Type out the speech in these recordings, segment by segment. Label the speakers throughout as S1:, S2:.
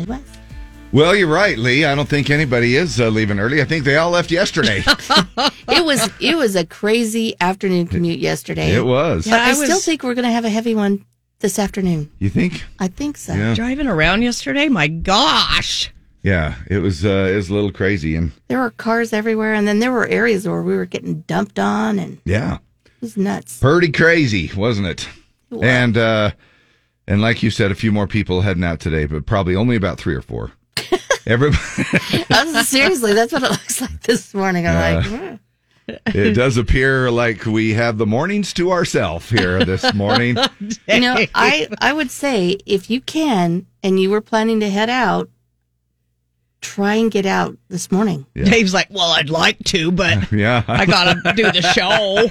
S1: I was.
S2: Well, you're right, Lee. I don't think anybody is uh, leaving early. I think they all left yesterday.
S1: It was it was a crazy afternoon commute yesterday.
S2: it was.
S1: But I,
S3: I
S1: still
S3: was-
S1: think we're going to have a heavy one this afternoon.
S2: You think?
S1: I think so.
S2: Yeah.
S3: Driving around yesterday, my gosh.
S2: Yeah, it was. Uh, it was a little crazy, and
S1: There were cars everywhere, and then there were areas where we were getting dumped on, and
S2: yeah,
S1: it was nuts.
S2: pretty crazy, wasn't it?
S1: Wow.
S2: And uh, and like you said, a few more people heading out today, but probably only about three or four. Everybody,
S1: I was- seriously, that's what it looks like this morning. I'm like, "Mm."
S2: it does appear like we have the mornings to ourselves here this morning.
S1: you know, I I would say if you can, and you were planning to head out, try and get out this morning.
S2: Yeah.
S3: Dave's like, well, I'd like to, but
S2: Yeah,
S3: I gotta do the show.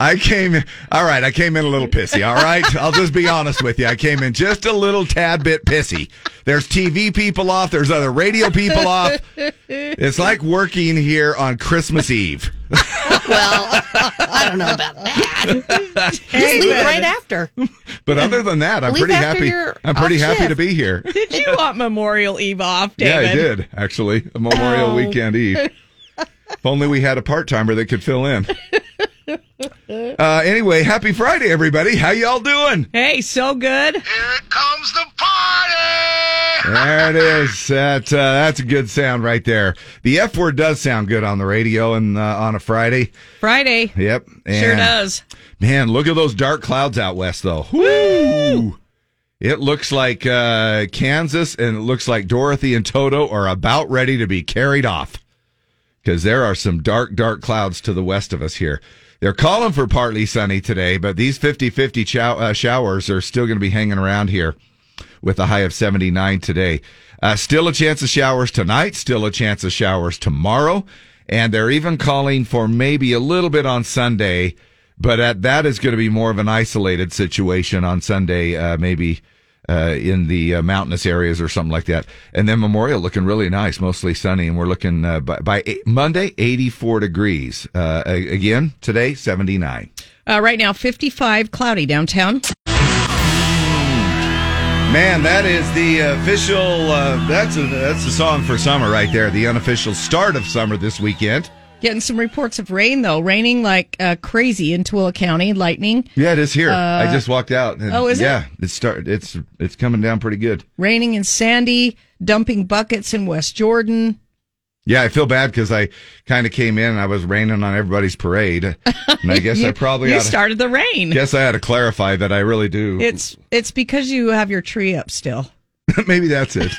S2: I came. All right, I came in a little pissy. All right, I'll just be honest with you. I came in just a little tad bit pissy. There's TV people off. There's other radio people off. It's like working here on Christmas Eve.
S1: Well, I don't know about that. Just leave right after.
S2: But other than that, I'm
S1: Leave
S2: pretty
S1: after
S2: happy.
S1: you're
S2: I'm pretty
S1: off
S2: happy to
S1: shift.
S2: be here.
S3: Did you want Memorial Eve off, David?
S2: Yeah, I did actually. A Memorial
S3: Oh.
S2: Weekend Eve. if only we had a part timer that could fill in. Uh, anyway, happy Friday, everybody. How y'all doing?
S3: Hey, so good.
S4: Here comes the party!
S2: There it is. That uh, that's a good sound right there. The F word does sound good on the radio and uh, on a Friday.
S3: Friday.
S2: Yep,
S3: Sure
S2: And,
S3: does.
S2: Man, look at those dark clouds out west, though. Woo! It looks like uh, Kansas, and it looks like Dorothy and Toto are about ready to be carried off because there are some dark, dark clouds to the west of us here. They're calling for partly sunny today, but these 50 50 chow- uh, showers are still going to be hanging around here with a high of 79 today. Uh, still a chance of showers tonight, still a chance of showers tomorrow. And they're even calling for maybe a little bit on Sunday, but at, that is going to be more of an isolated situation on Sunday, uh, maybe uh, in the uh, mountainous areas or something like that. And then Memorial looking really nice, mostly sunny. And we're looking uh, by, by eight, Monday, 84 degrees. Uh, a- again, today, 79.
S3: Uh, right now, 55, cloudy downtown.
S2: Man, that is the official. Uh, that's a, that's the song for summer right there. The unofficial start of summer this weekend.
S3: Getting some reports of rain, though. Raining like uh, crazy in Tooele County, lightning.
S2: Yeah, it is here. I just walked out. And
S3: oh, is it?
S2: yeah, it? start. It's it's coming down pretty good.
S3: Raining and sandy, dumping buckets in West Jordan.
S2: Yeah, I feel bad because I kind of came in and I was raining on everybody's parade, and I guess I probably
S3: you
S2: oughta-
S3: started the rain.
S2: guess I had to clarify that I really do.
S3: It's it's because you have your tree up still.
S2: Maybe that's it.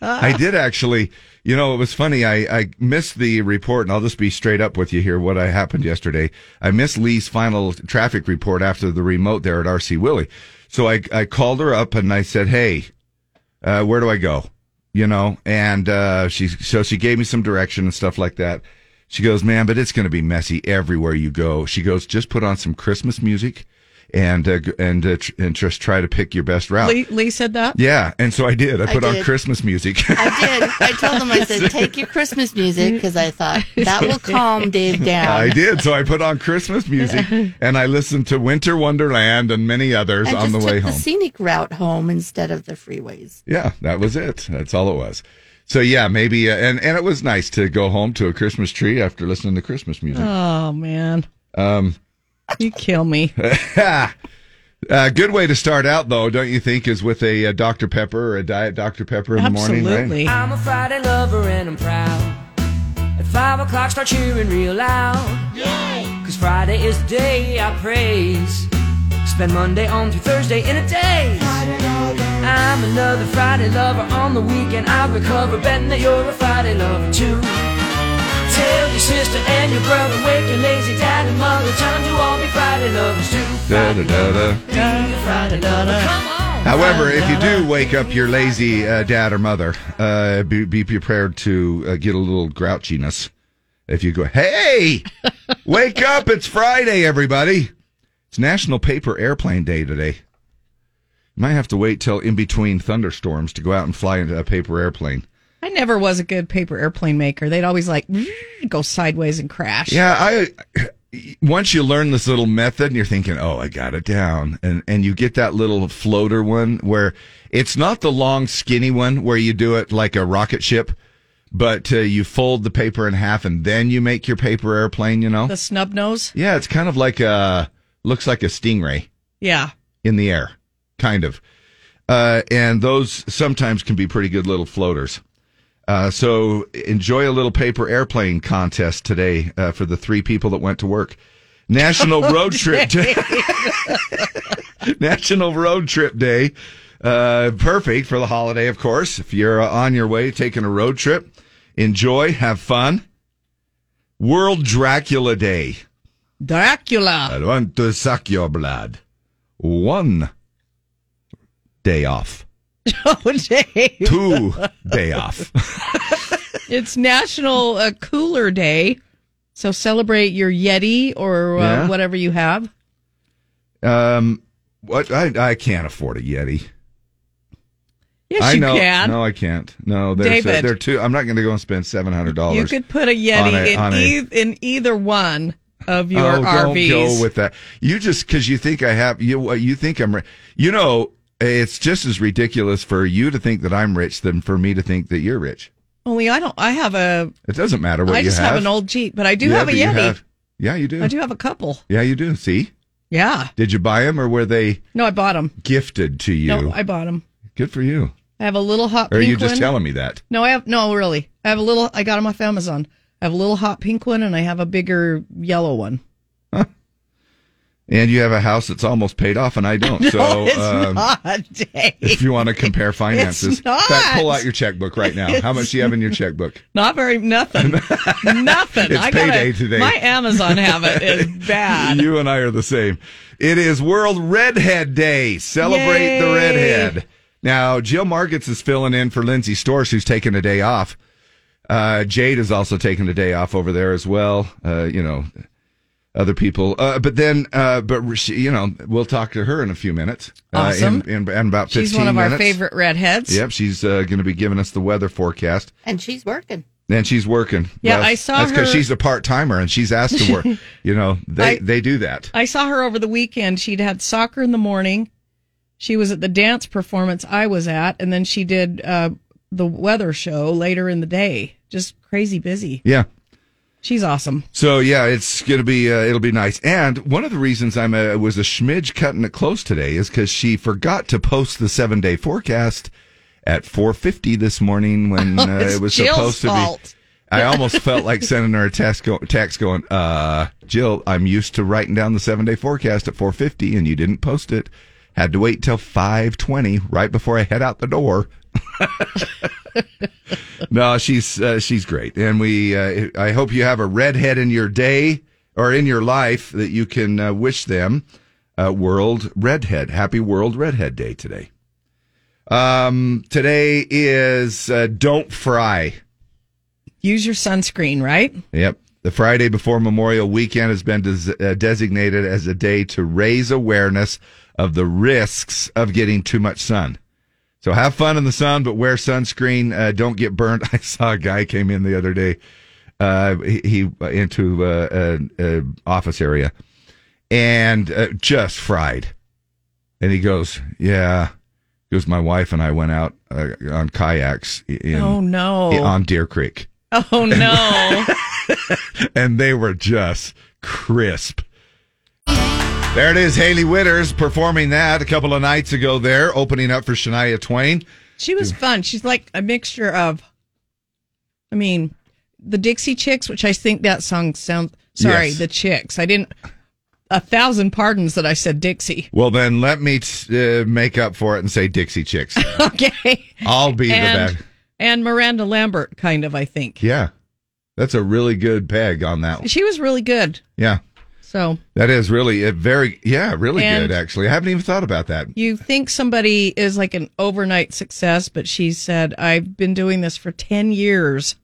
S2: I did actually. You know, it was funny. I, I missed the report, and I'll just be straight up with you here what I happened yesterday. I missed Lee's final traffic report after the remote there at RC Willie. So I, I called her up and I said, Hey, uh, where do I go? You know, and uh, she so she gave me some direction and stuff like that. She goes, man, but it's going to be messy everywhere you go. She goes, just put on some Christmas music, and uh, g- and uh, tr- and just try to pick your best route.
S3: Lee, Lee said that.
S2: Yeah, and so I did. I put on
S1: did.
S2: Christmas music.
S1: I did. I told them, I said, take your Christmas music because I thought that will calm Dave down.
S2: I did. So I put on Christmas music and I listened to Winter Wonderland and many others
S1: I just
S2: on the
S1: took
S2: way
S1: the
S2: home.
S1: scenic route home instead of the freeways.
S2: yeah, that was it. That's all it was. So yeah, maybe uh, and and it was nice to go home to a Christmas tree after listening to Christmas music.
S3: Oh man. Um, you kill me.
S2: uh, good way to start out though, don't you think? Is with a, uh Dr Pepper or a Diet Dr Pepper in
S3: Absolutely.
S2: the morning, right?
S5: I'm a Friday lover and I'm proud. At five o'clock, start cheering real loud. Cause Friday is the day I praise. Spend Monday on through Thursday in a day. I'm another Friday lover on the weekend. I recover, betting that you're a Friday lover too. Tell your sister and your brother, wake your lazy dad and mother. Time to all be Friday lovers too.
S2: Da, da, da, da.
S5: Friday lover, come on.
S2: However, if you do wake up your lazy uh, dad or mother, uh, be, be prepared to uh, get a little grouchiness. If you go, hey, wake up! It's Friday, everybody. It's National Paper Airplane Day today. You might have to wait till in between thunderstorms to go out and fly into a paper airplane.
S3: I never was a good paper airplane maker. They'd always like go sideways and crash.
S2: Yeah, I once you learn this little method and you're thinking, oh, I got it down. And, and you get that little floater one where it's not the long, skinny one where you do it like a rocket ship, but uh, you fold the paper in half and then you make your paper airplane, you know?
S3: The snub nose.
S2: yeah, it's kind of like a, looks like a stingray
S3: Yeah.
S2: in the air, kind of. Uh, and those sometimes can be pretty good little floaters. Uh, so enjoy a little paper airplane contest today uh, for the three people that went to work. National Road Trip Day. National Road Trip Day. Uh, perfect for the holiday, of course. If you're uh, on your way taking a road trip, enjoy, have fun. World Dracula Day.
S3: Dracula.
S2: I want to suck your blood. One day off.
S3: Oh, Dave.
S2: Two day off.
S3: It's National uh, Cooler Day. So celebrate your Yeti or uh,
S2: Yeah.
S3: whatever you have.
S2: Um, what I I can't afford a Yeti.
S3: Yes,
S2: I
S3: you
S2: know.
S3: can.
S2: No, I can't. No, there's
S3: David.
S2: they're too. I'm not going to go and spend seven hundred dollars.
S3: You could put a
S2: on a-
S3: Yeti
S2: on
S3: in,
S2: a-
S3: eith- in either one of your
S2: oh,
S3: RVs.
S2: Don't go with that. You just because you think I have you. uh, You think I'm. ri- You know, it's just as ridiculous for you to think that I'm rich than for me to think that you're rich.
S3: Only I don't. I have a.
S2: It doesn't matter what
S3: I
S2: you
S3: just have.
S2: have.
S3: an old Jeep, but I do
S2: Yeah,
S3: have a
S2: but you
S3: Yeti.
S2: have- yeah, you do.
S3: I do have a couple.
S2: Yeah, you do. See,
S3: Yeah.
S2: did you buy them or were they
S3: No, I bought them.
S2: gifted to you?
S3: No, I bought them.
S2: Good for you.
S3: I have a little hot.
S2: Or are
S3: pink
S2: you just
S3: one.
S2: telling me that?
S3: No, I have no really. I have a little. I got them off Amazon. I have a little hot pink one, and I have a bigger yellow one.
S2: And you have a house that's almost paid off, and I don't. so
S3: Oh, it's
S2: um,
S3: not Dave.
S2: if you want to compare finances,
S3: It's not.
S2: In fact, pull out your checkbook right now. How much do you have in your checkbook?
S3: Not very nothing. nothing.
S2: It's
S3: I gotta,
S2: payday today.
S3: My Amazon habit is bad.
S2: You and I are the same. It is World Redhead Day. Celebrate the
S3: Yay.
S2: redhead. Now, Jill Markets is filling in for Lindsay Storrs, who's taking a day off. Uh, Jade is also taking a day off over there as well. Uh, you know, other people. Uh, but then, uh, but she, you know, we'll talk to her in a few minutes.
S3: Awesome.
S2: Uh, in, in, in about 15
S3: She's one of
S2: minutes.
S3: our favorite redheads.
S2: Yep, she's uh, going to be giving us the weather forecast,
S1: And she's working.
S2: and she's working.
S3: Yeah, I saw
S2: That's because
S3: her-
S2: she's a part timer, and she's asked to work. you know, they
S3: I-
S2: they do that.
S3: I saw her over the weekend. She'd had soccer in the morning. She was at the dance performance I was at, and then she did uh, the weather show later in the day. Just crazy busy.
S2: Yeah.
S3: She's awesome.
S2: So yeah, it's gonna be uh, it'll be nice. And one of the reasons I'm uh was a schmidge cutting it close today is because she forgot to post the seven day forecast at 4:50 this morning when uh,
S3: Oh, it's
S2: it was
S3: Jill's
S2: supposed to
S3: fault.
S2: be. I almost felt like sending her a text, go, text going, uh, Jill, I'm used to writing down the seven day forecast at 4:50, and you didn't post it. Had to wait till 5:20, right before I head out the door. No, she's uh, she's great, and we. Uh, I hope you have a redhead in your day or in your life that you can uh, wish them. Uh, World Redhead, Happy World Redhead Day today. Um, today is uh, Don't Fry.
S3: Use your sunscreen, right?
S2: Yep. The Friday before Memorial Weekend has been des- uh, designated as a day to raise awareness of the risks of getting too much sun. So have fun in the sun, but wear sunscreen. Uh, don't get burnt. I saw a guy came in the other day. Uh, he, he into uh, an uh, office area and uh, just fried. And he goes, "Yeah." He goes, "My wife and I went out uh, on kayaks in,
S3: Oh no.
S2: on Deer Creek."
S3: Oh no.
S2: and they were just crisp. There it is, Haley Witters performing that a couple of nights ago there, opening up for Shania Twain.
S3: she was fun. She's like a mixture of I mean, the Dixie Chicks, which I think that song sounds sorry,
S2: Yes.
S3: the Chicks. I didn't a thousand pardons that I said Dixie.
S2: Well, then let me uh, make up for it and say Dixie Chicks.
S3: Okay.
S2: I'll be the
S3: and,
S2: best.
S3: and Miranda Lambert, kind of, I think.
S2: Yeah. That's a really good peg on that one.
S3: She was really good.
S2: Yeah.
S3: So
S2: That is really a very, yeah, really
S3: And-
S2: good, actually. I haven't even thought about that.
S3: you think somebody is like an overnight success, but she said, I've been doing this for 10 years,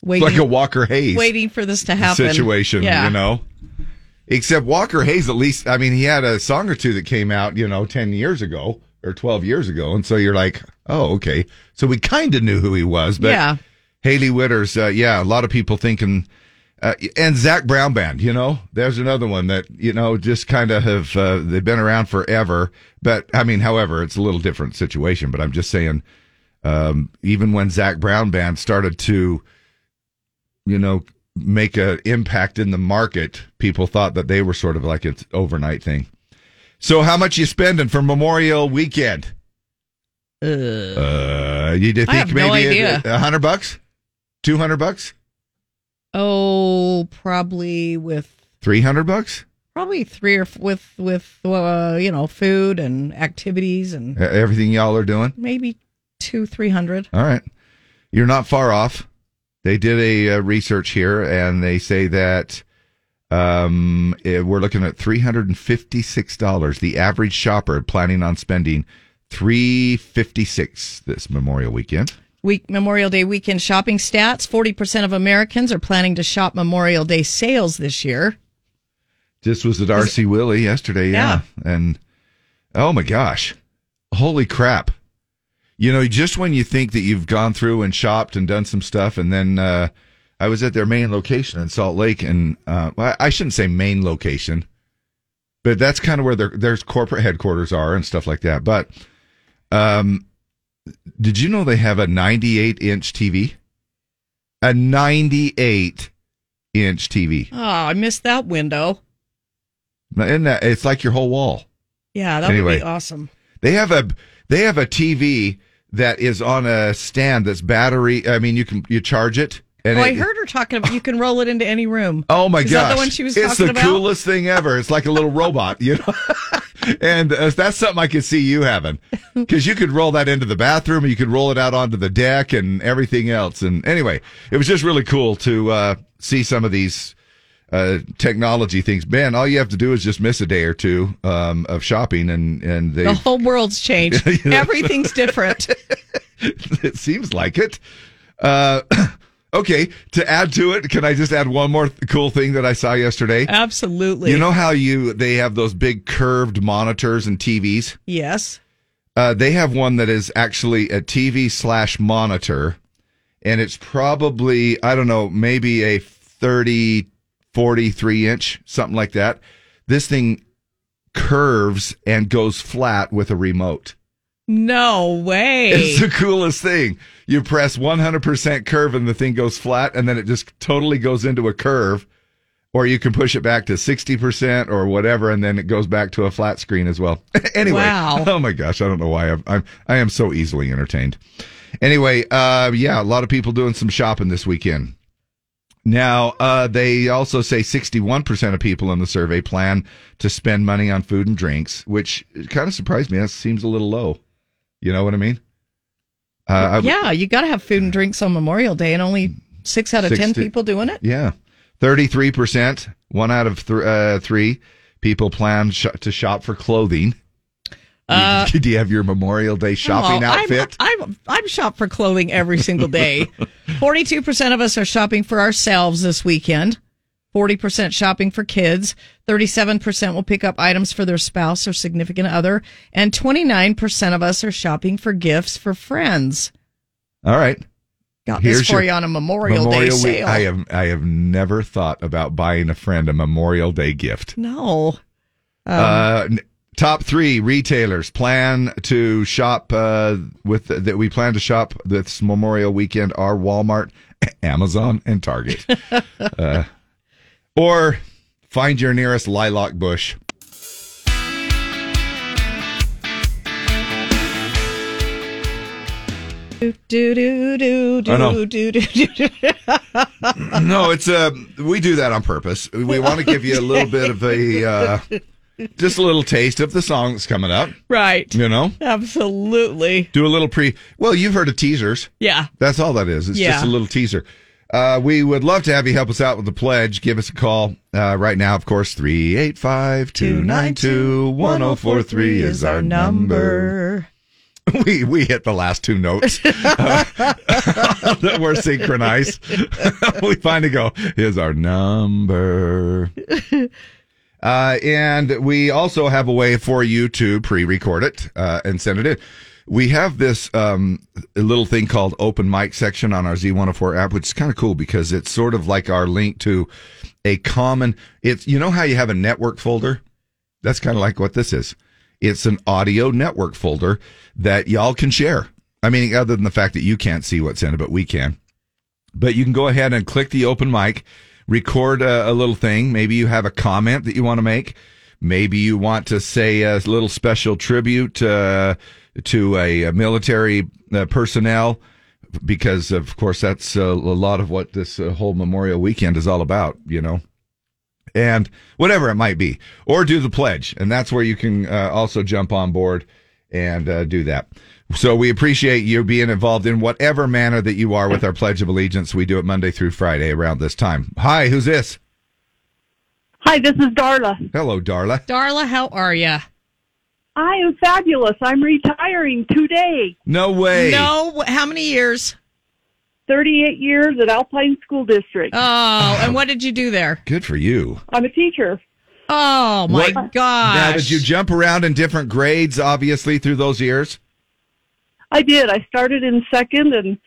S2: It's
S3: waiting,
S2: like a Walker Hayes
S3: waiting for this to happen.
S2: situation,
S3: Yeah.
S2: you know? Except Walker Hayes, at least, I mean, he had a song or two that came out, you know, 10 years ago or 12 years ago. And so you're like, oh, okay. So we kind of knew who he was. But
S3: Yeah.
S2: Haley Witters, uh, yeah, a lot of people thinking Uh, and Zach Brown Band, you know, there's another one that, you know, just kind of have, uh, they've been around forever. But I mean, however, it's a little different situation. But I'm just saying, um, even when Zach Brown Band started to, you know, make an impact in the market, people thought that they were sort of like an overnight thing. So, how much you spending for Memorial Weekend? Uh, you did think
S3: I have no
S2: maybe a-
S3: idea.
S2: a hundred bucks, two hundred bucks,
S3: Oh, probably with
S2: three hundred bucks.
S3: probably three or f- with with uh, you know food and activities and
S2: E- Everything y'all are doing.
S3: maybe two three hundred.
S2: All right, you're not far off. They did a uh, research here, and they say that um, eh, we're looking at three hundred and fifty-six dollars. The average shopper planning on spending three fifty-six this Memorial Weekend.
S3: Week Memorial Day weekend shopping stats: forty percent of Americans are planning to shop Memorial Day sales this year.
S2: This was at RC Willie yesterday, yeah. And oh my gosh. Holy crap. You know, just when you think that you've gone through and shopped and done some stuff, and then uh, I was at their main location in Salt Lake, and uh, well, I shouldn't say main location, but that's kind of where their their corporate headquarters are and stuff like that. But um, did you know they have a 98 inch TV? A 98 inch TV.
S3: Oh, I missed that window.
S2: Now, Isn't that, it's like your whole wall.
S3: Yeah, that would
S2: Anyway.
S3: be awesome.
S2: They have a they have a TV that is on a stand that's battery. I mean, you can you charge it. And
S3: oh, I
S2: it-
S3: heard her talking about you can roll it into any room.
S2: Oh my
S3: Is
S2: gosh!
S3: that the one she was
S2: it's
S3: talking
S2: the
S3: about?
S2: coolest thing ever. It's like a little robot, you know. and uh, that's something I could see you having because you could roll that into the bathroom, you could roll it out onto the deck, and everything else. And anyway, it was just really cool to uh, see some of these uh, technology things. Ben, all you have to do is just miss a day or two um, of shopping, and and they
S3: The whole world's changed. Everything's different.
S2: it seems like it. Uh, okay, to add to it, can I just add one more th- cool thing that I saw yesterday?
S3: Absolutely.
S2: You know how you they have those big curved monitors and TVs?
S3: Yes.
S2: Uh, they have one that is actually a TV slash monitor, and it's probably, I don't know, maybe a 30, 43 inch, something like that. This thing curves and goes flat with a remote.
S3: No way.
S2: It's the coolest thing. You press 100% curve and the thing goes flat and then it just totally goes into a curve or you can push it back to 60% or whatever and then it goes back to a flat screen as well. anyway.
S3: Wow.
S2: Oh my gosh, I don't know why I'm, I'm I am so easily entertained. Anyway, uh yeah, a lot of people doing some shopping this weekend. Now, uh, they also say 61% of people in the survey plan to spend money on food and drinks, which kind of surprised me. That seems a little low. You know what I mean? Uh, I-
S3: yeah, you got to have food and drinks on Memorial Day, and only six out of
S2: Six
S3: ten
S2: to-
S3: people doing it.
S2: Yeah. 33%, one out of th- uh, three people plan sh- to shop for clothing.
S3: Uh,
S2: Do you have your Memorial Day shopping
S3: Well, I'm-
S2: outfit?
S3: I'm, I'm shop for clothing every single day. Forty two percent of us are shopping for ourselves this weekend. Forty percent shopping for kids. Thirty seven percent will pick up items for their spouse or significant other, and twenty nine percent of us are shopping for gifts for friends.
S2: All right.
S3: Got
S2: Here's
S3: this for
S2: your
S3: you on a Memorial, Day
S2: Week-
S3: sale.
S2: I have I have never thought about buying a friend a Memorial Day gift.
S3: no.
S2: Uh, n- top three retailers plan to shop uh, with that we plan to shop this Memorial Weekend are Walmart, Amazon, and Target. Uh, or find your nearest lilac bush.
S3: Do do do do
S2: I know.
S3: do do do do.
S2: No, it's uh, we do that on purpose. We want to give you a little bit of a uh, just a little taste of the song that's coming up.
S3: Right.
S2: You know,
S3: Absolutely.
S2: do a little pre. Well, you've heard of teasers.
S3: Yeah.
S2: That's all that is. It's
S3: Yeah.
S2: just a little teaser. Uh, we would love to have you help us out with the pledge. Give us a call uh, right now, of course. 385 292 1043 is our number. We, we hit the last two notes uh, that were synchronized. we finally go, here's our number. Uh, and we also have a way for you to pre record it uh, and send it in. we have this um, little thing called open mic section on our Z104 app, which is kind of cool because it's sort of like our link to a common. It's you know how you have a network folder. That's kind of like what this is. It's an audio network folder that y'all can share. I mean, other than the fact that you can't see what's in it, but we can. But you can go ahead and click the open mic, record a, a little thing. Maybe you have a comment that you want to make. Maybe you want to say a little special tribute uh, to a, a military uh, personnel, because of course that's uh, a lot of what this uh, whole Memorial Weekend is all about. You know and whatever it might be, or do the pledge. And that's where you can uh, also jump on board and uh, do that. So we appreciate you being involved in whatever manner that you are with our Pledge of Allegiance. We do it Monday through Friday around this time. Hi, who's this?
S6: Hi, this is Darla.
S2: Hello, Darla.
S3: Darla, how are you?
S6: I am fabulous. I'm retiring today.
S2: No way.
S3: No, wh- how many years?
S6: 38 years at Alpine School District.
S3: Oh, and what did you do there?
S2: Good for you.
S6: I'm a teacher.
S3: Oh my
S2: What-
S3: gosh!
S2: Now, did you jump around in different grades, obviously, through those years?
S6: I did. I started in second and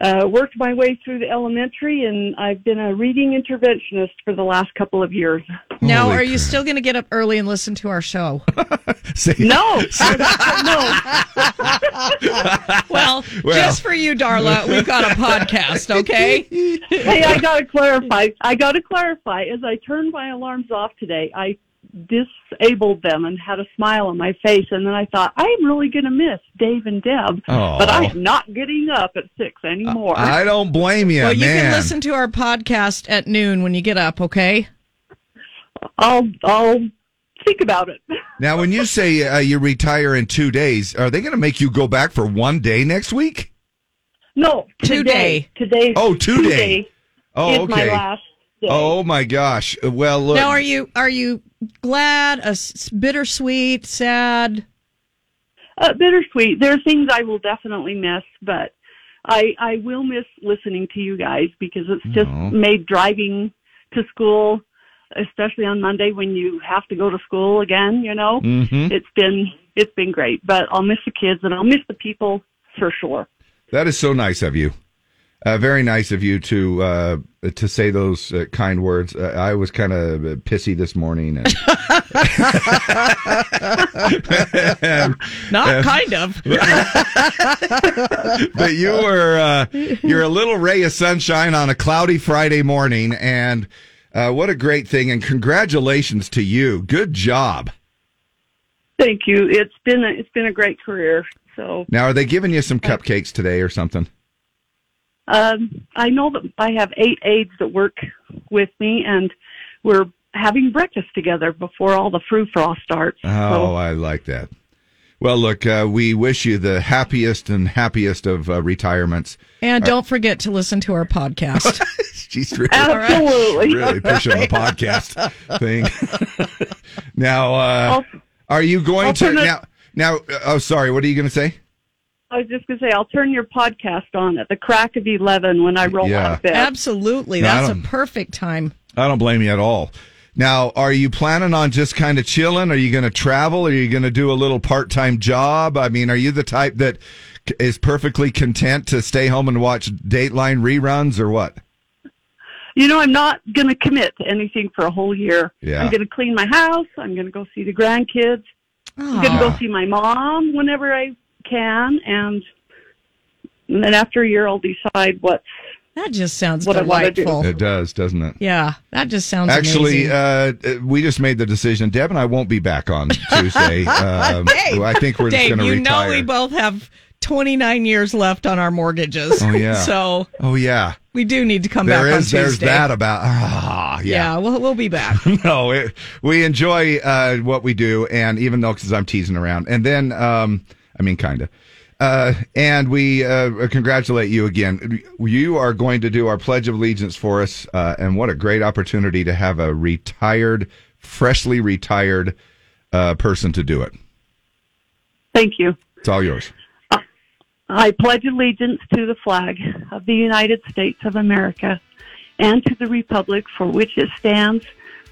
S6: uh, worked my way through the elementary, and I've been a reading interventionist for the last couple of years.
S3: now,
S2: Holy
S3: are you
S2: crap.
S3: still going to get up early and listen to our show?
S2: Say-
S6: No, no.
S3: Well,
S2: Well.
S3: just for you, Darla, we've got a podcast, okay?
S6: Hey, I gotta clarify. I gotta clarify. As I turned my alarms off today, I disabled them and had a smile on my face, and then I thought I am really gonna miss Dave and Deb,
S2: Aw.
S6: but I am not getting up at six anymore.
S2: I don't blame you,
S3: well, you
S2: man.
S3: can listen to our podcast at noon when you get up, okay?
S6: I'll I'll think about it.
S2: Now, when you say uh, you retire in two days, are they going to make you go back for one day next week?
S6: No, today. Today.
S2: Oh, today.
S6: Today
S2: Oh,
S6: is
S2: okay.
S6: my last day.
S2: Oh my gosh! Well, look.
S3: Now, are you are you glad, a s- bittersweet, sad?
S6: Uh, bittersweet. There are things I will definitely miss, but I I will miss listening to you guys because it's just
S2: Aw.
S6: made driving to school, especially on Monday when you have to go to school again. You know,
S2: Mhm.
S6: it's been it's been great, but I'll miss the kids and I'll miss the people for sure.
S2: That is so nice of you. Uh, very nice of you to uh, to say those uh, kind words. Uh, I was kind of pissy this morning. And, Uh,
S3: Not kind of.
S2: but you were uh, you're a little ray of sunshine on a cloudy Friday morning, and uh, what a great thing! And congratulations to you. Good job.
S6: Thank you. It's been a, it's been a great career. So
S2: Now, are they giving you some cupcakes today or something?
S6: um, I know that I have eight aides that work with me, and we're having breakfast together before all the frou frost starts.
S2: Oh, I like that. Well, look, uh, we wish you the happiest and happiest of uh, retirements.
S3: And don't forget to listen to our podcast.
S2: She's really,
S6: Absolutely.
S2: really pushing the podcast thing. now, uh,
S6: I'll-
S2: are you going
S6: I'll
S2: to
S6: turn it-
S2: now? Now, uh, oh, sorry. What are you going to say?
S6: I was just going to say, I'll turn your podcast on at the crack of 11 when I roll
S2: Yeah.
S6: out of bed.
S3: Absolutely,
S2: No, I
S3: that's a
S2: don't-
S3: perfect time.
S2: I don't blame you at all. Now, are you planning on just kind of chilling? Are you going to travel? Are you going to do a little part time job? I mean, are you the type that c- is perfectly content to stay home and watch Dateline reruns or what?
S6: you know, I'm not going to commit to anything for a whole year.
S2: Yeah.
S6: I'm going to clean my house. I'm going to go see the grandkids. I'm going to
S2: Ah.
S6: go see my mom whenever I can. And, and then after a year, I'll decide what.
S3: That just sounds
S6: What I wanna do.
S3: delightful.
S2: It does, doesn't it?
S3: Yeah, that just sounds
S2: Actually,
S3: amazing.
S2: uh, we just made the decision. Deb and I won't be back on Tuesday. Um, I think we're just
S3: Dave,
S2: going to
S3: you
S2: retire.
S3: know we both have 29 years left on our mortgages.
S2: Oh, yeah.
S3: so
S2: oh yeah,
S3: we do need to come
S2: there
S3: back
S2: is.
S3: on Tuesday.
S2: There's that about. Ah,
S3: Yeah,
S2: yeah.
S3: we'll, we'll be back.
S2: no, it, we enjoy uh, what we do, and even though because I'm teasing around, and then um, I mean kind of. Uh, and we uh, congratulate you again. You are going to do our Pledge of Allegiance for us, uh, and what a great opportunity to have a retired, freshly retired uh, person to do it.
S6: Thank you.
S2: It's all yours.
S6: I pledge allegiance to the flag of the United States of America and to the republic for which it stands,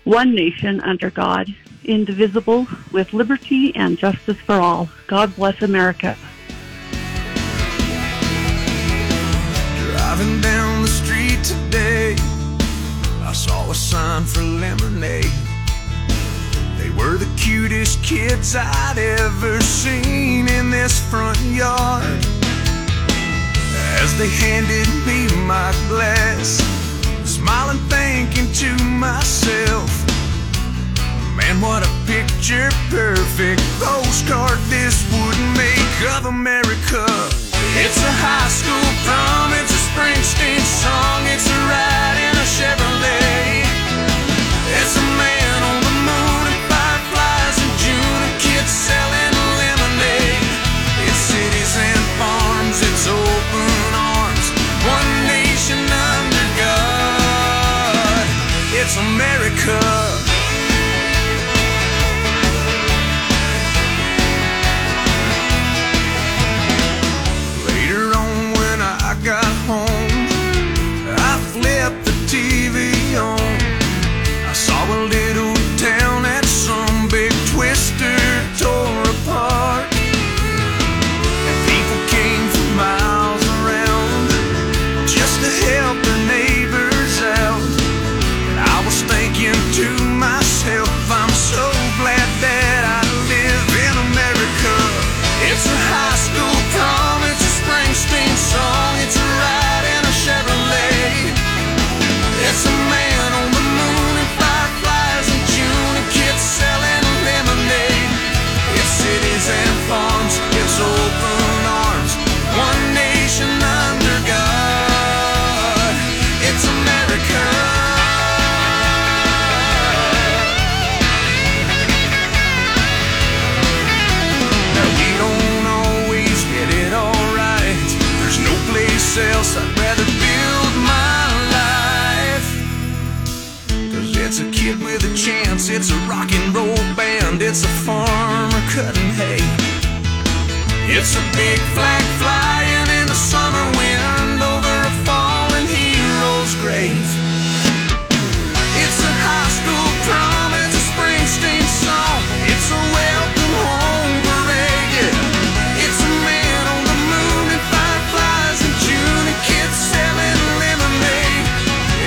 S6: one nation under God, indivisible, with liberty and justice for all. God bless America.
S7: run for lemonade. They were the cutest kids I'd ever seen in this front yard. As they handed me my glass, smiling, thinking to myself, Man, what a picture perfect postcard this would make of America. It's a high school prom, it's a Springsteen song, it's a ride in a Chevrolet. It's a man on the moon and fireflies in June, and kids selling lemonade. It's cities and farms, it's open arms, one nation under God. It's America. Later on, when I got home, I flipped the TV on. I saw a little town that some big twister tore apart. And people came from miles around just to help their neighbors out. And I was thinking to myself, I'm so glad that I live in America. It's a high school prom, it's a Springsteen song, it's a ride in a Chevrolet. It's a man on the moon and fireflies in June, and kids selling lemonade. It's cities and farms, it's open arms, one nation under God. It's America. Now we don't always get it all right. There's no place else I'd rather build my life. 'Cause it's a kid with a chance, it's a rock and roll band, it's a farmer cutting hay. It's a big flag flying in the summer wind over a fallen hero's grave. It's a high school prom, it's a Springsteen song, it's a welcome home parade. It's a man on the moon and fireflies in June, and kids selling lemonade.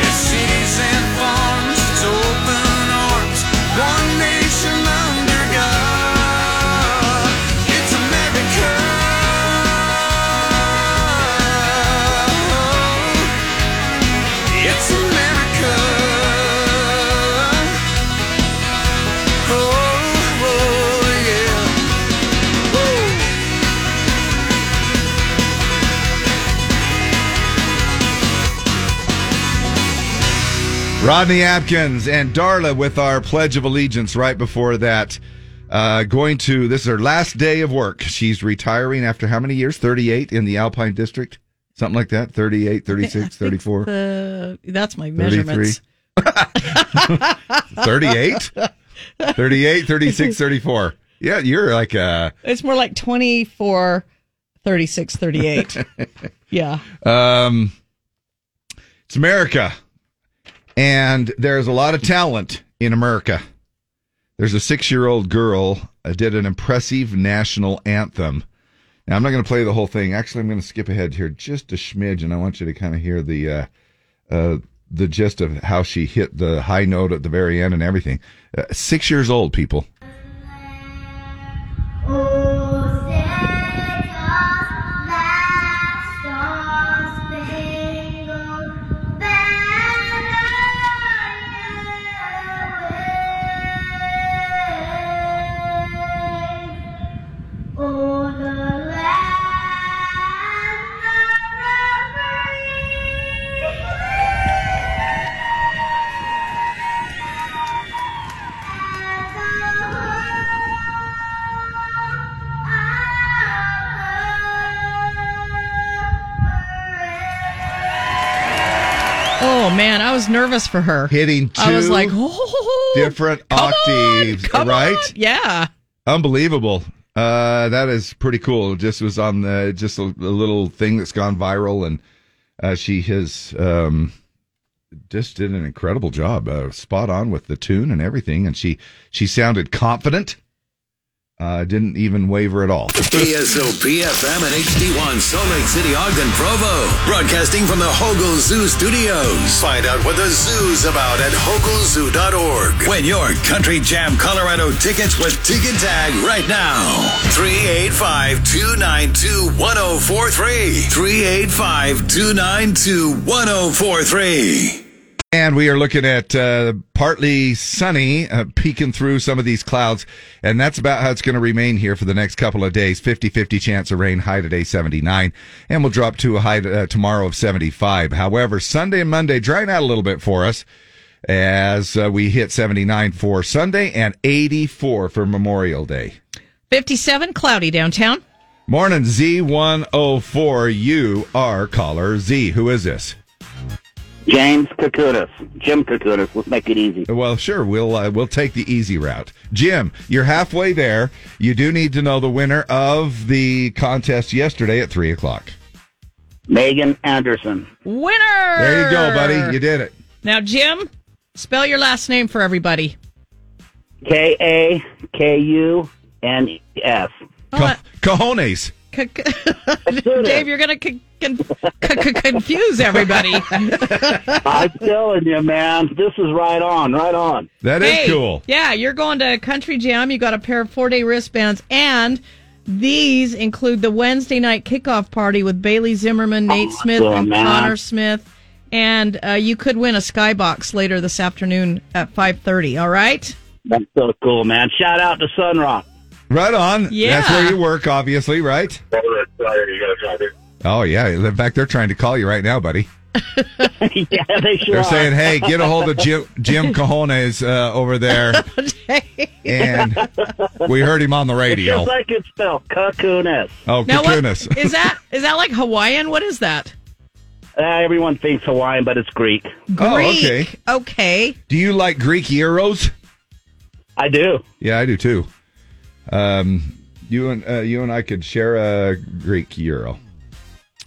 S7: It's cities and farms, it's open arms, one nation under God. It's America. It's America. Oh, oh, yeah. Woo.
S2: Rodney Atkins and Darla with our Pledge of Allegiance right before that. Uh, going to, this is her last day of work. She's retiring after how many years? 38 in the Alpine District? Something like that? 38, 36, 34,
S3: The, that's my
S2: 33.
S3: measurements.
S2: 38? 38, 36, 34. Yeah, you're like a.
S3: It's more like 24, 36, 38. yeah.
S2: Um, it's America, and there's a lot of talent in America. There's a six-year-old girl uh, did an impressive national anthem. Now I'm not going to play the whole thing. Actually, I'm going to skip ahead here just a smidge, and I want you to kind of hear the uh, uh, the gist of how she hit the high note at the very end and everything. Uh, six years old, people.
S3: Oh, man. I was nervous for her.
S2: Hitting
S3: I was
S2: two
S3: like, oh,
S2: different
S3: come on,
S2: octaves,
S3: come
S2: right?
S3: on. Yeah.
S2: Unbelievable. Uh, that is pretty cool. Just was on the just a, a little thing that's gone viral, and uh, she has um, just did an incredible job, uh, spot on with the tune and everything. And she she sounded confident, Uh, didn't even waver at all.
S8: KSOP FM and HD1 Salt Lake City, Ogden, Provo. Broadcasting from the Hogle Zoo Studios. Find out what the zoo's about at hoglezoo.org. Win your Country Jam Colorado tickets with Ticket Tag right now. 385 292 1043. 385 292 1043.
S2: And we are looking at uh, partly sunny, uh, peeking through some of these clouds. And that's about how it's going to remain here for the next couple of days. 50 50 chance of rain, high today 79. And we'll drop to a high uh, tomorrow of 75. However, Sunday and Monday drying out a little bit for us as uh, we hit 79 for Sunday and 84 for Memorial Day.
S3: 57, cloudy downtown.
S2: Morning Z104. You are caller Z. Who is this?
S9: James Kakutis, Jim Kakutis. Let's make it easy.
S2: Well, sure. We'll uh, we'll take the easy route. Jim, you're halfway there. You do need to know the winner of the contest yesterday at three o'clock.
S9: Megan Anderson.
S3: Winner!
S2: There you go, buddy. You did it.
S3: Now, Jim, spell your last name for everybody.
S9: K A K U N E S.
S3: Oh,
S2: Co-
S3: uh,
S2: cojones.
S3: C- c- Dave, you're going to c- con- c- c- confuse everybody.
S9: I'm telling you, man, this is right on, right on.
S2: That is cool.
S3: Yeah, you're going to Country Jam. You got a pair of four day wristbands, and these include the Wednesday night kickoff party with Bailey Zimmerman, Nate Smith, and
S9: man.
S3: Connor Smith. And uh, you could win a skybox later this afternoon at five thirty. All right.
S9: That's so cool, man. Shout out to Sun Rock.
S2: Right on.
S3: Yeah.
S2: That's where you work, obviously, right? Oh yeah. In fact, they're trying to call you right now, buddy.
S9: yeah, they sure
S2: They're
S9: are.
S2: saying, "Hey, get a hold of Jim Jim Cojones uh, over there." and we heard him on the
S9: it's
S2: radio.
S9: just like it's spelled Kakunis.
S2: Oh,
S3: Now what
S2: cocoonus.
S3: is that? Is that like Hawaiian? What is that?
S9: Uh, everyone thinks Hawaiian, but it's Greek.
S2: Oh,
S3: Greek.
S2: okay.
S3: Okay.
S2: Do you like Greek euros?
S9: I do.
S2: Yeah, I do too. Um, you and uh, you and I could share a Greek euro.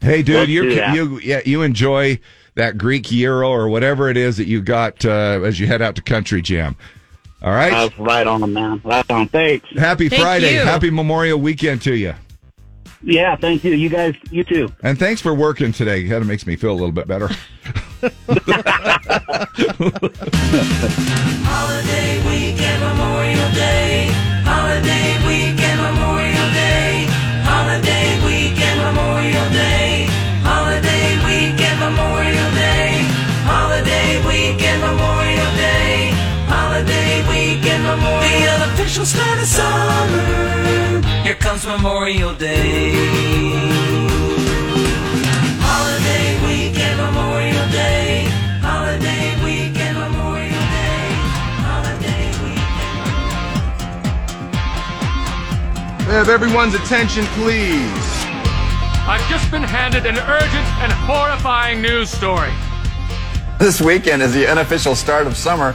S2: Hey, dude,
S9: Let's
S2: you
S9: do that.
S2: you yeah you enjoy that Greek euro or whatever it is that you got uh, as you head out to Country Jam. All right.
S10: Uh,
S9: That's Uh, right on, man. Right on. Thanks.
S2: Happy
S3: Thank
S2: Friday.
S3: you.
S2: Happy Memorial Weekend to you.
S9: Yeah, thank you. You guys, you too.
S2: And thanks for working today. That makes me feel a little bit better.
S5: Holiday weekend, Memorial Day. Holiday weekend, Memorial Day. Holiday weekend, Memorial Day. Holiday weekend, Memorial Day. Holiday weekend, Memorial Day. Holiday weekend, Memorial Day. The unofficial start of summer. Here comes Memorial Day. Holiday weekend, Memorial Day. Holiday weekend, Memorial Day. Holiday weekend.
S11: Have everyone's attention, please.
S4: I've just been handed an urgent and horrifying news story.
S11: This weekend is the unofficial start of summer.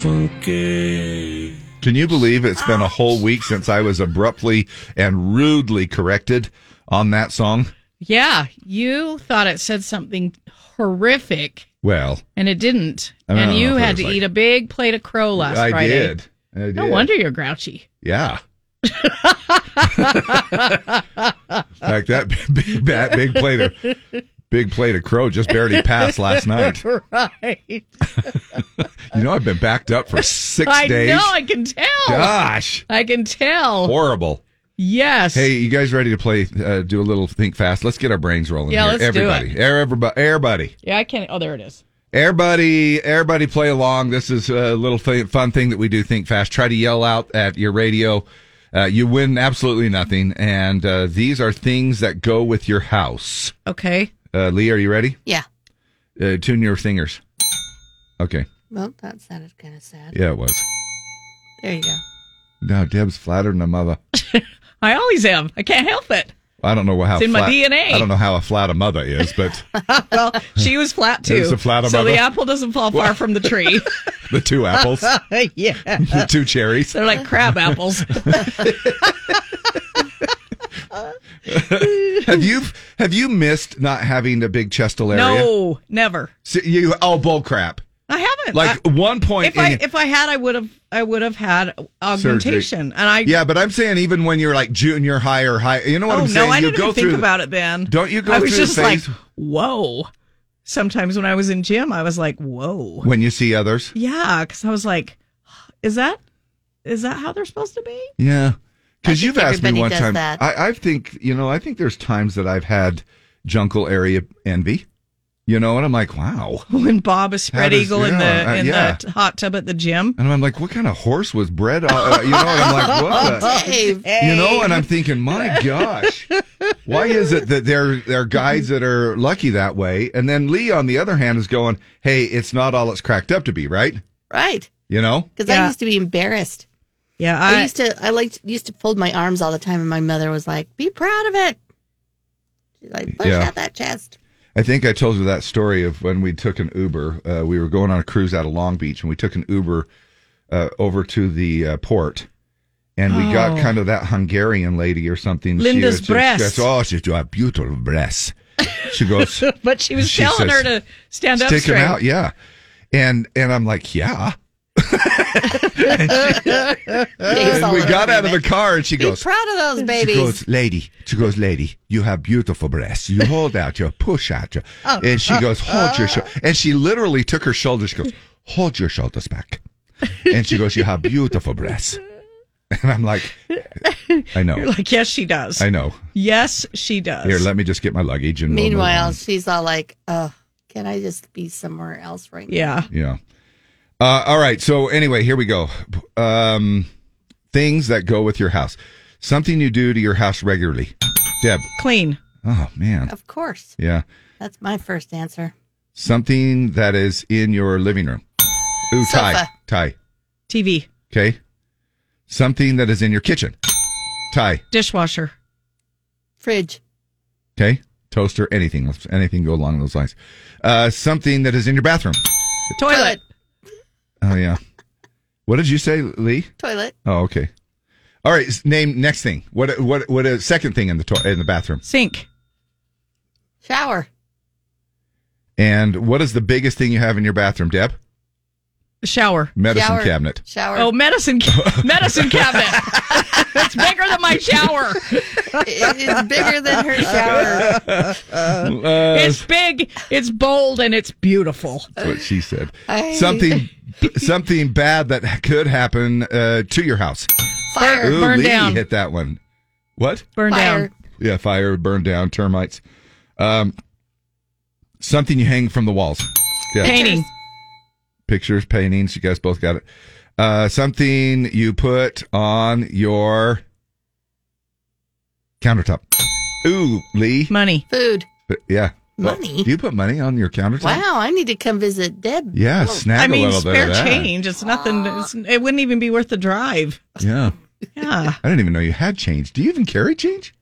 S2: Can you believe it's been a whole week since I was abruptly and rudely corrected on that song?
S3: Yeah, you thought it said something horrific,
S2: Well,
S3: and it didn't.
S2: I don't
S3: And
S2: know
S3: you
S2: if it
S3: had
S2: was
S3: to
S2: like-
S3: eat a big plate of crow last
S2: I
S3: Friday.
S2: did. I
S3: No
S2: did.
S3: wonder you're grouchy.
S2: Yeah. like that big, that big plate of big plate of crow just barely passed last night.
S3: right.
S2: You know I've been backed up for six
S3: I
S2: days.
S3: know. I can tell.
S2: Gosh,
S3: I can tell.
S2: horrible.
S3: yes.
S2: Hey, you guys ready to play? Uh, do a little think fast. Let's get our brains rolling
S3: Yeah,
S2: here.
S3: let's do
S2: everybody, everybody, everybody.
S3: Yeah, I can't. Oh, there it is.
S2: Everybody, everybody play along. This is a little th- fun thing that we do. Think fast. Try to yell out at your radio. Uh, you win absolutely nothing. And uh, these are things that go with your house.
S3: Okay.
S2: Uh, Lee, are you ready?
S1: Yeah.
S2: Uh, tune your fingers. Okay.
S1: Well, that sounded kind of sad.
S2: Yeah, it was.
S1: There you go.
S2: No, Deb's flatter than a mother.
S3: I always am. I can't help it.
S2: I don't know how
S3: It's in my
S2: flat-
S3: DNA.
S2: I don't know how a flat a mother is, but
S3: well, she was flat too.
S2: It's a flat
S3: so
S2: above
S3: the
S2: us.
S3: apple doesn't fall far from the tree.
S2: the two apples,
S3: yeah.
S2: the two cherries.
S3: They're like crab apples.
S2: Have you have you missed not having a big chestal area?
S3: no, never.
S2: So you oh bull crap.
S3: I didn't.
S2: Like
S3: I-
S2: one point.
S3: if I
S2: in-
S3: if I had, I would have I would have had
S2: Surgery.
S3: augmentation, and I
S2: yeah, but I'm saying even when you're like junior high or high, you know what
S3: oh
S2: I'm
S3: no,
S2: saying.
S3: I
S2: you
S3: didn't
S2: go
S3: even
S2: through
S3: think
S2: the-
S3: about it then.
S2: Don't you go
S3: I was
S2: through the
S3: just like,
S2: phase-
S3: whoa. Sometimes when I was in gym, I was like, whoa.
S2: when you see others.
S3: Yeah, because I was like, is that is that how they're supposed to be?
S2: Yeah, because you've asked me
S3: everybody
S2: one
S3: does
S2: time.
S3: that.
S2: I, I think you know. I think there's times that I've had jungle area envy. You know, and I'm like, wow.
S3: When Bob is spread
S2: does-
S3: eagle in
S2: yeah, uh,
S3: the in
S2: yeah.
S3: the hot tub at the gym.
S2: And I'm like, what kind of horse was bred? Uh, uh, you know, and I'm like, what? the-
S3: Dave.
S2: You know, and I'm thinking, my gosh, why is it that there there are guys that are lucky that way, and then Lee, on the other hand, is going, hey, it's not all it's cracked up to be, right?
S1: Right.
S2: You know,
S1: Because
S3: Yeah.
S1: I used to be embarrassed.
S3: Yeah,
S1: I,
S3: I-
S1: used to. I liked used to fold my arms all the time, and my mother was like, "Be proud of it." She's like, "Push
S2: Yeah.
S1: out that chest."
S2: I think I told you that story of when we took an Uber. Uh, we were going on a cruise out of Long Beach, and we took an Uber uh, over to the uh, port, and we got
S10: Oh.
S2: kind of that Hungarian lady or something.
S3: Linda's
S2: she,
S3: breast.
S2: She, oh, she's a beautiful breast. She goes,
S3: but she was
S2: She
S3: telling
S2: says,
S3: her to stand up
S2: stick 'em
S3: straight.
S2: out, yeah. And and I'm like, yeah. And we got out of the car, and she
S1: Be
S2: goes,
S1: proud of those babies.
S2: She goes, lady. She goes, lady. You have beautiful breasts. You hold out your push out your,
S1: Oh,
S2: and she
S1: oh,
S2: goes, hold your shoulder. And she literally took her shoulders. She goes, hold your shoulders back. And she goes, you have beautiful breasts. And I'm like, I know,
S3: You're like, yes, she does.
S2: I know.
S3: Yes, she does.
S2: Here, let me just get my luggage. And we'll move
S1: Meanwhile,
S2: on.
S1: she's all like, "Oh, can I just be somewhere else right
S3: yeah.
S2: yeah. Uh, all right. So anyway, here we go. Um, things that go with your house. Something you do to your house regularly. Deb.
S3: Clean.
S2: Oh man.
S1: now?" Of course.
S2: Yeah.
S1: That's my first answer.
S2: Something that is in your living room. Ooh, tie.
S1: Sofa.
S2: Tie.
S3: TV,
S2: Okay. Something that is in your kitchen. Tie.
S3: dishwasher,
S1: fridge,
S2: Okay. Toaster. Anything. Anything go along those lines. Uh, something that is in your bathroom.
S3: toilet,
S2: Oh yeah. What did you say, Lee?
S1: toilet,
S2: Oh, okay. All right. s- Name next thing. What? What? What? A second thing in the to- in the bathroom.
S3: sink,
S1: shower,
S2: And what is the biggest thing you have in your bathroom, Deb?
S3: shower,
S2: Medicine Shower. cabinet.
S1: shower.
S3: Oh, medicine, ca- medicine cabinet. it's bigger than my shower.
S1: it's bigger than her shower.
S3: it's big. It's bold and it's beautiful.
S2: That's what she said.
S3: I-
S2: Something, something bad that could happen uh, to your house.
S3: Fire.
S2: Ooh,
S3: Burn
S2: Lee
S3: down.
S2: Hit that one. What?
S3: Burn down.
S2: Yeah, fire, burn down, termites. Um, something you hang from the walls. Yeah.
S3: Painting.
S2: Pictures, paintings. You guys both got it. Uh, something you put on your countertop. Ooh, Lee.
S3: Money.
S1: Food.
S2: Yeah.
S1: Money?
S2: do you put money on your countertop?
S1: Wow, I need to come visit Deb.
S2: Yeah,
S1: Whoa.
S2: snag
S3: I
S2: a
S3: mean,
S2: little bit
S3: spare
S2: of that.
S3: change. It's nothing. It's, it wouldn't even be worth the drive.
S2: Yeah.
S3: Yeah.
S2: I didn't even know you had change. Do you even carry change?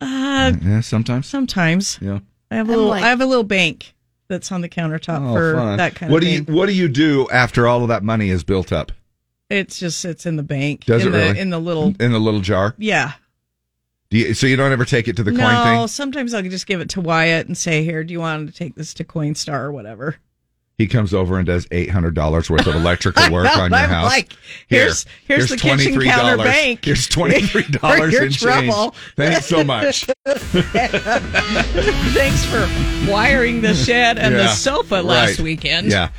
S3: Uh,
S2: Yeah, sometimes.
S3: Sometimes.
S2: Yeah.
S3: I have a
S1: I'm
S3: little.
S1: like-
S3: I have a little bank that's on the countertop
S2: Oh,
S3: for
S2: fun.
S3: that kind
S2: what
S3: of
S2: do you
S3: thing.
S2: What do you do after all of that money is built up?
S3: It's just it's in the bank.
S2: Does
S3: in
S2: it
S3: the,
S2: really?
S3: in the little?
S2: in the little jar?
S3: Yeah.
S2: Do you, so you don't ever take it to the
S3: no,
S2: coin thing?
S3: sometimes I'll just give it to Wyatt and say, "Here, do you want to take this to Coinstar or whatever?"
S2: He comes over and does eight hundred dollars worth of electrical work
S3: know,
S2: on your
S3: I'm
S2: house.
S3: like, here's- here's the kitchen
S2: $23.
S3: counter bank.
S2: Here's twenty three dollars
S3: For your
S2: in
S3: trouble.
S2: change. Thanks so much.
S3: Thanks for wiring the shed and the
S2: Yeah.
S3: sofa last
S2: Right.
S3: weekend.
S2: Yeah,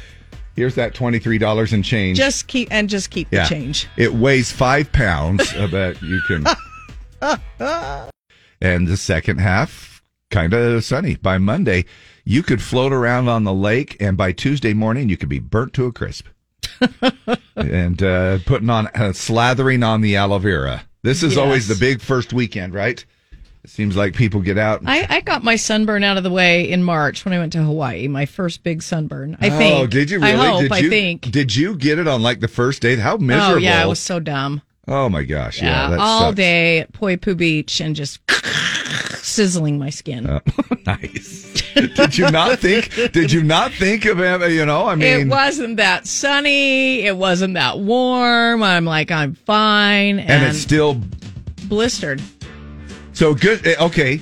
S2: here's that twenty three dollars in change.
S3: Just keep and just keep
S2: yeah.
S3: the change.
S2: It weighs five pounds. I bet you can. and the second half kind of sunny by monday you could float around on the lake and by tuesday morning you could be burnt to a crisp and uh, putting on uh, slathering on the aloe vera this is always the
S3: Yes.
S2: big first weekend right it seems like people get out and-
S3: I, I got my sunburn out of the way in March when I went to Hawaii. My first big sunburn. I think.
S2: oh did you really
S3: I hope.
S2: did
S3: I
S2: you
S3: think.
S2: did you get it on like the first day how miserable
S3: Oh yeah, I was so dumb.
S2: Oh, my gosh yeah, that
S3: all
S2: sucks.
S3: day at Poipu Beach and just sizzling my skin.
S2: Uh, nice. did you not think? Did you not think of him? You know, I
S3: it
S2: mean,
S3: wasn't that sunny. It wasn't that warm. I'm like, I'm fine. And,
S2: and it's still
S3: blistered.
S2: so good. eh, Okay,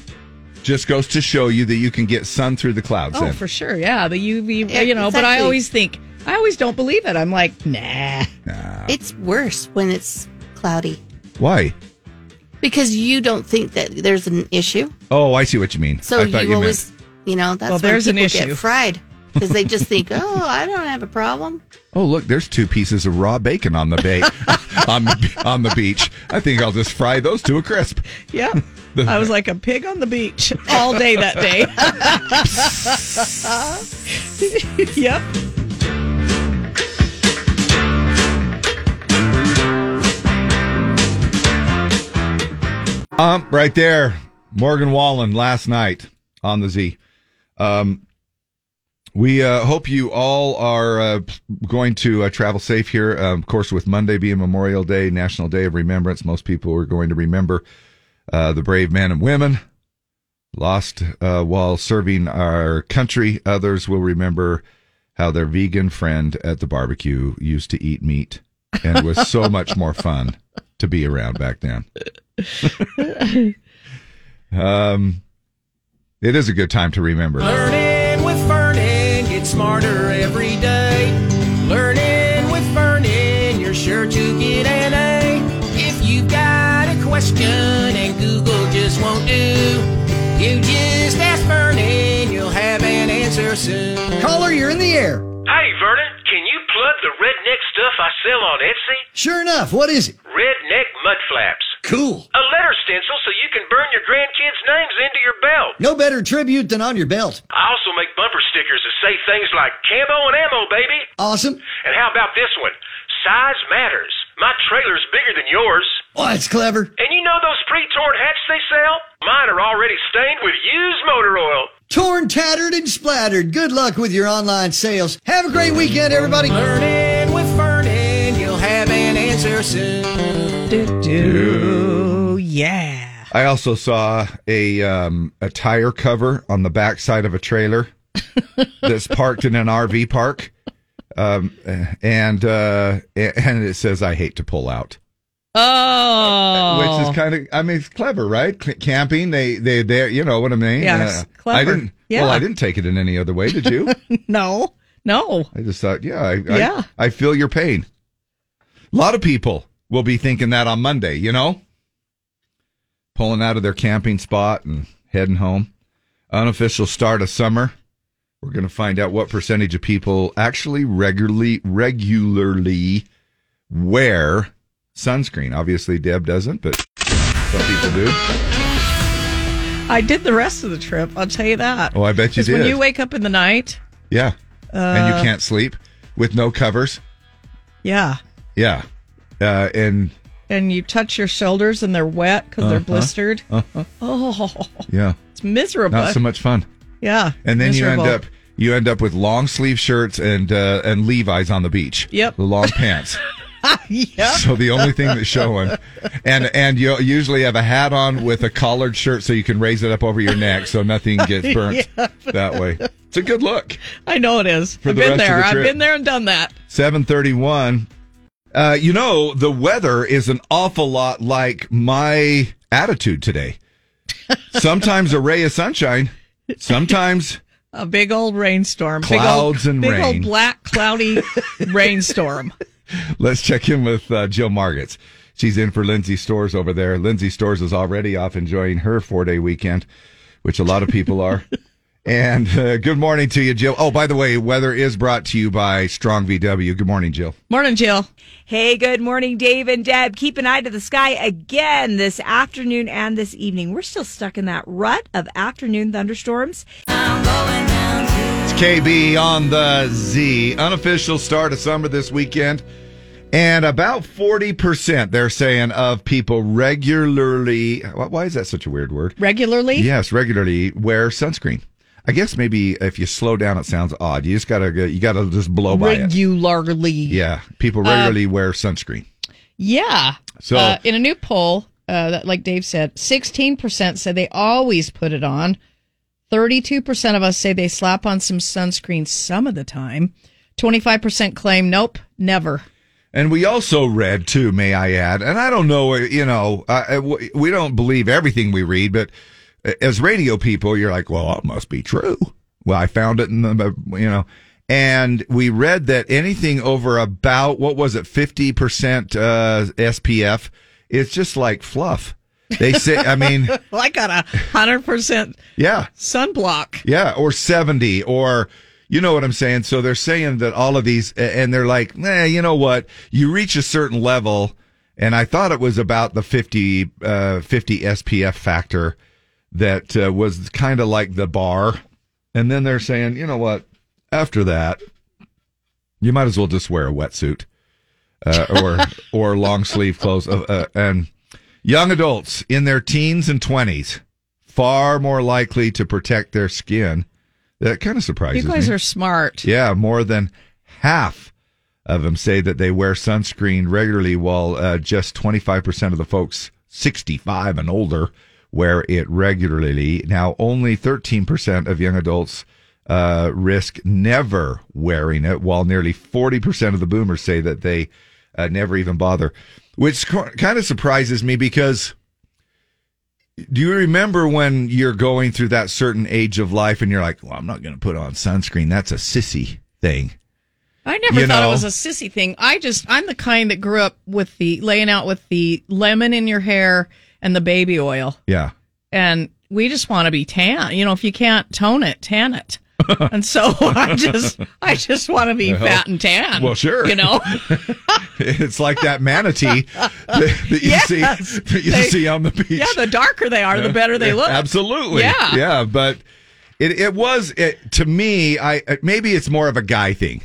S2: just goes to show you that you can get sun through the clouds.
S3: Oh,
S2: then.
S3: for sure. Yeah, the UV.
S1: Yeah,
S3: you know, but I
S1: exactly.
S3: always think I always don't believe it. I'm like, nah.
S1: It's worse when it's cloudy
S2: Why?
S1: because you don't think that there's an issue.
S2: Oh, I see what you mean.
S1: So
S2: I thought
S1: you,
S2: you
S1: always,
S2: meant.
S1: you know, that's
S3: Well,
S1: when
S3: there's an
S1: people
S3: issue.
S1: get fried because they just think, oh, I don't have a problem.
S2: Oh, look, there's two pieces of raw bacon on the bait on the on the beach. I think I'll just fry those to a crisp.
S3: Yeah.
S2: The-
S3: I was like a pig on the beach all day that day. yep.
S2: Um, right there, Morgan Wallen last night on the Z. Um, we uh, hope you all are uh, p- going to uh, travel safe here. Um, of course, with Monday being Memorial Day, National Day of Remembrance, most people are going to remember uh, the brave men and women lost uh, while serving our country. Others will remember how their vegan friend at the barbecue used to eat meat and was so much more fun to be around back then. Um, it is a good time to remember.
S10: Learning with Vernon, get smarter every day. Learning with Vernon, you're sure to get an A. If you've got a question and Google just won't do, you just ask Vernon, you'll have an answer soon.
S12: Caller, you're in the air.
S13: Hey, Vernon, can you plug the redneck stuff I sell on Etsy?
S12: Sure enough, what is it?
S13: Redneck mud flaps.
S12: Cool.
S13: A letter stencil so you can burn your grandkids' names into your belt.
S12: No better tribute than on your belt.
S13: I also make bumper stickers that say things like Cambo and Ammo, baby.
S12: Awesome.
S13: And how about this one? Size matters. My trailer's bigger than yours.
S12: Oh, that's clever.
S13: And you know those pre-torn hats they sell? Mine are already stained with used motor oil.
S12: Torn, tattered, and splattered. Good luck with your online sales. Have a great weekend, everybody.
S10: Learning with Vernon, you'll have an answer soon.
S3: Do yeah.
S2: I also saw a um, a tire cover on the backside of a trailer that's parked in an RV park, um, and uh, and it says "I hate to pull out,"
S3: Oh.
S2: which is kind of I mean it's clever, right? C- camping, they they they you know what I mean? Uh,
S3: Yeah, it's clever.
S2: I didn't.
S3: Yeah.
S2: Well, I didn't take it in any other way. Did you?
S3: no. No.
S2: I just thought, yeah, I, I-
S3: Yeah.
S2: I, feel your pain. A lot of people will be thinking that on Monday, you know, pulling out of their camping spot and heading home. Unofficial start of summer. We're going to find out what percentage of people actually regularly regularly wear sunscreen. Obviously, Deb doesn't, but some people do.
S3: I did the rest of the trip. I'll tell you that.
S2: Oh, I bet you
S3: 'Cause When
S2: did.
S3: you wake up in the night,
S2: Yeah, and
S3: Uh,
S2: you can't sleep with no covers.
S3: yeah,
S2: Yeah, uh, and
S3: and you touch your shoulders and they're wet because they're
S2: Uh-huh.
S3: blistered.
S2: Uh-huh.
S3: Oh,
S2: yeah,
S3: it's miserable.
S2: not so much fun.
S3: Yeah.
S2: and then you
S3: miserable.
S2: end up you end up with long sleeve shirts and uh, and Levi's on the beach.
S3: Yep.
S2: the long pants.
S3: yep.
S2: so the only thing that's showing, and and you usually have a hat on with a collared shirt so you can raise it up over your neck so nothing gets burnt
S3: Yep.
S2: that way. It's a good look.
S3: I know it is.
S2: For
S3: I've
S2: the
S3: been
S2: rest of
S3: there.
S2: the
S3: I've
S2: trip.
S3: been there and done that.
S2: Seven thirty one. Uh, you know the weather is an awful lot like my attitude today. Sometimes a ray of sunshine. Sometimes
S3: A big old rainstorm.
S2: Clouds
S3: big old,
S2: and
S3: big
S2: rain.
S3: old black cloudy rainstorm.
S2: Let's check in with uh, Jill Margits. She's in for Lindsay Stores over there. Lindsay Stores is already off enjoying her four day weekend, which a lot of people are. and uh, good morning to you, Jill. Oh, by the way, weather is brought to you by Strong VW. Good morning, Jill.
S3: Morning, Jill.
S14: Hey, good morning, Dave and Deb. Keep an eye to the sky again this afternoon and this evening. We're still stuck in that rut of afternoon thunderstorms.
S2: It's KB on the Z. Unofficial start of summer this weekend. And about 40%, they're saying, of people regularly. why- Why is that such a weird word?
S3: Regularly?
S2: Yes, regularly wear sunscreen. I guess maybe if you slow down, it sounds odd. You just gotta go- you gotta just blow by it.
S3: Regularly.
S2: Yeah, people regularly wear sunscreen.
S3: Yeah.
S2: So-
S3: uh, in a new poll, uh, that, like Dave said, 16% said they always put it on. 32% of us say they slap on some sunscreen some of the time. 25% claim, nope, never.
S2: And we also read too, may I add, and I don't know, you know, uh, we- we don't believe everything we read, but as radio people, you're like, well, it must be true. Well, I found it in the, you know, And we read that anything over about, what was it, 50% uh, SPF, it's just like fluff. They say, I mean,
S3: well, I got a hundred percent
S2: yeah.
S3: sunblock.
S2: Yeah, or 70 or you know what I'm saying? So they're saying that all of these a- and they're like, "Nah, you know what? You reach a certain level and I thought it was about the 50 uh 50 SPF factor that uh, was kind of like the bar. And then they're saying, "You know what? After that, you might as well just wear a wetsuit uh, or or long sleeve clothes. Uh, uh, and young adults in their teens and twenties far more likely to protect their skin. That kind of
S3: You
S2: surprises
S3: guys
S2: me.
S3: are smart.
S2: yeah, more than half of them say that they wear sunscreen regularly, while uh, just twenty five percent of the folks sixty five and older wear it regularly. Now, only thirteen percent of young adults. Uh, risk never wearing it, while nearly 40% of the boomers say that they uh, never even bother, which co- kind of surprises me because do you remember when you're going through that certain age of life and you're like, well, I'm not going to put on sunscreen. That's a sissy thing.
S3: I never
S2: You
S3: thought
S2: know.
S3: it was a sissy thing. I just I'm the kind that grew up with the laying out with the lemon in your hair and the baby oil,
S2: Yeah.
S3: and we just want to be tan. You know, if you can't tone it, tan it. and so I just I just want to be
S2: Well,
S3: fat and tan.
S2: well, sure.
S3: You know,
S2: It's like that manatee that, that you
S3: Yes.
S2: see that you
S3: They-
S2: see on the beach.
S3: yeah. The darker they are, the better they look.
S2: Absolutely.
S3: Yeah.
S2: Yeah. But it, it was it, to me. I it- maybe it's more of a guy thing.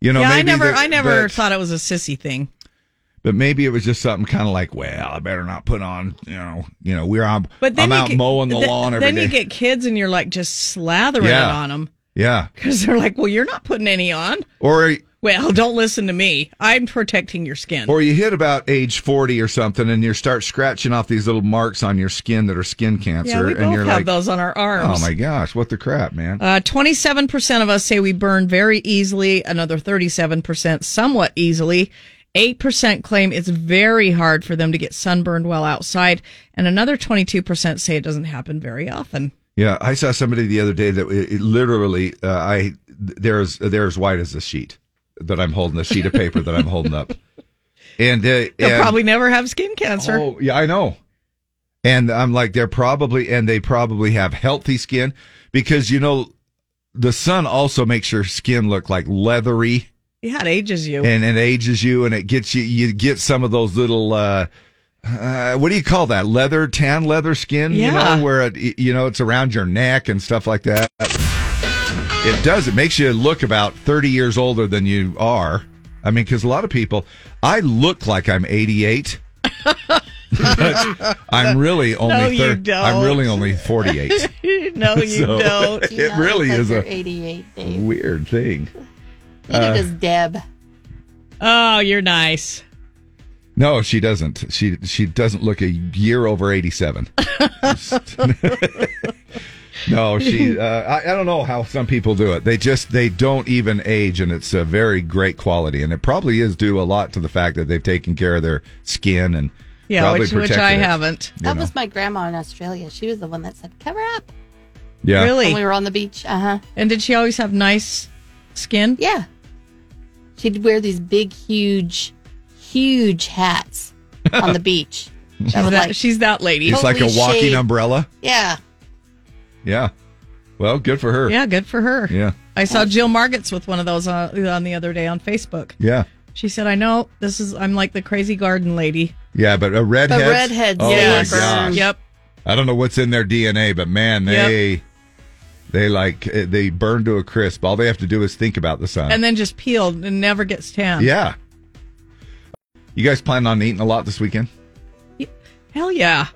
S2: You know.
S3: yeah, I
S2: maybe
S3: never
S2: the-
S3: I never
S2: but-
S3: thought it was a sissy thing.
S2: But maybe it was just something kind of like, well, I better not put on, you know, you know, we're out,
S3: But then
S2: I'm
S3: you
S2: out
S3: get-
S2: mowing the
S3: th-
S2: lawn every day.
S3: Then you get kids, and you're like just slathering
S2: Yeah.
S3: it on them
S2: yeah.
S3: because they're like, "Well, you're not putting any on."
S2: Or
S3: Well, don't listen to me. I'm protecting your skin.
S2: Or you hit about age 40 or something and you start scratching off these little marks on your skin that are skin cancer.
S3: yeah, we
S2: and
S3: both
S2: you're
S3: have
S2: like,
S3: those on our arms.
S2: oh my gosh, what the crap, man.
S3: Uh, 27% of us say we burn very easily, another 37% somewhat easily. 8% claim it's very hard for them to get sunburned while outside, and another 22% say it doesn't happen very often.
S2: yeah, I saw somebody the other day that it, it literally, uh, I there's they're as white as a sheet that I'm holding, the sheet of paper that I'm holding up. And, uh,
S3: They'll
S2: and-
S3: probably never have skin cancer.
S2: Oh, yeah, I know. And I'm like, they're probably, and they probably have healthy skin because, you know, the sun also makes your skin look like leathery.
S3: Yeah, it ages you.
S2: and it ages you and it gets you you get some of those little uh uh, what do you call that? Leather, tan leather skin, you
S3: Yeah.
S2: know, where it, you know, it's around your neck and stuff like that. It does. It makes you look about 30 years older than you are. I mean, cause a lot of people, I look like I'm 88. but I'm really only,
S3: No, you
S2: thir- I'm
S3: don't.
S2: really only 48.
S3: no, you
S2: So,
S3: don't.
S2: it really is
S1: You're
S2: a
S1: 88.
S2: weird thing.
S1: Neither
S2: Uh,
S1: does Deb.
S3: Oh, you're nice.
S2: No, she doesn't. She she doesn't look a year over eighty seven. no, she. Uh, I, I don't know how some people do it. They just they don't even age, and it's a very great quality. And it probably is due a lot to the fact that they've taken care of their skin and
S3: Yeah,
S2: probably
S3: which, which
S2: protected
S3: I
S2: it.
S3: haven't.
S2: You
S1: That
S2: know.
S1: was my grandma in Australia. She was the one that said, cover up.
S2: Yeah.
S3: Really?
S1: When we were on the beach. Uh huh.
S3: And did she always have nice skin?
S1: Yeah. She'd wear these big, huge, huge hats on the beach.
S3: She's
S1: would,
S3: that,
S1: like,
S3: she's that lady.
S2: It's like a walking umbrella.
S1: Yeah.
S2: Yeah. Well, good for her.
S3: Oh, Yeah, good for her.
S2: Yeah.
S3: I saw Jill Margits with one of those on, on the other day on Facebook.
S2: Yeah.
S3: She said, "I know this is. I'm like the crazy garden lady.
S2: Yeah, but a redhead.
S3: redheads,
S2: Oh
S3: yes.
S2: my gosh.
S3: Yep.
S2: I don't know what's in their DNA, but man, they they like eh, they burn to a crisp. All they have to do is think about the sun.
S3: and then just peeled and never gets tan.
S2: yeah. You guys planning on eating a lot this weekend?
S3: hell yeah.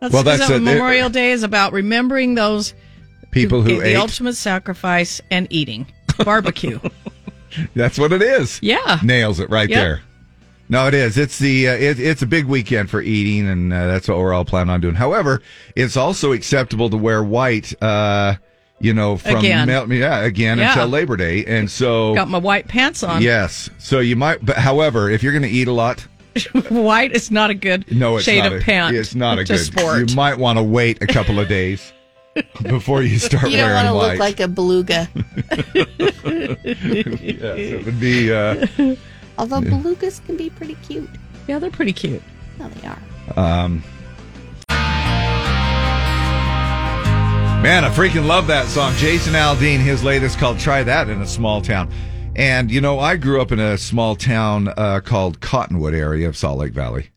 S3: That's
S2: Well,
S3: well,
S2: that's it.
S3: Memorial Day is about remembering those
S2: People who
S3: the
S2: ate.
S3: ultimate sacrifice and eating barbecue.
S2: That's what it is.
S3: Yeah.
S2: Nails it right
S3: Yep.
S2: there. No, it is. It's the uh, it, it's a big weekend for eating, and uh, that's what we're all planning on doing. However, it's also acceptable to wear white, uh, you know, from
S3: Again.
S2: mel- yeah, again
S3: Yeah.
S2: until Labor Day, and so
S3: Got my white pants on.
S2: yes. So you might, but however, if you're going to eat a lot,
S3: white is not a good
S2: No, it's
S3: shade
S2: not
S3: of
S2: a,
S3: pant.
S2: It's not a
S3: to
S2: good.
S3: sport.
S2: You might want to wait a couple of days before you start
S1: you don't
S2: wearing
S1: want to
S2: white.
S1: look like a beluga.
S2: yes, it would be. Uh,
S1: Although belugas can be pretty cute.
S3: Yeah, they're pretty cute.
S1: No, they are.
S2: um, man, I freaking love that song. Jason Aldean, his latest called "Try That in a Small Town," and you know, I grew up in a small town uh, called Cottonwood area of Salt Lake Valley.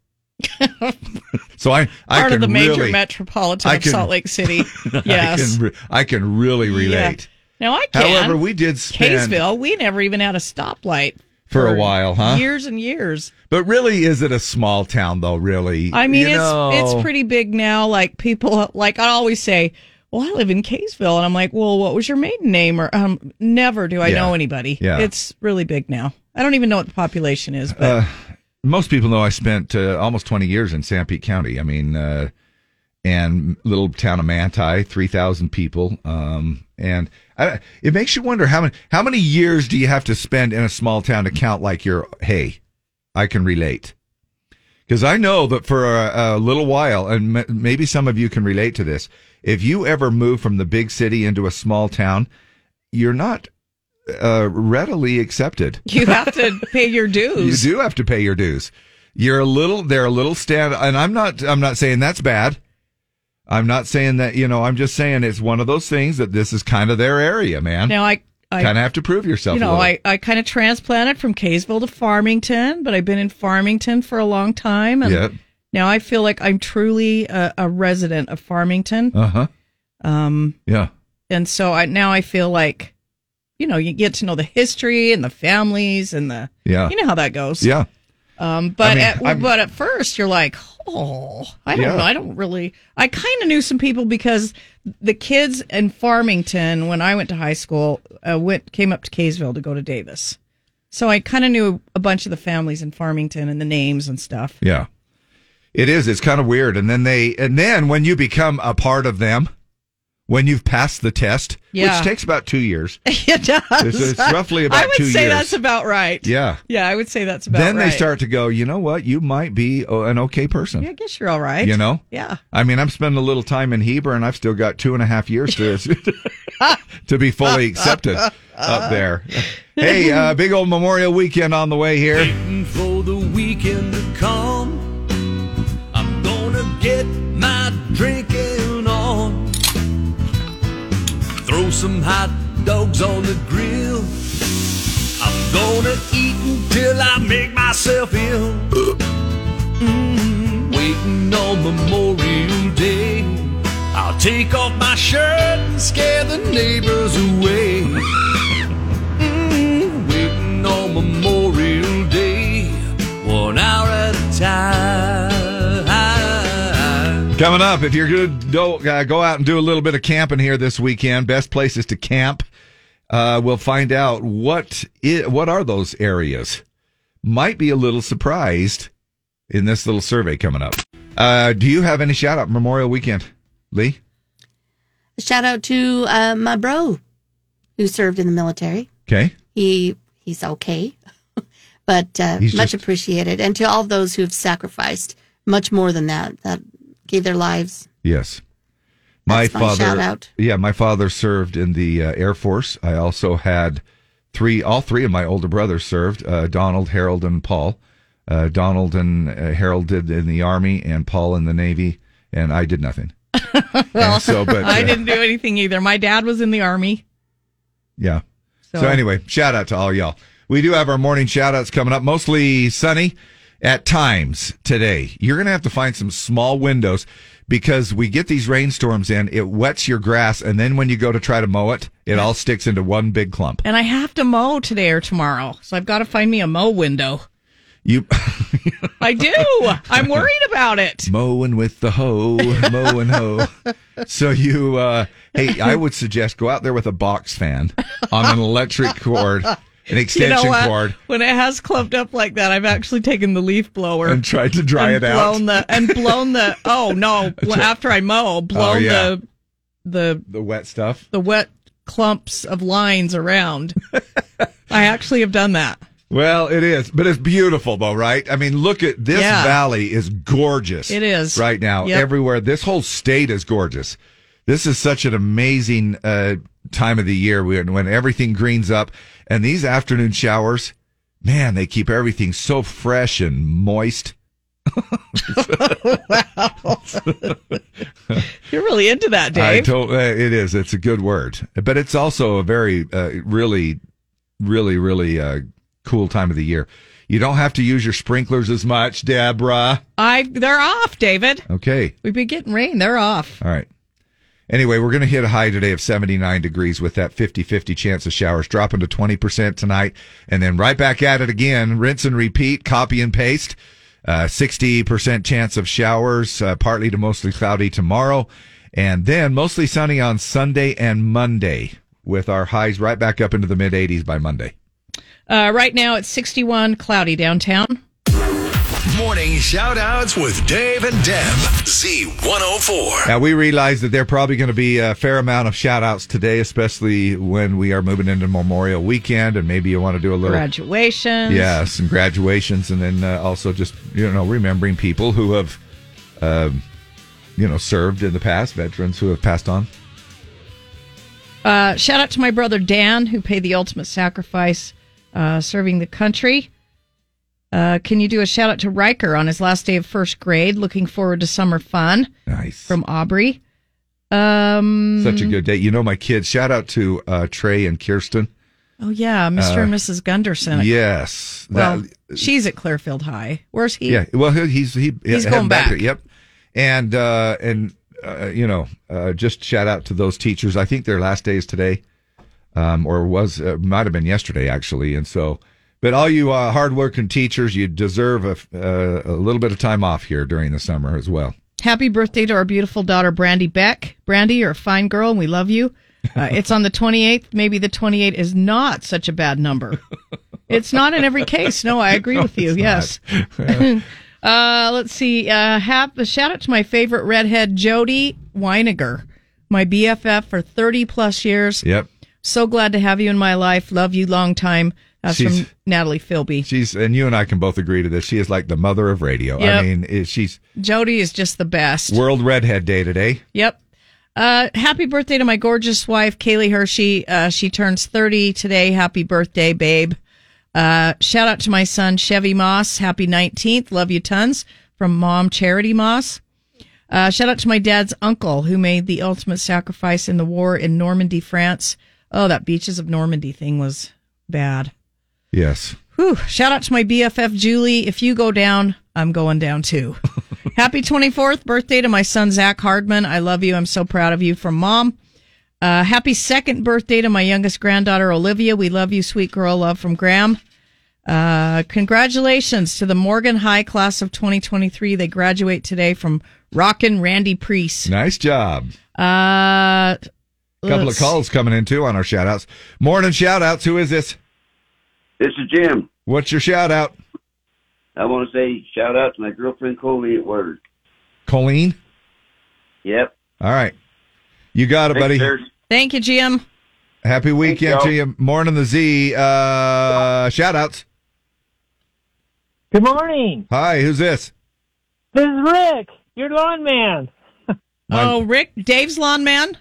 S2: so I, I
S3: Part
S2: can
S3: of the major
S2: really,
S3: metropolitan
S2: I
S3: of
S2: can-
S3: Salt Lake City.
S2: I
S3: yes.
S2: can, re- I can really relate.
S3: Now I can.
S2: However, we did spend
S3: Kaysville, we never even had a stoplight
S2: for a while, huh?
S3: years and years.
S2: But really, is it a small town though? Really,
S3: I mean,
S2: You
S3: it's
S2: know.
S3: it's pretty big now. Like people, like I always say, well, I live in Kaysville, and I'm like, well, what was your maiden name? Or um, never do I
S2: Yeah.
S3: know anybody.
S2: Yeah.
S3: it's really big now. I don't even know what the population is, but
S2: Uh, most people know I spent uh, almost 20 years in San Pete County. I mean, uh, and little town of Manti, 3,000 people. Um, and I, it makes you wonder how many how many years do you have to spend in a small town to count like you're hey, I can relate. Because I know that for a, a little while, and m- maybe some of you can relate to this, if you ever move from the big city into a small town, you're not uh, readily accepted.
S3: you have to pay your
S2: You
S3: dues.
S2: do have to pay your dues. You're a little they're a little stand and I'm not I'm not saying that's bad. I'm not saying that, you know, I'm just saying it's one of those things that this is kind of their area, man.
S3: Now I, I
S2: kind of have to prove yourself.
S3: You
S2: a
S3: know,
S2: little.
S3: I, I kind of transplanted from Kaysville to Farmington, but I've been in Farmington for a long time, and
S2: Yeah.
S3: now I feel like I'm truly a, a resident of Farmington.
S2: Uh-huh.
S3: Um,
S2: Yeah.
S3: and so I now I feel like, you know, you get to know the history and the families and the
S2: Yeah.
S3: you know how that goes.
S2: Yeah.
S3: Um, but
S2: I mean, I'm-
S3: at, but at first you're like, oh, I don't
S2: Yeah.
S3: know, I don't really. I kind of knew some people because the kids in Farmington when I went to high school uh, went came up to Kaysville to go to Davis, so I kind of knew a bunch of the families in Farmington and the names and stuff.
S2: Yeah. It is. It's kind of weird. And then they and then when you become a part of them, when you've passed the test,
S3: Yeah.
S2: which takes about 2 years.
S3: it does.
S2: It's- it's roughly about
S3: I would
S2: two
S3: say
S2: years.
S3: that's about right.
S2: Yeah.
S3: Yeah, I would say that's about
S2: then
S3: right.
S2: they start to go, you know what? You might be uh, an okay person.
S3: Yeah, I guess you're all right.
S2: You know?
S3: Yeah.
S2: I mean, I'm spending a little time in Heber, and I've still got two and a half years to to be fully accepted up there. Hey, uh, big old Memorial Weekend on the way here.
S15: Waiting for the weekend to come. I'm gonna get my drinking on. Throw some hot dogs on the grill. I'm gonna eat until I make myself ill. Mm, waiting on Memorial Day. I'll take off my shirt and scare the neighbors away. Mm, waiting on Memorial Day, one hour at a time.
S2: Coming up, if you're going to go, uh, go out and do a little bit of camping here this weekend, best places to camp. Uh, we'll find out what i- what are those areas. Might be a little surprised in this little survey coming up. Uh, do you have any shout out Memorial Weekend, Lee?
S1: Shout out to uh, my bro who served in the military.
S2: Okay.
S1: He he's okay, but uh,
S2: He's
S1: much
S2: just-
S1: appreciated. And to all those who have sacrificed much more than that, that gave their lives.
S2: Yes. My
S1: That's my
S2: father.
S1: shout out.
S2: Yeah, my father served in the uh, Air Force. I also had three, all three of my older brothers served uh, Donald, Harold, and Paul. Uh, Donald and uh, Harold did in the Army, and Paul in the Navy, and I did nothing.
S3: Well,
S2: so, but,
S3: I
S2: uh,
S3: didn't do anything either. My dad was in the army.
S2: Yeah. So,
S3: So-
S2: anyway, shout out to all y'all. We do have our morning shout outs coming up, mostly sunny at times today. You're going to have to find some small windows because we get these rainstorms in, it wets your grass, and then when you go to try to mow it, it all sticks into one big clump.
S3: And I have to mow today or tomorrow. So I've got to find me a mow window.
S2: You
S3: I do. I'm worried about it.
S2: mowing with the hoe, mowing hoe. So you, uh, hey, I would suggest go out there with a box fan on an electric cord, an extension
S3: you know what?
S2: cord,
S3: When it has clumped up like that, I've actually taken the leaf blower
S2: and try to dry
S3: and
S2: it out.
S3: blown the and blown the oh no bl-
S2: right.
S3: after I mow blown
S2: Oh, yeah.
S3: the the
S2: the wet stuff.
S3: the wet clumps of lines around. I actually have done that.
S2: Well, it is, but it's beautiful though, right? I mean, look at this
S3: Yeah.
S2: valley is gorgeous.
S3: It is.
S2: right now
S3: Yep.
S2: everywhere. This whole state is gorgeous. This is such an amazing uh, time of the year when, when everything greens up. And these afternoon showers, man, they keep everything so fresh and moist.
S3: You're really into that,
S2: I
S3: Dave.
S2: told, uh, it is. It's a good word, but it's also a very, uh, really, really, really uh, cool time of the year. You don't have to use your sprinklers as much, Deborah.
S3: I they're off, David.
S2: Okay.
S3: We've been getting rain. They're off.
S2: All right. Anyway, we're going to hit a high today of 79 degrees with that 50 50 chance of showers dropping to 20% tonight. And then right back at it again. Rinse and repeat, copy and paste. Uh, 60% chance of showers, uh, partly to mostly cloudy tomorrow. And then mostly sunny on Sunday and Monday with our highs right back up into the mid 80s by Monday.
S3: Uh, right now it's 61, cloudy downtown.
S8: Morning shout outs with Dave and Deb. Z104.
S2: Now we realize that there are probably going to be a fair amount of shout outs today, especially when we are moving into Memorial Weekend and maybe you want to do a little
S3: Graduation.
S2: Yes, and graduations, and then uh, also just you know remembering people who have, um, you know, served in the past, veterans who have passed on.
S3: Uh, shout out to my brother Dan, who paid the ultimate sacrifice uh, serving the country. Uh, can you do a shout out to Riker on his last day of first grade? Looking forward to summer fun.
S2: Nice.
S3: From Aubrey. Um,
S2: Such a good day. You know, my kids. Shout out to uh, Trey and Kirsten.
S3: Oh, yeah. Mr. and
S2: Uh,
S3: Mrs. Gunderson.
S2: Yes.
S3: Well,
S2: That-
S3: she's at Clearfield High. Where's he?
S2: yeah. Well, he- he's he,
S3: He's
S2: heading
S3: going back.
S2: there. Yep. And uh, and uh, you know, uh, just shout out to those teachers. I think their last day is today, um, or was uh, might have been yesterday actually. And so, but all you uh, hardworking teachers, you deserve a, uh, a little bit of time off here during the summer as well.
S3: Happy birthday to our beautiful daughter, Brandy Beck. Brandy, you're a fine girl and we love you. Uh, it's on the 28th. Maybe the 28 is not such a bad number. It's not in every case. No, I agree
S16: No,
S3: with you.
S16: it's
S3: Yes. uh, let's see. Uh, hap- shout out to my favorite redhead, Jody Weiniger, my BFF for 30 plus years.
S2: Yep.
S3: So glad to have you in my life. Love you long time. That's
S2: She's-
S3: from Natalie Philby.
S2: She's and you and I can both agree to this. She is like the mother of radio. I
S3: Yep.
S2: mean, it- she's
S3: Jody is just the best.
S2: World Redhead Day today.
S3: Yep. Uh, happy birthday to my gorgeous wife, Kaylee Hershey. Uh, she turns 30 today. Happy birthday, babe. Uh, shout out to my son, Chevy Moss. Happy 19th. Love you tons from mom, Charity Moss. Uh, shout out to my dad's uncle who made the ultimate sacrifice in the war in Normandy, France. Oh, that Beaches of Normandy thing was bad.
S2: Yes.
S3: Whew. Shout out to my BFF, Julie. If you go down, I'm going down too. Happy 24th birthday to my son, Zach Hardman. I love you. I'm so proud of you from mom. Uh, happy second birthday to my youngest granddaughter, Olivia. We love you, sweet girl. Love from Graham. Uh, congratulations to the Morgan High class of 2023. They graduate today from Rockin' Randy Priest.
S2: Nice job.
S3: Uh,
S2: couple of
S3: let's-
S2: calls coming in too on our shout outs. Morning shout outs. Who is this?
S17: This is Jim.
S2: What's your shout out?
S17: I want to say shout out to my girlfriend Coley at work.
S2: Colleen?
S17: Yep.
S2: All right. You got it, buddy.
S3: Thank you, Jim.
S2: Happy weekend
S3: y'all.
S2: to you. Morning the Z. Uh shout outs.
S18: Good morning.
S2: Hi, who's this?
S18: This is Rick, your lawn man.
S3: Oh, Rick, Dave's lawn man?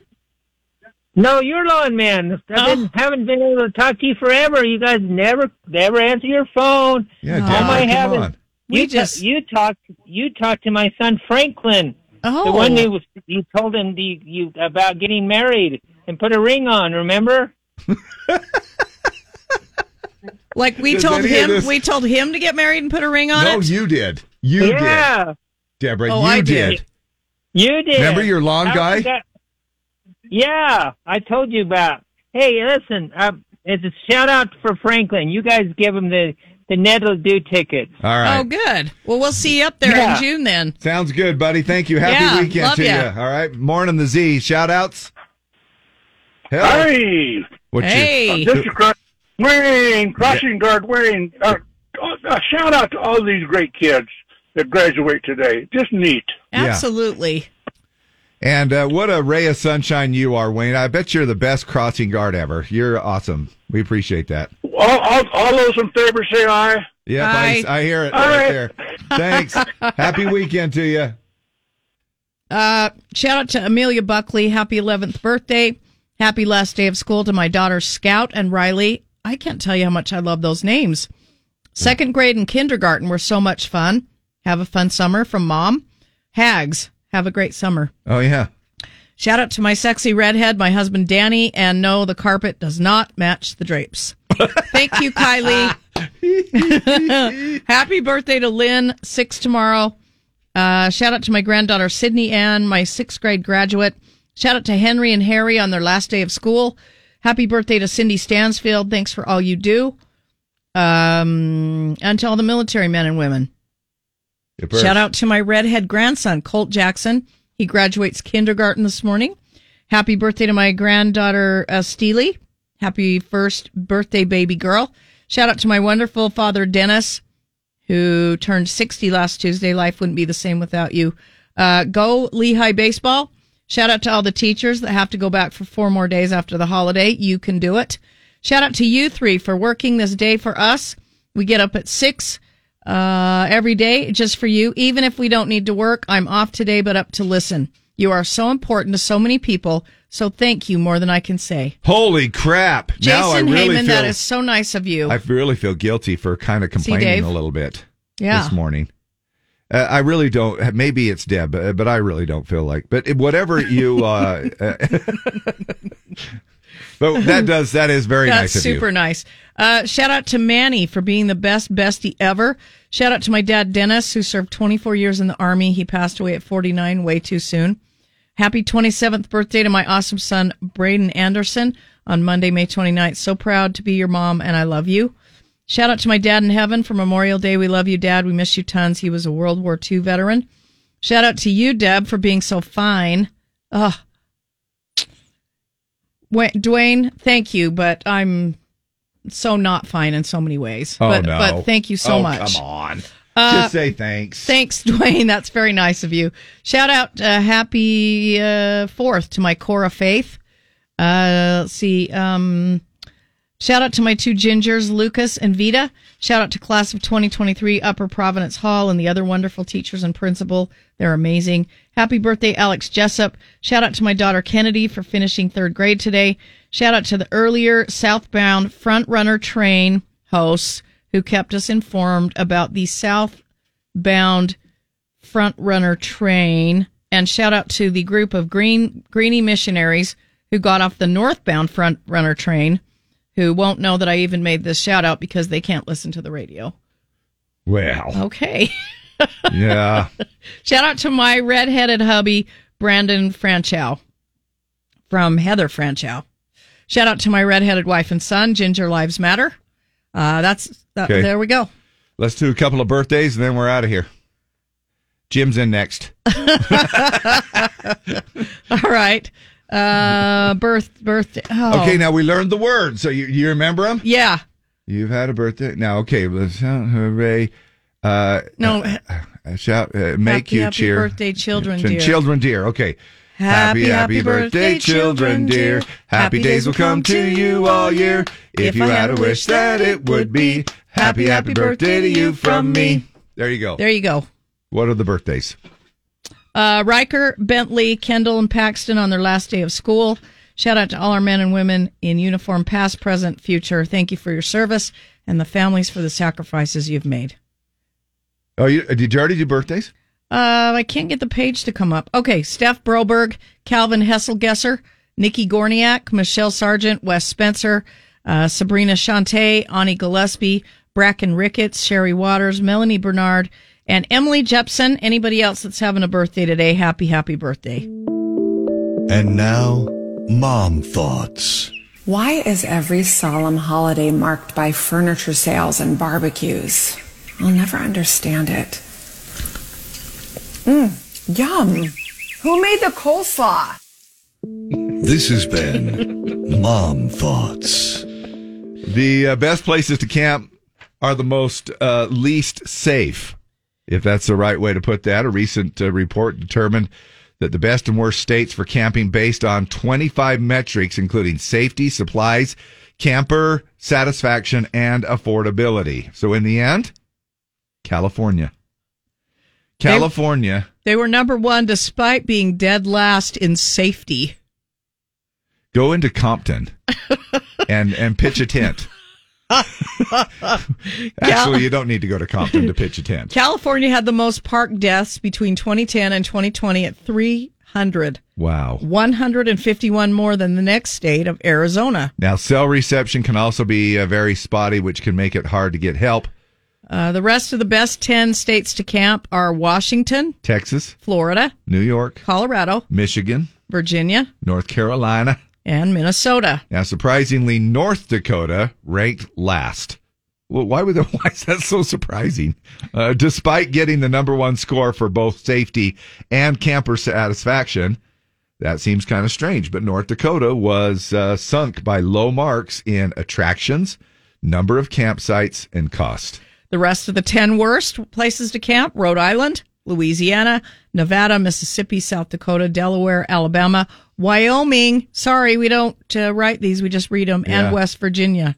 S18: No, your lawn man. I didn't,
S3: Oh,
S18: haven't been able to talk to you forever. You guys never, never answer your phone.
S2: Yeah,
S18: All
S2: Dad,
S18: my
S2: come
S18: heavens.
S2: on.
S18: You
S3: We just-
S18: ta- you talked, you talked to my son Franklin.
S3: Oh.
S18: the one who was, you told him the, you about getting married and put a ring on. Remember?
S3: Like we
S18: Does
S3: told
S18: any of
S3: him,
S18: this-
S3: we told him to get married and put a ring on
S2: no,
S3: it.
S2: you did.
S12: Oh,
S2: You
S18: Yeah.
S2: did. Deborah,
S18: Oh,
S2: you
S18: I
S2: did.
S18: did. You did.
S2: Remember your lawn
S18: I
S2: guy?
S18: forgot- Yeah, I told you about. Hey, listen, uh, it's a shout out for Franklin. You guys give him the the Nettle Dew tickets.
S2: All
S3: Oh,
S2: right.
S3: good. Well, we'll see you up there
S18: Yeah.
S3: in June then.
S2: Sounds good, buddy. Thank you. Happy
S3: Yeah,
S2: weekend
S3: love
S2: to
S3: ya.
S2: you. All right. Morning the Z. Shout outs.
S19: Hey.
S2: What's
S3: Hey.
S2: your-
S19: District Guard Wayne, crossing guard Wayne. Uh, a shout out to all these great kids that graduate today. Just neat.
S2: Yeah.
S3: Absolutely.
S2: And uh, what a ray of sunshine you are, Wayne. I bet you're the best crossing guard ever. You're awesome. We appreciate that.
S19: All, all, all those in favor say aye.
S2: Yep, I, I hear it
S19: All
S2: right
S19: right.
S2: there. Thanks. Happy weekend to you.
S3: Uh, shout out to Amelia Buckley. Happy 11th birthday. Happy last day of school to my daughters Scout and Riley. I can't tell you how much I love those names. Second grade and kindergarten were so much fun. Have a fun summer from mom. Hags, have a great summer.
S2: Oh yeah.
S3: Shout out to my sexy redhead, my husband Danny, and no, the carpet does not match the drapes. Thank you, Kylie. Happy birthday to Lynn, six tomorrow. Uh, shout out to my granddaughter Sydney Ann, my sixth grade graduate. Shout out to Henry and Harry on their last day of school. Happy birthday to Cindy Stansfield. Thanks for all you do. Um, and to all the military men and women.
S2: Good birth.
S3: Shout out to my redhead grandson, Colt Jackson. He graduates kindergarten this morning. Happy birthday to my granddaughter, uh, Steely. Happy first birthday, baby girl. Shout out to my wonderful father, Dennis, who turned 60 last Tuesday. Life wouldn't be the same without you. Uh, go Lehigh Baseball. Shout out to all the teachers that have to go back for four more days after the holiday. You can do it. Shout out to you three for working this day for us. We get up at six uh, every day just for you. Even if we don't need to work, I'm off today, but up to listen. You are so important to so many people. So thank you more than I can say.
S2: Holy crap! now I
S3: Jason
S2: really
S3: Heyman,
S2: feel,
S3: that is so nice of you.
S2: I really feel guilty for kind of complaining
S3: Dave?
S2: a little bit.
S3: Yeah.
S2: This morning. Uh, I really don't. Maybe it's Deb, uh, but I really don't feel like. But it- whatever you, uh, uh, but that does that is very
S3: That's
S2: nice of
S3: super
S2: you.
S3: nice. Uh, shout out to Manny for being the best bestie ever. Shout out to my dad, Dennis, who served 24 years in the Army. He passed away at 49, way too soon. Happy 27th birthday to my awesome son, Braden Anderson, on Monday, May 29th. So proud to be your mom, and I love you. Shout out to my dad in heaven for Memorial Day. We love you, Dad. We miss you tons. He was a World War II veteran. Shout out to you, Deb, for being so fine. Ugh. Wa- Dwayne, thank you, but I'm so not fine in so many ways.
S2: Oh
S3: but,
S2: no!
S3: but thank you so
S2: Oh,
S3: much.
S2: Come on,
S3: Uh,
S2: just say thanks.
S3: Thanks, Dwayne. That's very nice of you. Shout out, uh, happy uh, fourth to my Cora Faith. Uh, let's see. Um, shout out to my two gingers, Lucas and Vita. Shout out to class of 2023, Upper Providence Hall, and the other wonderful teachers and principal. They're amazing. Happy birthday, Alex Jessup. Shout out to my daughter Kennedy for finishing third grade today. Shout out to the earlier southbound front runner train hosts who kept us informed about the south bound front runner train and shout out to the group of green greeny missionaries who got off the northbound front runner train who won't know that I even made this shout out because they can't listen to the radio.
S2: Well,
S3: Okay.
S2: yeah.
S3: shout out to my redheaded hubby Brandon Franchow from Heather Franchow. Shout out to my redheaded wife and son Ginger Lives Matter. Uh, that's that,
S2: Okay.
S3: there we go.
S2: Let's do a couple of birthdays and then we're out of here. Jim's in next.
S3: All right. Uh, birth birthday. Oh.
S2: Okay, now we learned the word. So you, you remember them?
S3: Yeah.
S2: You've had a birthday. Now, okay, let's shout hooray. Uh,
S3: No.
S2: uh, shout, uh, make
S3: Happy,
S2: you
S3: happy
S2: cheer.
S3: birthday, children
S2: Children,
S3: dear.
S2: children dear. Okay.
S3: Happy, happy birthday, children dear.
S2: Happy days will come to you all year. If you had a wish that it would be. Happy, happy birthday to you from me. There you go.
S3: There you go.
S2: What are the birthdays?
S3: Uh, Riker, Bentley, Kendall, and Paxton on their last day of school. Shout out to all our men and women in uniform, past, present, future. Thank you for your service and the families for the sacrifices you've made.
S2: Oh, you, did you already do birthdays?
S3: Uh, I can't get the page to come up. Okay, Steph Broberg, Calvin Hesselgesser, Nikki Gorniak, Michelle Sargent, Wes Spencer, uh, Sabrina Shante, Ani Gillespie, Bracken Ricketts, Sherry Waters, Melanie Bernard, and Emily Jepson. Anybody else that's having a birthday today, happy, happy birthday.
S16: And now, mom thoughts.
S20: Why is every solemn holiday marked by furniture sales and barbecues? I'll never understand it. Mmm, yum. Who made the coleslaw?
S16: This has been Mom Thoughts.
S2: The uh, best places to camp are the most uh, least safe, if that's the right way to put that. A recent uh, report determined that the best and worst states for camping based on 25 metrics, including safety, supplies, camper satisfaction, and affordability. So, in the end, California. California.
S3: They were number one despite being dead last in safety.
S2: Go into Compton and and pitch a tent. Actually, you don't need to go to Compton to pitch a tent.
S3: California had the most park deaths between 2010 and 2020 at 300,
S2: Wow.
S3: 151 more than the next state of Arizona.
S2: Now, cell reception can also be uh, very spotty, which can make it hard to get help.
S3: Uh, the rest of the best 10 states to camp are Washington,
S2: Texas,
S3: Florida,
S2: New York,
S3: Colorado,
S2: Michigan,
S3: Virginia,
S2: North Carolina.
S3: and Minnesota.
S2: Now, surprisingly, North Dakota ranked last. Well, why would that, why is that so surprising? Uh, despite getting the number one score for both safety and camper satisfaction, that seems kind of strange. But North Dakota was uh, sunk by low marks in attractions, number of campsites, and cost.
S3: The rest of the 10 worst places to camp Rhode Island, Louisiana, Nevada, Mississippi, South Dakota, Delaware, Alabama, Wyoming. Sorry, we don't uh, write these, we just read them.
S2: Yeah.
S3: And West Virginia.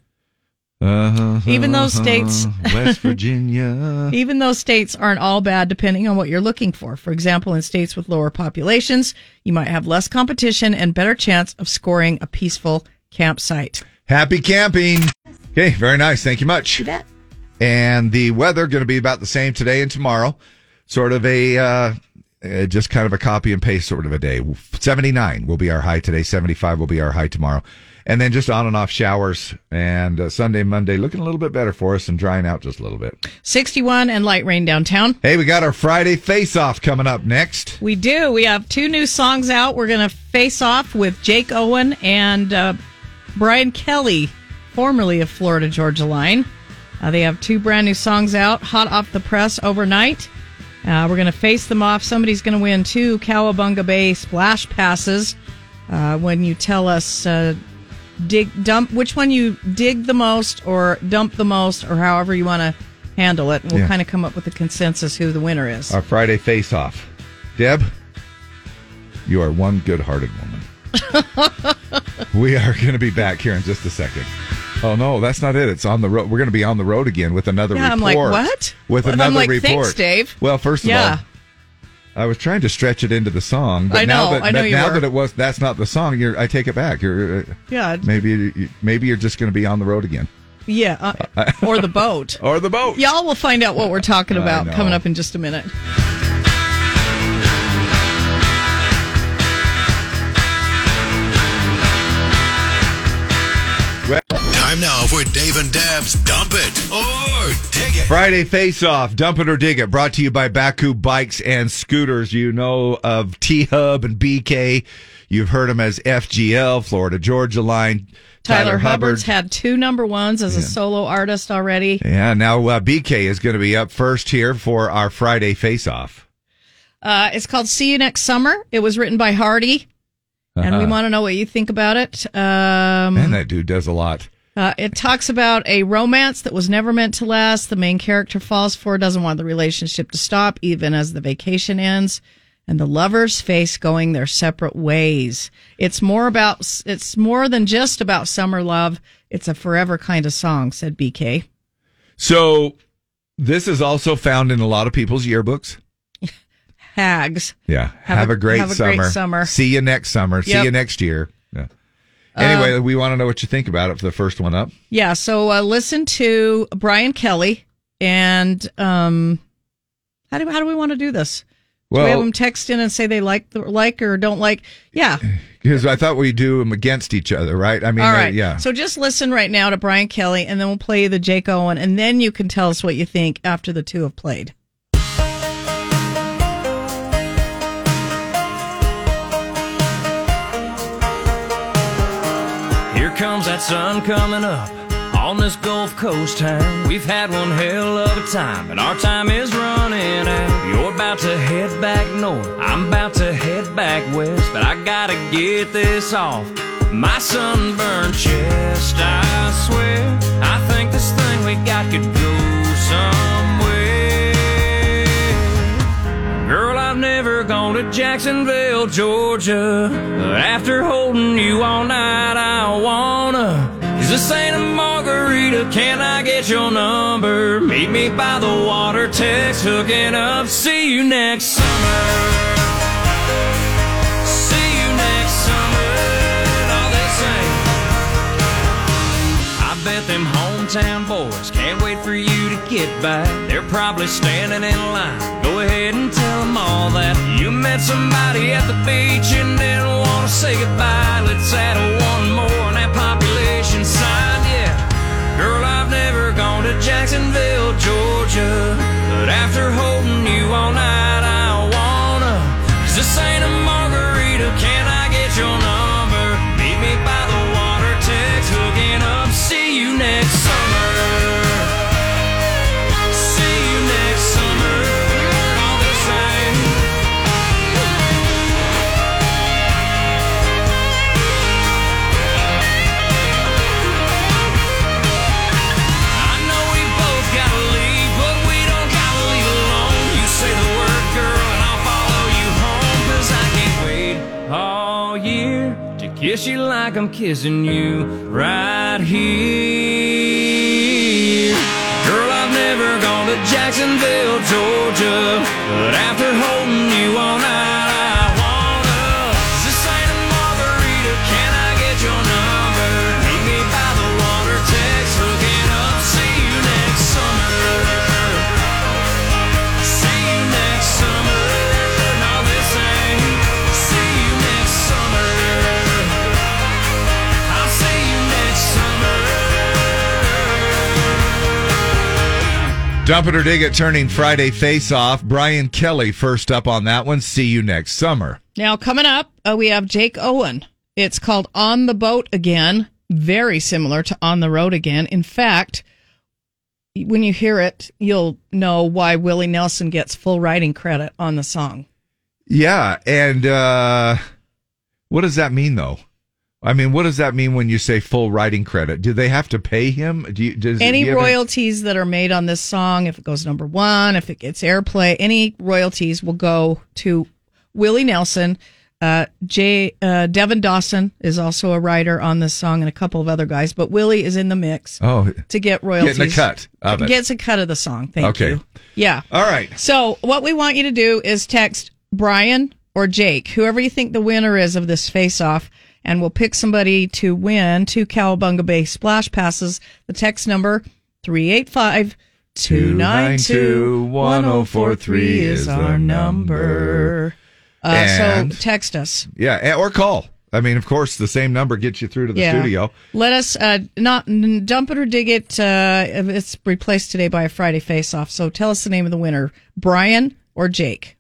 S2: Uh-huh,
S3: Even those states-
S2: West Virginia.
S3: Even those states aren't all bad depending on what you're looking for. For example, in states with lower populations, you might have less competition and better chance of scoring a peaceful campsite.
S2: Happy camping. Okay, very nice. Thank you much. And the weather going to be about the same today and tomorrow. Sort of a uh, uh, just kind of a copy and paste sort of a day. 79 will be our high today. 75 will be our high tomorrow. And then just on and off showers and uh, Sunday, Monday looking a little bit better for us and drying out just a little bit.
S3: 61 and light rain downtown.
S2: Hey, we got our Friday face off coming up next.
S3: We do. We have two new songs out. We're going to face off with Jake Owen and uh, Brian Kelly, formerly of Florida Georgia Line. Uh, they have two brand new songs out, hot off the press overnight. Uh, we're going to face them off. Somebody's going to win two Cowabunga Bay splash passes. Uh, when you tell us uh, dig dump which one you dig the most or dump the most or however you want to handle it, and we'll
S2: Yeah.
S3: kind of come up with a consensus who the winner is.
S2: Our Friday face off. Deb, you are one good hearted woman. we are going to be back here in just a second. Oh no, that's not it. It's on the road. We're going to be on the road again with another
S3: Yeah, I'm
S2: report.
S3: like, what?
S2: With
S3: Well, I'm
S2: another
S3: like,
S2: report,
S3: thanks, Dave.
S2: Well, first of
S3: Yeah.
S2: all, I was trying to stretch it into the song, but
S3: I
S2: now
S3: know,
S2: that
S3: I know
S2: but
S3: you
S2: now
S3: were.
S2: that it was that's not the song. You're, I take it back. You're uh,
S3: Yeah.
S2: Maybe you- maybe you're just going to be on the road again,
S3: Yeah, uh, or the boat.
S2: or the boat.
S3: Y'all will find out what we're talking
S2: Oh. I
S3: about
S2: know.
S3: coming up in just a minute.
S8: Time now for Dave and Dab's Dump It or Dig It.
S2: Friday Face Off, Dump It or Dig It, brought to you by Baku Bikes and Scooters. You know of T Hub and BK. You've heard them as FGL, Florida Georgia Line,
S3: Tyler, Hubbard's had two number ones as a solo artist already.
S2: Yeah, now uh, BK is going to be up first here for our Friday Face Off.
S3: Uh, it's called See You Next Summer. It was written by Hardy, and we
S2: Uh-huh.
S3: want to know what you think about it. Um,
S2: Man, that dude does a lot.
S3: Uh, it talks about a romance that was never meant to last. The main character falls for, doesn't want the relationship to stop, even as the vacation ends, and the lovers face going their separate ways. It's more about, it's more than just about summer love. It's a forever kind of song, said BK.
S2: So, this is also found in a lot of people's yearbooks.
S3: Hags.
S2: Yeah. Have,
S3: Have
S2: a,
S3: a-
S2: great
S3: have a
S2: summer.
S3: great summer.
S2: See you next summer. See
S3: Yep. Um,
S2: you next year. Yeah. Anyway, we want to know what you think about it for the first one up.
S3: Yeah. So uh, listen to Brian Kelly and, um, how do, how do we want to do this? do we
S2: Well-
S3: have them text in and say they like the, like or don't like? Yeah.
S2: Because I thought we do them against each other, right? I mean,
S3: All
S2: uh,
S3: right.
S2: yeah.
S3: So just listen right now to Brian Kelly, and then we'll play the Jake Owen, and then you can tell us what you think after the two have played.
S10: Here comes that sun coming up on this Gulf Coast town. We've had one hell of a time, and our time is running out. You're about to head back north, I'm about to head back west, but I gotta get this off my sunburned chest. I swear, I think this thing we got could go somewhere. Girl, I've never gone to Jacksonville, Georgia. But after holding you all night, I wanna. Is this ain't a margarita? Can I get your number? Maybe Meet me by the water, text hooking up. See you next summer. See you next summer. All they say. I bet them hometown boys can't wait for you to get back. They're probably standing in line. Go ahead and tell them all that you met somebody at the beach and didn't want to say goodbye. Let's add one more on that population sign, yeah. Girl, I've never gone to Jacksonville, Georgia. But after holding you all night, I wanna. Cause this ain't a margarita, can I get your number? Meet me by the water, text hooking up. See you next summer. See you next summer. All the same. I know we both gotta leave, but we don't gotta leave alone. You say the word, girl, and I'll follow you home. Cause I can't wait all year to kiss you like I'm kissing you right here. Girl, I've never gone to Jacksonville, Georgia, but after holding you all night, I wanna. This ain't a margarita, can I get your number? Meet me by the water, text hooking up. See you next summer. See you next summer. No, this ain't. See you next summer. I'll see you next summer.
S2: Dump it or dig it, turning Friday face off. Brian Kelly first up on that one. See you next summer.
S3: Now, coming up, uh, we have Jake Owen. It's called On the Boat Again, very similar to On the Road Again. In fact, when you hear it, you'll know why Willie Nelson gets full writing credit on the song.
S2: Yeah, and uh, what does that mean though? I mean, what does that mean when you say full writing credit? Do they have to pay him? Do you, does do
S3: any
S2: you have
S3: royalties that are made on this song, if it goes number one, if it gets airplay, any royalties will go to Willie Nelson. Uh, Jay, uh, Devin Dawson is also a writer on this song and a couple of other guys, but Willie is in the mix
S2: Oh,
S3: to get royalties.
S2: Getting a cut of it.
S3: Gets a cut of the song. Thank
S2: okay.
S3: you. Yeah.
S2: All right.
S3: So what we want you to do is text Brian or Jake, whoever you think the winner is of this face-off, and we'll pick somebody to win two Cowabunga Bay splash passes. The text number 385 292 1043 is our number. Uh, so
S2: And-
S3: text us.
S2: Yeah, and- or call. I mean, of course, the same number gets you through to the
S3: Yeah.
S2: studio.
S3: Let us uh, not n- dump it or dig it. Uh, it's replaced today by a Friday face off. So tell us the name of the winner Brian or Jake.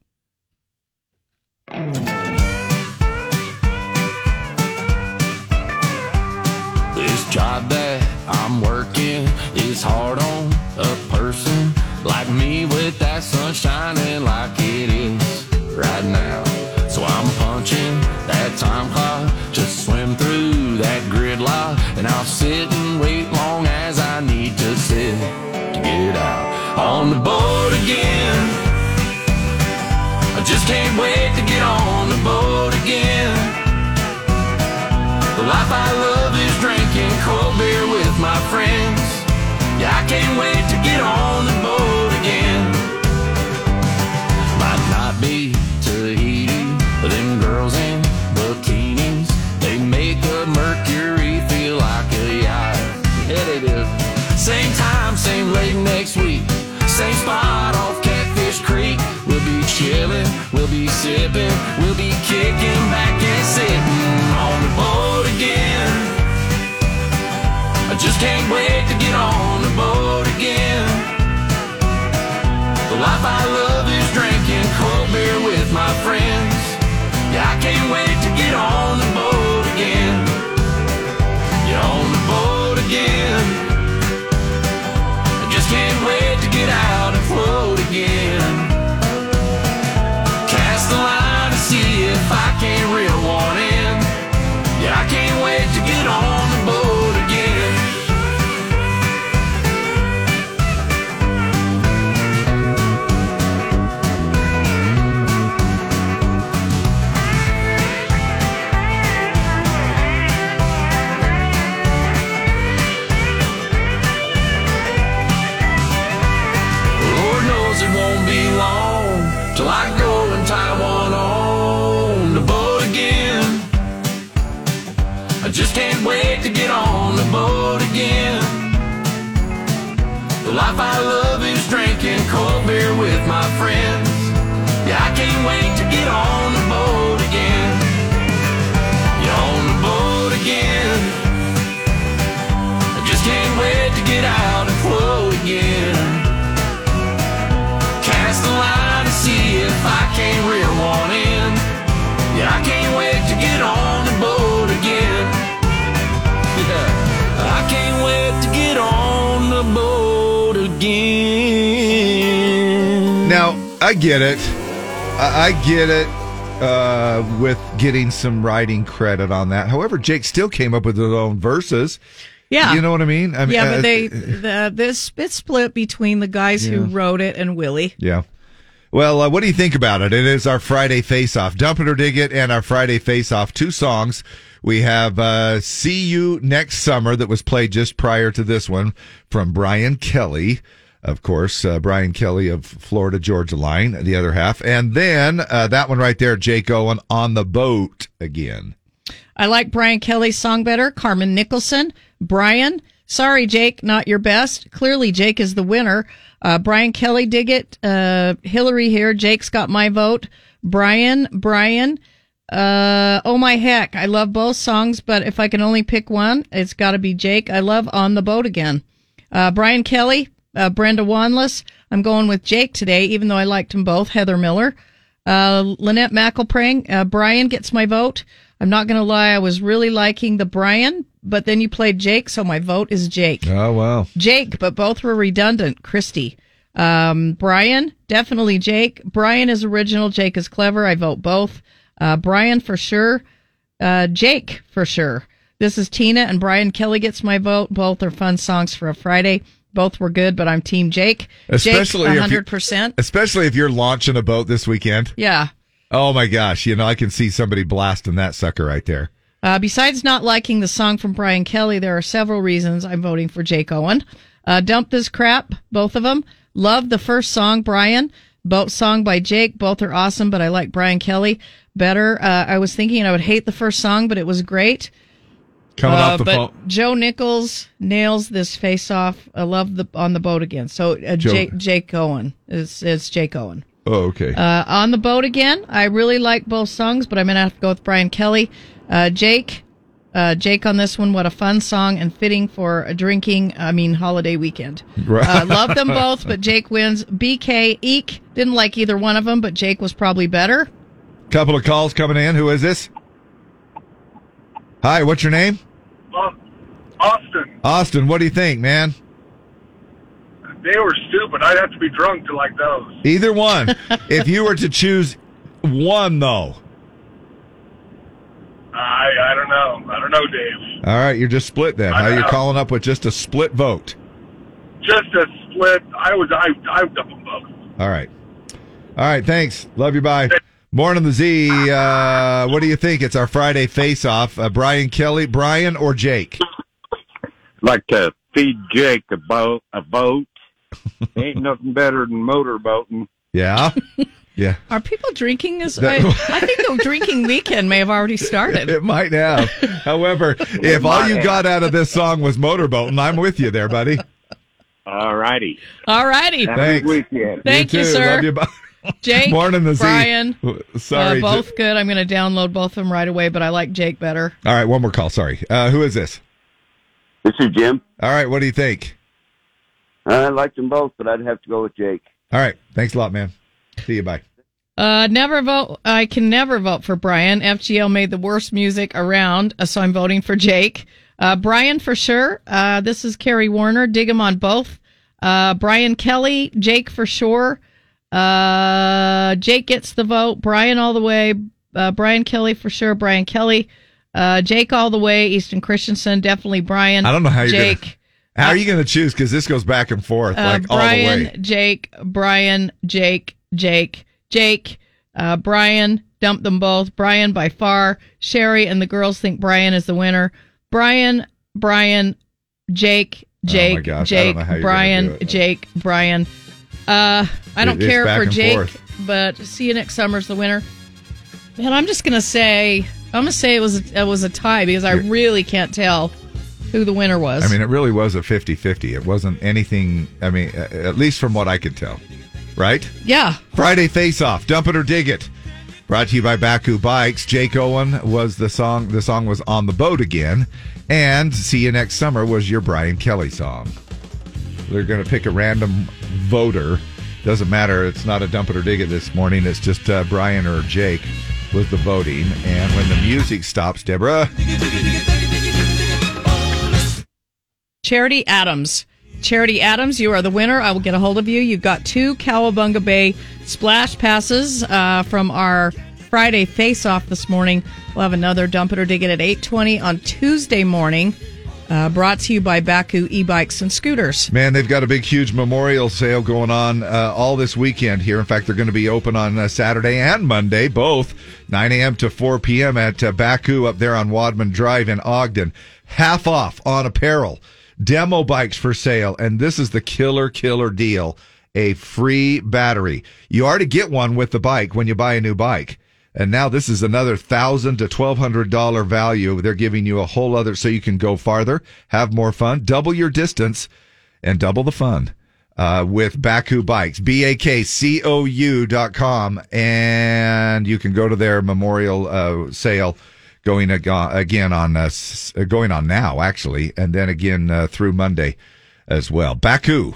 S15: This job that I'm working is hard on a person like me with that sun shining like it is right now. So I'm punching that time clock, just swim through that gridlock, and I'll sit and wait long as I need to sit to get out on the boat again. I just can't wait to get on the boat again. The life I love is drinking cold beer with my friends. Yeah, I can't wait to get on the boat again. Might not be Tahiti, but them girls in bikinis, they make a Mercury feel like a yacht. Yeah, they do. Same time, same late next week. Same spot off Catfish Creek. We'll be chilling, we'll be sipping, we'll be kicking back and sitting on the boat again. I just can't wait to get on the boat again. The life I love is drinking cold beer with my friends. Yeah, I can't wait to get on the boat again. You're on the boat again. I just can't wait to get out and float again. Cast the line to see if I can reel one in. Yeah, I can't wait to get on the boat again. Till I go and tie one on the boat again. I just can't wait to get on the boat again. The life I love is drinking cold beer with my friends. Yeah, I can't wait to get on the boat again. Get on the boat again. I just can't wait to get out and float again. Cast the line to see if I can't reel one in. Yeah, I can't wait to get on the boat again. Yeah, I can't wait to get on the boat again.
S2: Now, I get it. I, I get it uh, with getting some writing credit on that. However, Jake still came up with his own verses.
S3: Yeah.
S2: You know what I mean? I mean
S3: yeah, but
S2: uh,
S3: they the, this it's split between the guys who
S2: Yeah.
S3: wrote it and Willie.
S2: Yeah. Well, uh, what do you think about it? It is our Friday Face Off. Dump It or Dig It and our Friday Face Off. Two songs. We have uh, See You Next Summer that was played just prior to this one from Brian Kelly. Of course, uh, Brian Kelly of Florida Georgia Line, the other half. And then uh, that one right there, Jake Owen on the boat again.
S3: I like Brian Kelly's song better. Carmen Nicholson, Brian. Sorry, Jake, not your best. Clearly, Jake is the winner. Uh, Brian Kelly, dig it. Uh, Hillary here. Jake's got my vote. Brian, Brian. Uh, oh my heck. I love both songs, but if I can only pick one, it's got to be Jake. I love On the Boat Again. Uh, Brian Kelly, uh, Brenda Wanless. I'm going with Jake today, even though I liked them both. Heather Miller. Uh, Lynette McElprang, uh, Brian gets my vote. I'm not going to lie, I was really liking the Brian, but then you played Jake, so my vote is Jake.
S2: Oh, wow.
S3: Jake, but both were redundant. Christy. Um, Brian, definitely Jake. Brian is original. Jake is clever. I vote both. Uh, Brian for sure. Uh, Jake for sure. This is Tina and Brian Kelly gets my vote. Both are fun songs for a Friday. Both were good, but I'm Team Jake.
S2: Especially
S3: Jake,
S2: if you-
S3: 100%.
S2: Especially if you're launching a boat this weekend.
S3: yeah.
S2: Oh, my gosh. You know, I can see somebody blasting that sucker right there.
S3: Uh, besides not liking the song from Brian Kelly, there are several reasons I'm voting for Jake Owen. Uh, Dump this crap, both of them. Love the first song, Brian. Both song by Jake. Both are awesome, but I like Brian Kelly better. Uh, I was thinking I would hate the first song, but it was great.
S2: Coming
S3: Uh,
S2: off the
S3: but
S2: phone.
S3: Joe Nichols nails this face off. I love the on the boat again. So uh,
S2: Joe-
S3: Jake, Jake Owen. It's, it's Jake Owen.
S2: Oh, okay.
S3: Uh, on the boat again. I really like both songs, but I'm gonna have to go with Brian Kelly. Uh, Jake, uh, Jake on this one. What a fun song and fitting for a drinking. I mean, holiday weekend.
S21: Right.
S3: Uh, love them both, but Jake wins. BK Eek didn't like either one of them, but Jake was probably better.
S2: Couple of calls coming in. Who is this? Hi, what's your name?
S22: Uh, Austin,
S2: Austin, what do you think, man?
S22: they were stupid. I'd have to be drunk to like those.
S2: Either one. if you were to choose one, though.
S22: I I don't know. I don't know, Dave.
S2: All right, you're just split then. How you're calling up with just a split vote.
S22: Just a split. I was I I done them both.
S2: All right. All right, thanks. Love you. Bye. Morning, the Z. Uh, what do you think? It's our Friday face off. Uh, Brian Kelly, Brian or Jake?
S23: like to feed Jake a boat. A boat ain't nothing better than motorboating.
S2: Yeah. Yeah.
S3: Are people drinking? Is I,
S23: That-
S3: I think the drinking weekend may have already started.
S2: It might have. However, if all you got out of this song was motorboat, and I'm with you there, buddy.
S23: All righty.
S3: All righty.
S2: Thanks.
S3: Thank you,
S2: too.
S3: sir.
S2: Love you. Bye.
S3: Jake,
S2: Morning, the Z.
S3: Brian.
S2: Sorry.
S3: uh, both good. I'm going to download both of them right away, but I like Jake better.
S2: All right, one more call. Sorry. Uh, who is this?
S17: This is Jim.
S2: All right, what do you think?
S17: I liked them both, but I'd have to go with Jake.
S2: All right, thanks a lot, man. See you. Bye.
S3: Uh, never vote. I can never vote for Brian. FGL made the worst music around, uh, so I'm voting for Jake. Uh, Brian for sure. Uh, this is Carrie Warner. Dig him on both. Uh, Brian Kelly, Jake for sure. Uh, Jake gets the vote. Brian all the way. Uh, Brian Kelly for sure. Brian Kelly. Uh, Jake all the way. Easton Christensen definitely. Brian.
S2: I don't know how you're
S3: Jake.
S2: Gonna, how are you going to choose? Because this goes back and forth
S3: Uh,
S2: like all the
S3: Brian,
S2: way.
S3: Jake, Brian, Jake, Jake, Jake, uh, Brian. Dump them both. Brian by far. Sherry and the girls think Brian is the winner. Brian, Brian, Jake, Jake,
S2: Oh gosh, I don't
S3: Jake,
S2: know how you're gonna do
S3: Brian,
S2: it.
S3: Jake, Brian. Uh, I don't
S2: It- it's
S3: care
S2: back
S3: for
S2: and
S3: Jake
S2: forth.
S3: but see you next summer's the winner. Man, I'm just gonna say I'm gonna say it was it was a tie because I really can't tell who the winner was.
S2: I mean, it really was a 50 50. It wasn't anything, I mean, uh, at least from what I could tell, right?
S3: yeah.
S2: Friday Face Off, Dump It or Dig It. Brought to you by Baku Bikes. Jake Owen was the song. The song was On the Boat Again. And See You Next Summer was your Brian Kelly song. They're going to pick a random voter. Doesn't matter. It's not a Dump It or Dig It this morning. It's just uh, Brian or Jake was the voting. And when the music stops, Deborah.
S3: Charity Adams. Charity Adams, you are the winner. I will get a hold of you. You've got two Cowabunga Bay splash passes uh, from our Friday face off this morning. We'll have another dump it or dig it at 820 on Tuesday morning. Uh, brought to you by Baku e-bikes and scooters.
S2: Man, they've got a big, huge memorial sale going on uh, all this weekend here. In fact, they're going to be open on uh, Saturday and Monday, both 9 a.m. to 4 p.m. at uh, Baku up there on Wadman Drive in Ogden. Half off on apparel, demo bikes for sale, and this is the killer, killer deal a free battery. You already get one with the bike when you buy a new bike. And now this is another thousand to twelve hundred dollar value. They're giving you a whole other so you can go farther, have more fun, double your distance, and double the fun uh, with Baku Bikes. B A K C O U dot com, and you can go to their memorial uh, sale going ag- again on uh, s- going on now actually, and then again uh, through Monday as well. Baku,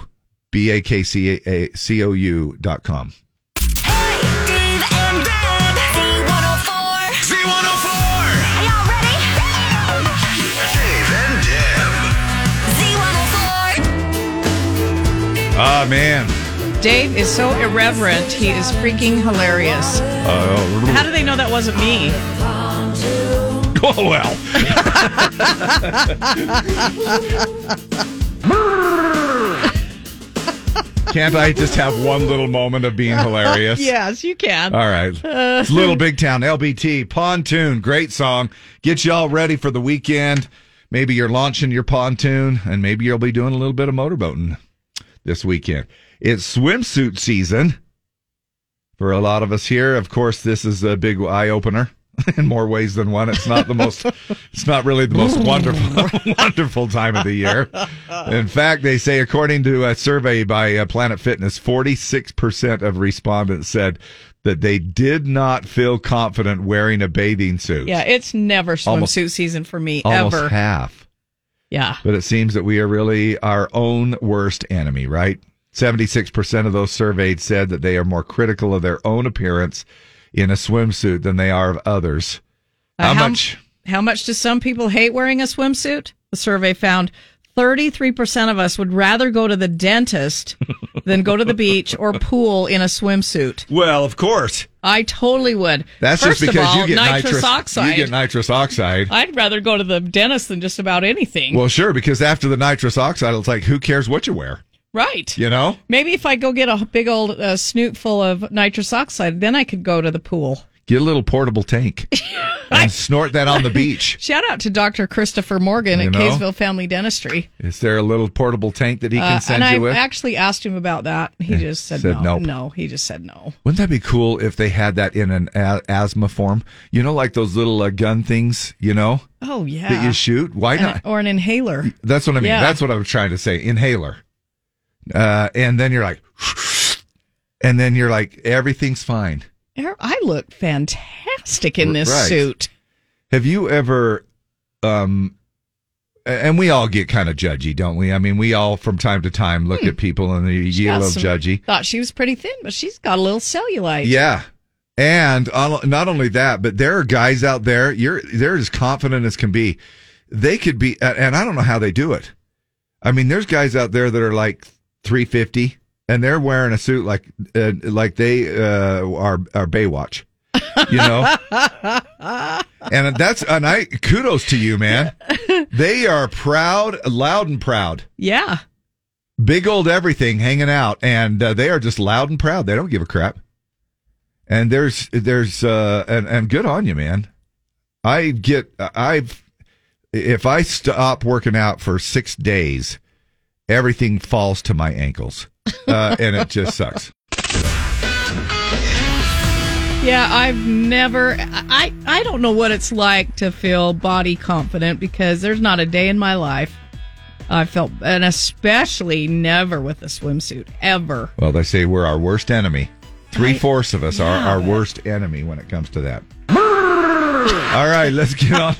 S2: B A K C A C O U dot com.
S8: Z104. Are y'all ready? Dave and Deb. Z104.
S2: Ah man.
S3: Dave is so irreverent. He is freaking hilarious.
S2: Uh,
S3: How do they know that wasn't me?
S2: Oh well. Can't I just have one little moment of being hilarious?
S3: yes, you can.
S2: All right.
S3: Uh,
S2: It's Little Big Town, LBT, Pontoon. Great song. Get y'all ready for the weekend. Maybe you're launching your pontoon, and maybe you'll be doing a little bit of motorboating this weekend. It's swimsuit season for a lot of us here. Of course, this is a big eye opener in more ways than one. It's not the most. it's not really the most wonderful, wonderful time of the year. In fact, they say, according to a survey by uh, Planet Fitness, forty-six percent of respondents said that they did not feel confident wearing a bathing suit.
S3: yeah, it's never swimsuit
S2: Almost-
S3: season for me
S2: almost
S3: ever.
S2: half.
S3: Yeah.
S2: But it seems that we are really our own worst enemy, right? 76% of those surveyed said that they are more critical of their own appearance in a swimsuit than they are of others.
S3: Uh,
S2: how,
S3: how-
S2: much?
S3: How much do some people hate wearing a swimsuit? The survey found 33% of us would rather go to the dentist than go to the beach or pool in a swimsuit.
S2: Well, of course.
S3: I totally would.
S2: That's
S3: First
S2: just because
S3: of all,
S2: you get
S3: nitrous,
S2: You
S3: oxide.
S2: get nitrous oxide.
S3: I'd rather go to the dentist than just about anything.
S2: well, sure, because after the nitrous oxide, it's like, who cares what you wear?
S3: right.
S2: You know?
S3: Maybe if I go get a big old uh, snoot full of nitrous oxide, then I could go to the pool.
S2: Get a little portable tank and snort that on the beach.
S3: Shout out to Dr. Christopher Morgan
S2: You
S3: at
S2: know?
S3: Kaysville Family Dentistry.
S2: Is there a little portable tank that he
S3: Uh,
S2: can send
S3: and I
S2: you with?
S3: actually asked him about that. He
S2: Yeah,
S3: just said,
S2: said
S3: no.
S2: nope.
S3: No, he just said no.
S2: Wouldn't that be cool if they had that in an a- asthma form? You know, like those little uh, gun things, you know,
S3: Oh yeah.
S2: that you shoot. Why
S3: An-
S2: not?
S3: or an inhaler.
S2: That's what I mean.
S3: Yeah.
S2: That's what I'm trying to say. Inhaler. Uh, and then you're like, and then you're like, everything's fine.
S3: Er- I look fantastic in this
S2: Right.
S3: suit.
S2: Have you ever, um, a- and we all get kind of judgy, don't we? I mean, we all from time to time look at people and you get a
S3: Hmm. Got
S2: little
S3: some-
S2: judgy.
S3: Thought she was pretty thin, but she's got a little cellulite.
S2: Yeah. And on- not only that, but there are guys out there, you're they're as confident as can be. They could be and- and I don't know how they do it. I mean, there's guys out there that are like 350 and they're wearing a suit like uh, like they uh, are are Baywatch. You know? and that's and I kudos to you, man. They are proud, loud and proud.
S3: Yeah.
S2: Big old everything hanging out and uh, they are just loud and proud. They don't give a crap and there's there's uh and and good on you man i get i've if i stop working out for six days everything falls to my ankles uh, and it just sucks
S3: Yeah, I've never. I I don't know what it's like to feel body confident because there's not a day in my life I felt, and especially never with a swimsuit ever.
S2: Well, they say we're our worst enemy. Three fourths of us are our worst enemy when it comes to that. All right, let's get on.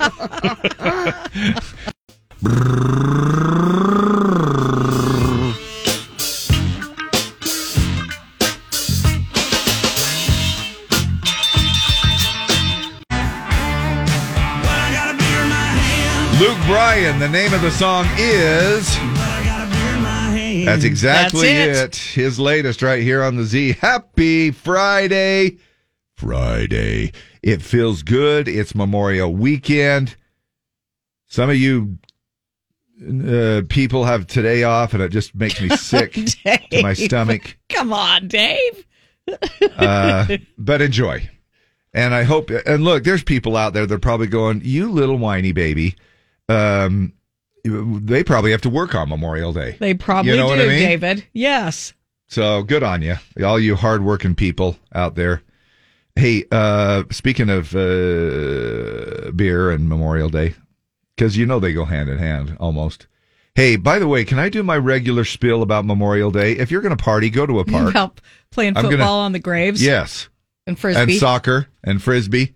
S2: Luke Bryan, the name of the song is. That's exactly
S6: That's
S2: it. His latest right here on the Z. Happy Friday. Friday. It feels good. It's Memorial Weekend. Some of you uh, people have today off, and it just makes me sick to my
S3: Dave.
S2: stomach.
S3: Come on, Dave.
S2: Uh, but enjoy. And I hope, and look, there's people out there that are probably going, you little whiny baby. Um, they probably have to work on Memorial Day.
S3: They probably
S2: You know
S3: do,
S2: what I mean?
S3: David. Yes.
S2: So good on you, all you hardworking people out there. Hey, uh, speaking of uh, beer and Memorial Day, because you know they go hand in hand almost. Hey, by the way, can I do my regular spiel about Memorial Day? If you're going to party, go to a park.
S3: Help playing
S2: I'm
S3: football
S2: gonna-
S3: on the graves.
S2: Yes.
S3: And frisbee.
S2: And soccer and frisbee.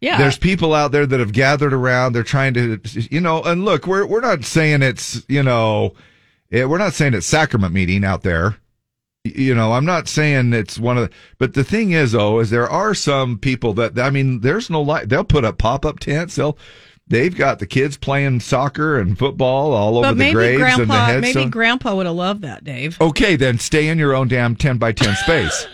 S3: Yeah.
S2: There's people out there that have gathered around. They're trying to, you know, and look, we're we're not saying it's, you know, eh, we're not saying it's sacrament meeting out there. Y- You know, I'm not saying it's one of, the, but the thing is, though, is there are some people that I mean, there's no light. They'll put up pop up tents. They'll, they've got the kids playing soccer and football all over
S3: but
S2: the
S3: maybe
S2: graves and Oh, the
S3: grandpa
S2: headstone.
S3: maybe grandpa would have loved that, Dave.
S2: Okay, then stay in your own damn 10 by 10 space.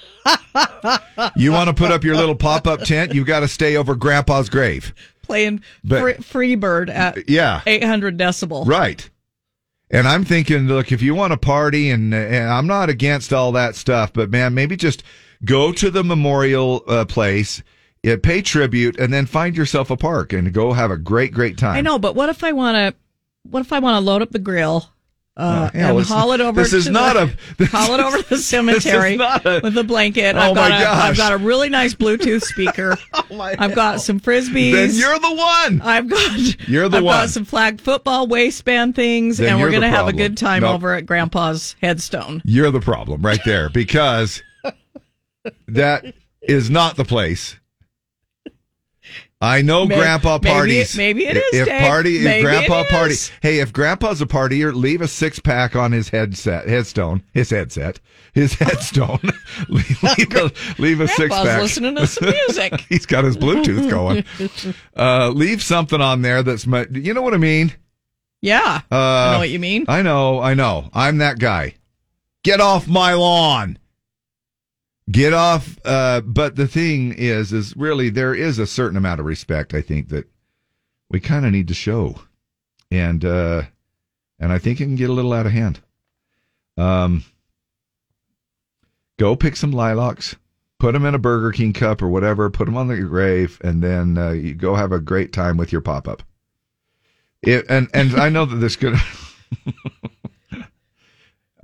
S2: you want to put up your little pop up tent? You've got to stay over grandpa's grave.
S3: Playing
S2: But-
S3: free Freebird at
S2: Yeah.
S3: 800 decibel.
S2: Right. And I'm thinking, look, if you want to party, and, and I'm not against all that stuff, but man, maybe just go to the memorial uh, place, uh, pay tribute, and then find yourself a park and go have a great, great time.
S3: I know, but what if I want to? What if I want to load up the grill uh,
S2: yeah,
S3: and
S2: let's
S3: haul it
S2: not-
S3: over?
S2: this is
S3: to
S2: not
S3: the,
S2: a- this
S3: haul it over to the
S2: this
S3: cemetery
S2: is not a-
S3: with a blanket.
S2: Oh
S3: I've got
S2: my
S3: a, I've
S2: gosh. Oh
S3: got a really nice Bluetooth speaker. I've got some frisbees.
S2: Then you're the one.
S3: I've got
S2: You're the
S3: I've
S2: one.
S3: got some flag football waistband things,
S2: Then
S3: and we're
S2: you're the
S3: gonna have a
S2: problem.
S3: good time
S2: Nope.
S3: over at Grandpa's headstone.
S2: You're the problem right there because that is not the place. I know
S3: May-
S2: grandpa
S3: maybe it-
S2: parties.
S3: maybe it
S2: If-
S3: is,
S2: If
S3: Dave.
S2: party, if
S3: Maybe
S2: grandpa
S3: it
S2: party.
S3: is.
S2: Hey, if grandpa's a partier, leave a six pack on his headset, headstone, his headset, his headstone. leave, leave a, leave a six
S3: Grandpa's
S2: pack.
S3: listening to some music.
S2: He's got his Bluetooth going. Uh, leave something on there that's, my, you know what I mean?
S3: yeah,
S2: Uh,
S3: I know what you mean.
S2: I know, I know. I'm that guy. Get off my lawn. Get off. Uh, but the thing is, is really there is a certain amount of respect I think that we kind of need to show, and uh, and I think it can get a little out of hand. Um, go pick some lilacs, put them in a Burger King cup or whatever, put them on the grave, and then uh, you go have a great time with your pop up. It, and and I know that this could.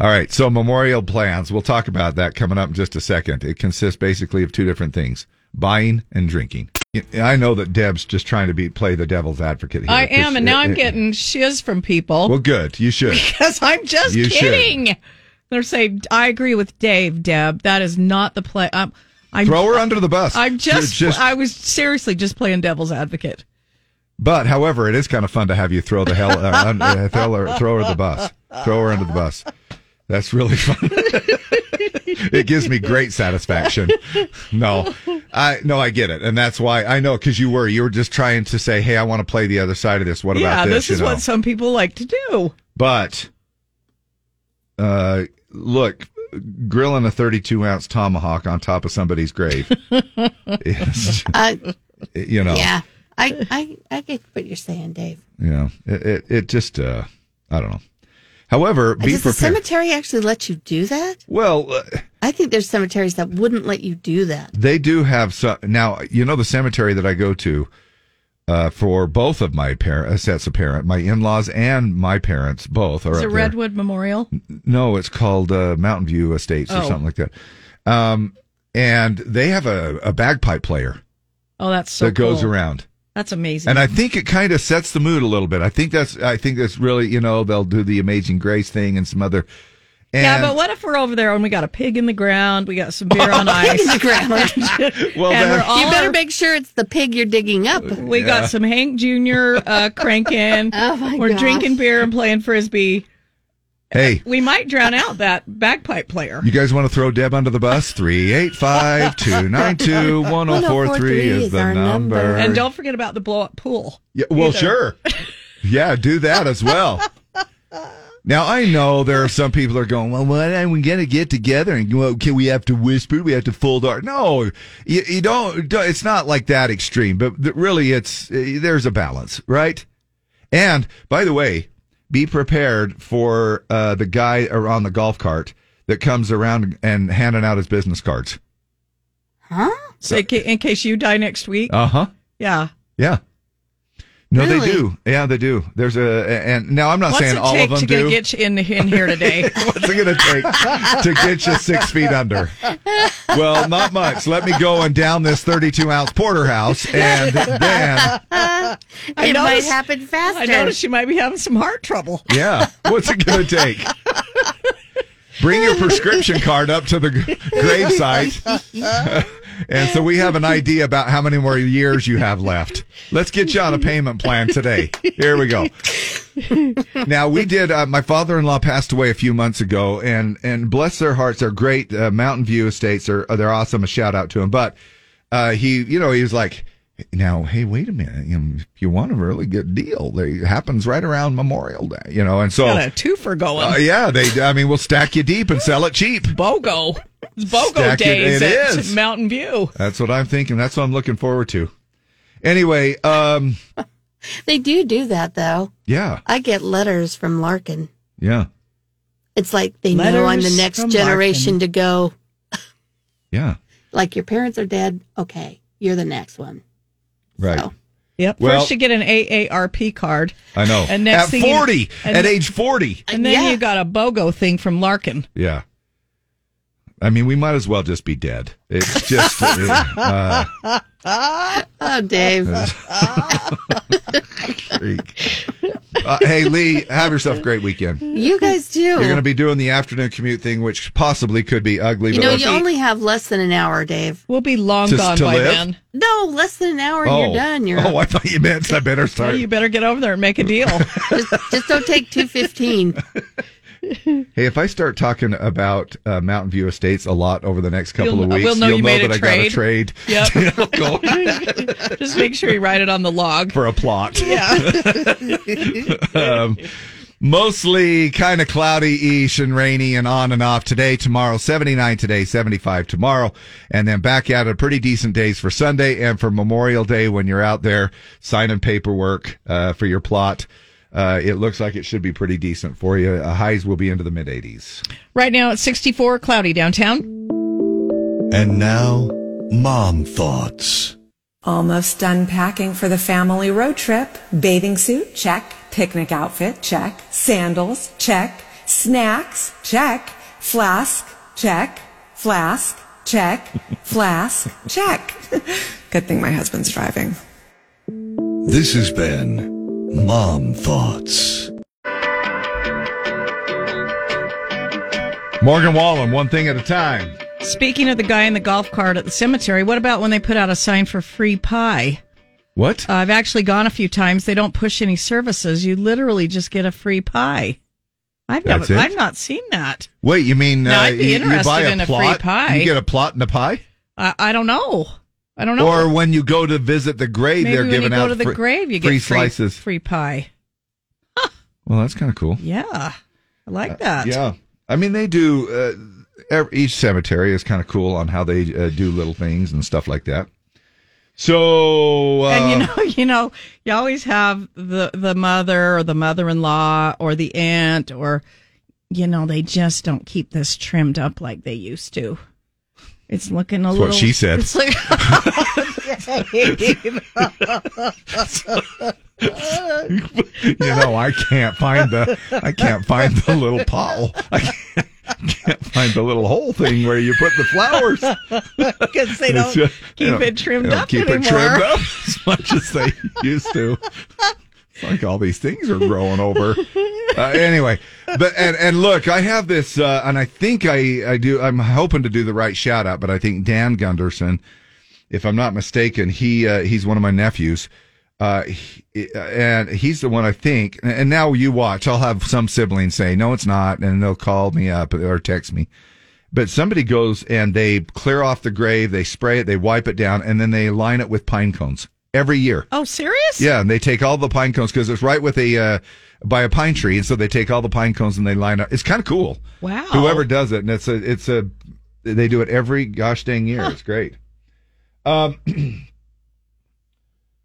S2: All right, so memorial plans. We'll talk about that coming up in just a second. It consists basically of two different things: buying and drinking. I know that Deb's just trying to be play the devil's advocate here.
S3: I am, and now I'm
S2: It- it-
S3: getting shiz from people.
S2: uh, Well, good. You should.
S3: Because I'm just
S2: You should.
S3: kidding. They're saying I agree with Dave, Deb. That is not the play. I'm, I'm
S2: Throw her under the bus.
S3: I'm just,
S2: You're just-
S3: I was seriously just playing devil's advocate.
S2: But however, it is kind of fun to have you throw the hell, uh, un- uh, throw, her, throw her the bus, throw her under the bus. That's really fun. it gives me great satisfaction. No, I no, I get it, and that's why I know because you were you were just trying to say, hey, I want to play the other side of this. What
S3: yeah,
S2: about this?
S3: this, is
S2: you know?
S3: what some people like to do.
S2: But uh, look, grilling a 32 ounce tomahawk on top of somebody's grave, is,
S1: Uh,
S2: you
S3: Oh.
S2: know,
S1: Yeah. I, I, I get what you're saying, Dave.
S2: you know, it, it, it just, uh, I don't know. However, be
S1: Does the
S2: prepared.
S1: cemetery actually let you do that?
S2: Well, uh,
S1: I think there's cemeteries that wouldn't let you do that.
S2: They do have some now. You know the cemetery that I go to uh, for both of my parents, sets of parent, my in laws and my parents both are
S3: It's
S2: up
S3: a
S2: there.
S3: Redwood Memorial.
S2: No, it's called uh, Mountain View Estates or
S3: Oh.
S2: something like that. Um, and they have a, a bagpipe player
S3: Oh, that's so
S2: that goes
S3: cool.
S2: around.
S3: That's amazing.
S2: And I think it kind of sets the mood a little bit. I think that's I think that's really you know they'll do the Amazing Grace thing and some other. And Oh,
S3: yeah, but what if we're over there and we got a pig in the ground, we got some beer on ice,
S1: in the
S3: ground,
S2: Well,
S3: and we're
S2: that-
S3: all
S1: you better make sure it's the pig you're digging up.
S3: we got some Hank Jr. Uh, cranking.
S1: Oh, my
S3: we're
S1: gosh.
S3: drinking beer and playing frisbee.
S2: Hey,
S3: We might drown out that bagpipe player.
S2: you guys want to throw Deb under the bus? 385-292-1043 is the number.
S3: And don't forget about the blow up pool.
S2: Yeah, well,
S3: either.
S2: sure. Yeah, do that as well. Now I know there are some people that are going. Well, why are we gonna get together and well, can we have to whisper? We have to fold our no. You, you don't. don't- It's not like that extreme, but th- really, it's eh, there's a balance, right? And by the way, be prepared for uh, the guy around the golf cart that comes around and handing out his business cards.
S1: Huh?
S3: So in, ca- in case you die next week.
S2: Uh huh.
S3: yeah.
S2: Yeah. No,
S3: Really?
S2: they do. Yeah, they do. There's a and now I'm not
S3: What's
S2: saying
S3: it
S2: all
S3: take
S2: of them
S3: to
S2: do.
S3: get you in, in here today?
S2: What's it going to take to get you six feet under? Well, not much. Let me go and down this 32 ounce porterhouse, and then
S3: I
S1: it might
S3: noticed-
S1: happen faster.
S3: I noticed you might be having some heart trouble.
S2: yeah, what's it going to take? Bring your prescription card up to the g- gravesite, and so we have an idea about how many more years you have left. Let's get you on a payment plan today. Here we go. now we did. Uh, my father-in-law passed away a few months ago, and and bless their hearts, they're great. Uh, Mountain View Estates are uh, they're awesome. A shout out to him, but uh, he, you know, he was like, now, hey, wait a minute, you know, if you want a really good deal, they- it happens right around Memorial Day, you know, and so.
S3: Got a twofer going.
S2: Oh. Uh, yeah, they. I mean, we'll stack you deep and sell it cheap.
S3: BOGO. It's BOGO
S2: Stack it-
S3: days
S2: it
S3: at
S2: is.
S3: Mountain View.
S2: That's what I'm thinking. That's what I'm looking forward to. Anyway, um,
S1: They do do that though.
S2: yeah,
S1: I get letters from Larkin.
S2: yeah,
S1: It's like they know I'm the
S3: Letters
S1: next
S3: from
S1: generation
S3: Larkin.
S1: to go.
S2: yeah,
S1: Like your parents are dead. Okay, you're the next one.
S2: right.
S3: Yep.
S2: Well-
S3: First you get an AARP card.
S2: I know.
S3: And next
S2: at
S3: thing you-
S2: 40,
S3: and-
S2: at age 40.
S1: Uh,
S3: And then you got a BOGO thing from Larkin.
S2: Yeah. I mean, we might as well just be dead. It's just. uh,
S1: oh, Dave.
S2: freak. Uh, hey, Lee, have yourself a great weekend.
S1: You guys do.
S2: You're going to be doing the afternoon commute thing, which possibly could be ugly.
S1: you
S2: but
S1: know,
S2: let's-
S1: you only have less than an hour, Dave.
S3: We'll be long
S2: To- gone to by live? then.
S1: No, less than an hour and
S2: oh.
S1: you're done. You're
S2: oh, I thought you meant I better
S3: Well,
S2: start.
S3: you better get over there and make a deal.
S1: just don't take 215.
S2: Hey, if I start talking about uh, Mountain View Estates a lot over the next couple
S3: You'll-
S2: of weeks,
S3: we'll know
S2: you'll
S3: you
S2: know
S3: made
S2: that
S3: a
S2: I got a trade
S3: Yep. Just make sure you write it on the log.
S2: for a plot.
S3: Yeah.
S2: um, mostly kind of cloudy ish and rainy and on and off today, tomorrow, 79 today, 75 tomorrow, and then back out of pretty decent days for Sunday and for Memorial Day when you're out there signing paperwork uh, for your plot. Uh, it looks like it should be pretty decent for you. Uh, highs will be into the mid 80s.
S3: right now it's 64, cloudy downtown.
S16: And now, Mom Thoughts.
S20: Almost done packing for the family road trip. Bathing suit, check. Picnic outfit, check. Sandals, check. Snacks, check. Flask, check. Flask, check. Flask, check. Good thing my husband's driving.
S16: This has been Mom Thoughts.
S2: Morgan Wallen, one thing at a time.
S3: Speaking of the guy in the golf cart at the cemetery, what about when they put out a sign for free pie? Uh,
S2: What?
S3: I've actually gone a few times. They don't push any services. You literally just get a free pie. I've
S2: That's
S3: never,
S2: it?
S3: I've not seen that.
S2: Wait, you mean
S3: No,
S2: uh,
S3: I'd be
S2: you, you buy
S3: interested
S2: a
S3: in a free
S2: plot?
S3: pie.
S2: You get a plot and a pie?
S3: I, I don't know. I don't know.
S2: Or when you go to visit the grave,
S3: Maybe
S2: they're
S3: when
S2: giving
S3: you go
S2: out
S3: to the
S2: free,
S3: grave, you
S2: free
S3: get free
S2: slices.
S3: free pie.
S2: Well, that's kind of cool.
S3: Yeah, I like that.
S2: Uh, Yeah, I mean they do. Uh, ev- each cemetery is kind of cool on how they uh, do little things and stuff like that. So, uh,
S3: and you know, you know, you always have the the mother or the mother in law or the aunt or, you know, they just don't keep this trimmed up like they used to. It's looking a
S2: That's what
S3: little.
S2: she said.
S3: It's like,
S2: you know, I can't find the I can't find the little pot. I can't, Can't find the little hole thing where you put the flowers.
S3: Because they
S2: It's,
S3: don't
S2: uh, they
S3: keep
S2: don't-
S3: it trimmed
S2: they don't
S3: up
S2: keep
S3: anymore.
S2: it trimmed up as much as they used to. It's like all these things are growing over. Uh, anyway, but and and look, I have this, uh, and I think I I do. I'm hoping to do the right shout out, but I think Dan Gunderson, if I'm not mistaken, he uh, he's one of my nephews. Uh, he, uh, and he's the one I think. and- And now you watch. I'll have some siblings say, "No, it's not," and they'll call me up or text me but somebody goes and they clear off the grave, they spray it, they wipe it down, and then they line it with pine cones every year.
S3: Oh, serious?
S2: Yeah, and they take all the pine cones because it's right with a uh, by a pine tree, and so they take all the pine cones and they line up. It's kind of cool.
S3: Wow.
S2: Whoever does it, and it's a it's a they do it every gosh dang year. It's great. Um.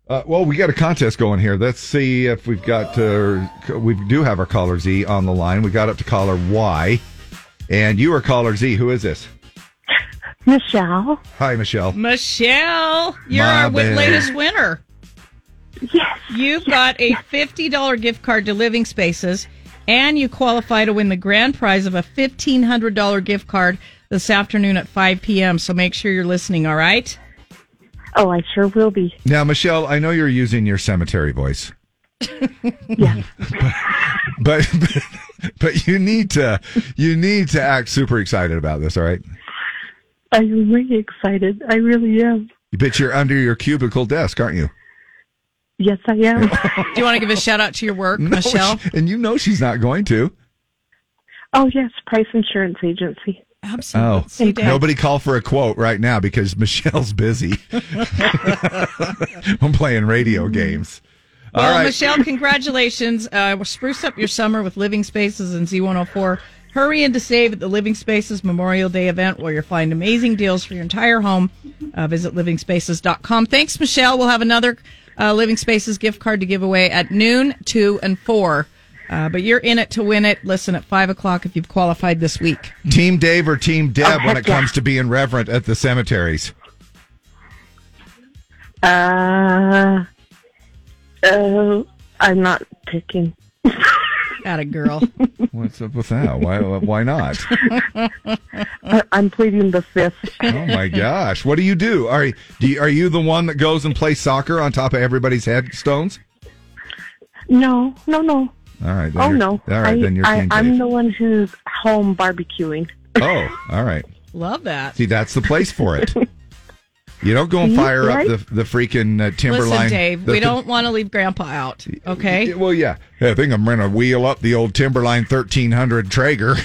S2: Uh, well, we got a contest going here. Let's see if we've got uh, we do have our caller Z on the line. We got up to caller Y, and you are caller Z. Who is this?
S6: Michelle.
S2: Hi, Michelle.
S3: Michelle, you're
S2: My
S3: our
S2: bad.
S3: win- latest winner.
S6: Yes.
S3: You've got a $50 gift card to Living Spaces, and you qualify to win the grand prize of a $1,500 gift card this afternoon at 5 p.m. So make sure you're listening, all right?
S6: Oh, I sure will be.
S2: Now, Michelle, I know you're using your cemetery voice. but, but but you need to you need to act super excited about this, all right?
S6: I'm really excited. I really am.
S2: But you're under your cubicle desk, aren't you?
S6: Yes, I am.
S3: Do you want to give a shout out to your work, Michelle?
S2: And you know she's not going to.
S6: oh, yes, Price Insurance Agency.
S2: Oh,
S6: See, Dan.
S2: nobody call for a quote right now because Michelle's busy. I'm playing radio games. All right.
S3: Well, Michelle, congratulations. Uh, spruce up your summer with Living Spaces and Z104. Hurry in to save at the Living Spaces Memorial Day event where you'll find amazing deals for your entire home. Uh, visit livingspaces.com. Thanks, Michelle. We'll have another uh, Living Spaces gift card to give away at noon, 2, and 4. Uh, but you're in it to win it. Listen at 5 o'clock if you've qualified this week.
S2: Team Dave or Team Deb
S3: Oh,
S2: when
S3: heck
S2: it comes to being reverent at the cemeteries?
S6: Uh, uh, I'm not picking.
S3: At a girl.
S2: What's up with that? Why why not?
S6: I- Uh, I'm pleading the fifth.
S2: Oh my gosh! What do you do? Are do you, are you the one that goes and plays soccer on top of everybody's headstones?
S6: No, no, no.
S2: All right. Then
S6: Oh,
S2: you're-
S6: no.
S2: All right,
S6: I,
S2: then you're
S6: I,
S2: Team
S6: I'm
S2: Dave.
S6: the one who's home barbecuing.
S2: Oh, all right.
S3: Love that.
S2: See, that's the place for it. You don't go and
S3: You
S2: fire up
S3: right.
S2: the the freaking uh, timberline.
S3: Listen, Dave,
S2: the-
S3: we don't want to leave Grandpa out, okay?
S2: Well, yeah. I think I'm gonna wheel up the old Timberline 1300 Traeger.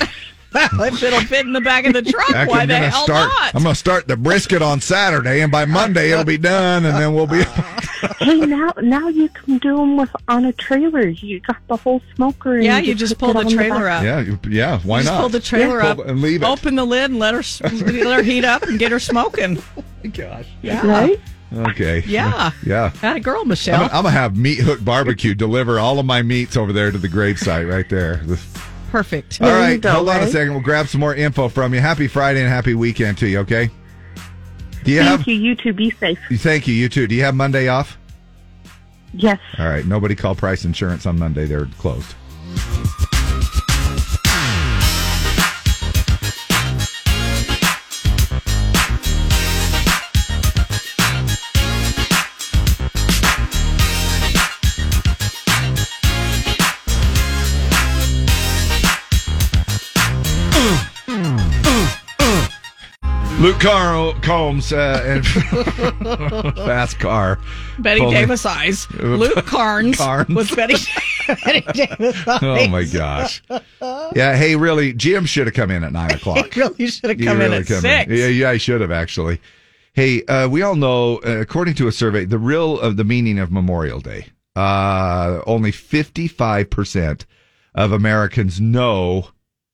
S3: Well, if it'll fit in the back of the truck,
S2: Heck,
S3: why
S2: I'm
S3: the
S2: gonna
S3: hell
S2: start.
S3: not?
S2: I'm gonna start the brisket on Saturday, and by Monday it'll be done, and then we'll be.
S6: hey, now now you can do them with on a trailer. You got the whole smoker. And
S3: Yeah, you just
S6: pull
S3: pull the trailer up.
S2: Yeah, you- yeah. Why
S3: just
S2: not?
S3: pull the trailer
S2: Pull
S3: up Oh,
S2: the- and leave it.
S3: Open the lid and let her s- let her heat up and get her smoking.
S2: gosh.
S3: Yeah.
S6: Right?
S2: Okay.
S3: Yeah.
S2: Yeah.
S3: That a girl,
S2: I'm,
S3: Michelle.
S2: I'm gonna have Meat Hook Barbecue deliver all of my meats over there to the gravesite right there.
S3: Perfect.
S2: All right, hold on a second. We'll grab some more info from you. Happy Friday and happy weekend to you. Okay. Do you
S6: Thank
S2: have?
S6: you. You two, be safe.
S2: Thank you. You too. Do you have Monday off?
S6: Yes.
S2: All right. Nobody call Price Insurance on Monday. They're closed. Luke Carl Combs uh, and fast car.
S3: Betty
S2: Pulled me-
S3: Davis eyes. Luke Carnes,
S2: Carnes.
S3: with Betty, Betty Davis eyes.
S2: Oh my gosh! Yeah, hey, really, Jim should have come in at nine o'clock.
S3: He really should have
S2: You
S3: come in
S2: really
S3: at six.
S2: Yeah, yeah, I should have actually. Hey, uh, we all know, uh, according to a survey, the real of the meaning of Memorial Day. Uh, only fifty-five percent of Americans know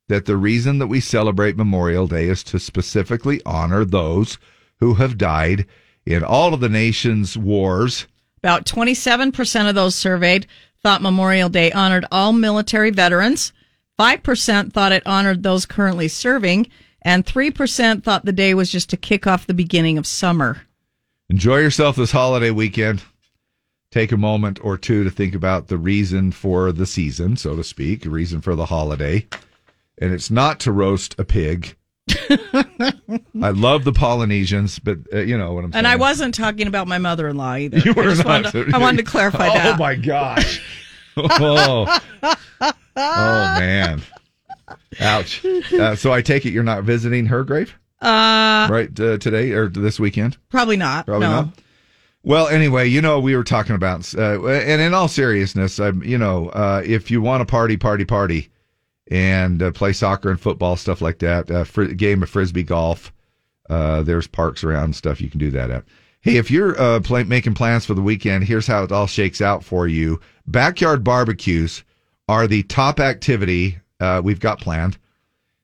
S2: that the reason that we celebrate Memorial Day is to specifically honor those who have died in all of the nation's wars.
S3: About 27% of those surveyed thought Memorial Day honored all military veterans. 5% thought it honored those currently serving. And 3% thought the day was just to kick off the beginning of summer.
S2: Enjoy yourself this holiday weekend. Take a moment or two to think about the reason for the season, so to speak, a reason for the holiday. and it's not to roast a pig. I love the Polynesians, but uh, you know what I'm saying.
S3: And I wasn't talking about my mother-in-law either.
S2: You were
S3: I just
S2: not.
S3: Wanted to, I wanted to clarify
S2: Oh,
S3: that.
S2: my gosh. oh, oh man. Ouch. Uh, so I take it you're not visiting her grave,
S3: Uh,
S2: right? Uh, today or this weekend?
S3: Probably not.
S2: Probably
S3: no.
S2: not. Well, anyway, you know, we were talking about, uh, and in all seriousness, um, you know, uh, if you want to party, party, party, and uh, play soccer and football, stuff like that, uh, fr- game of frisbee golf, uh, there's parks around and stuff you can do that at. Hey, if you're uh, pla making plans for the weekend, here's how it all shakes out for you. Backyard barbecues are the top activity uh, we've got planned.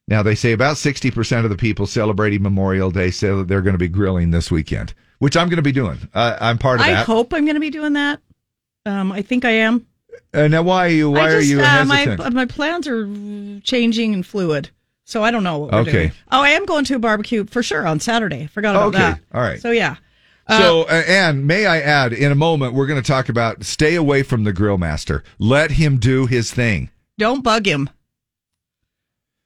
S2: Now, they say about 60% of the people celebrating Memorial Day say that they're going to be grilling this weekend, which I'm going to be doing. Uh, I'm part of
S3: I
S2: that.
S3: hope I'm going to be doing that. Um, I think I am.
S2: Uh, now, why are you, why
S3: I just,
S2: are you
S3: uh,
S2: hesitant?
S3: My, my plans are changing and fluid, so I don't know what we're
S2: Okay.
S3: doing. Oh, I am going to a barbecue for sure on Saturday. I forgot about
S2: Okay.
S3: that.
S2: All right.
S3: So, yeah.
S2: So, uh, and may I add, in a moment, we're going to talk about stay away from the grill master. Let him do his thing.
S3: Don't bug him.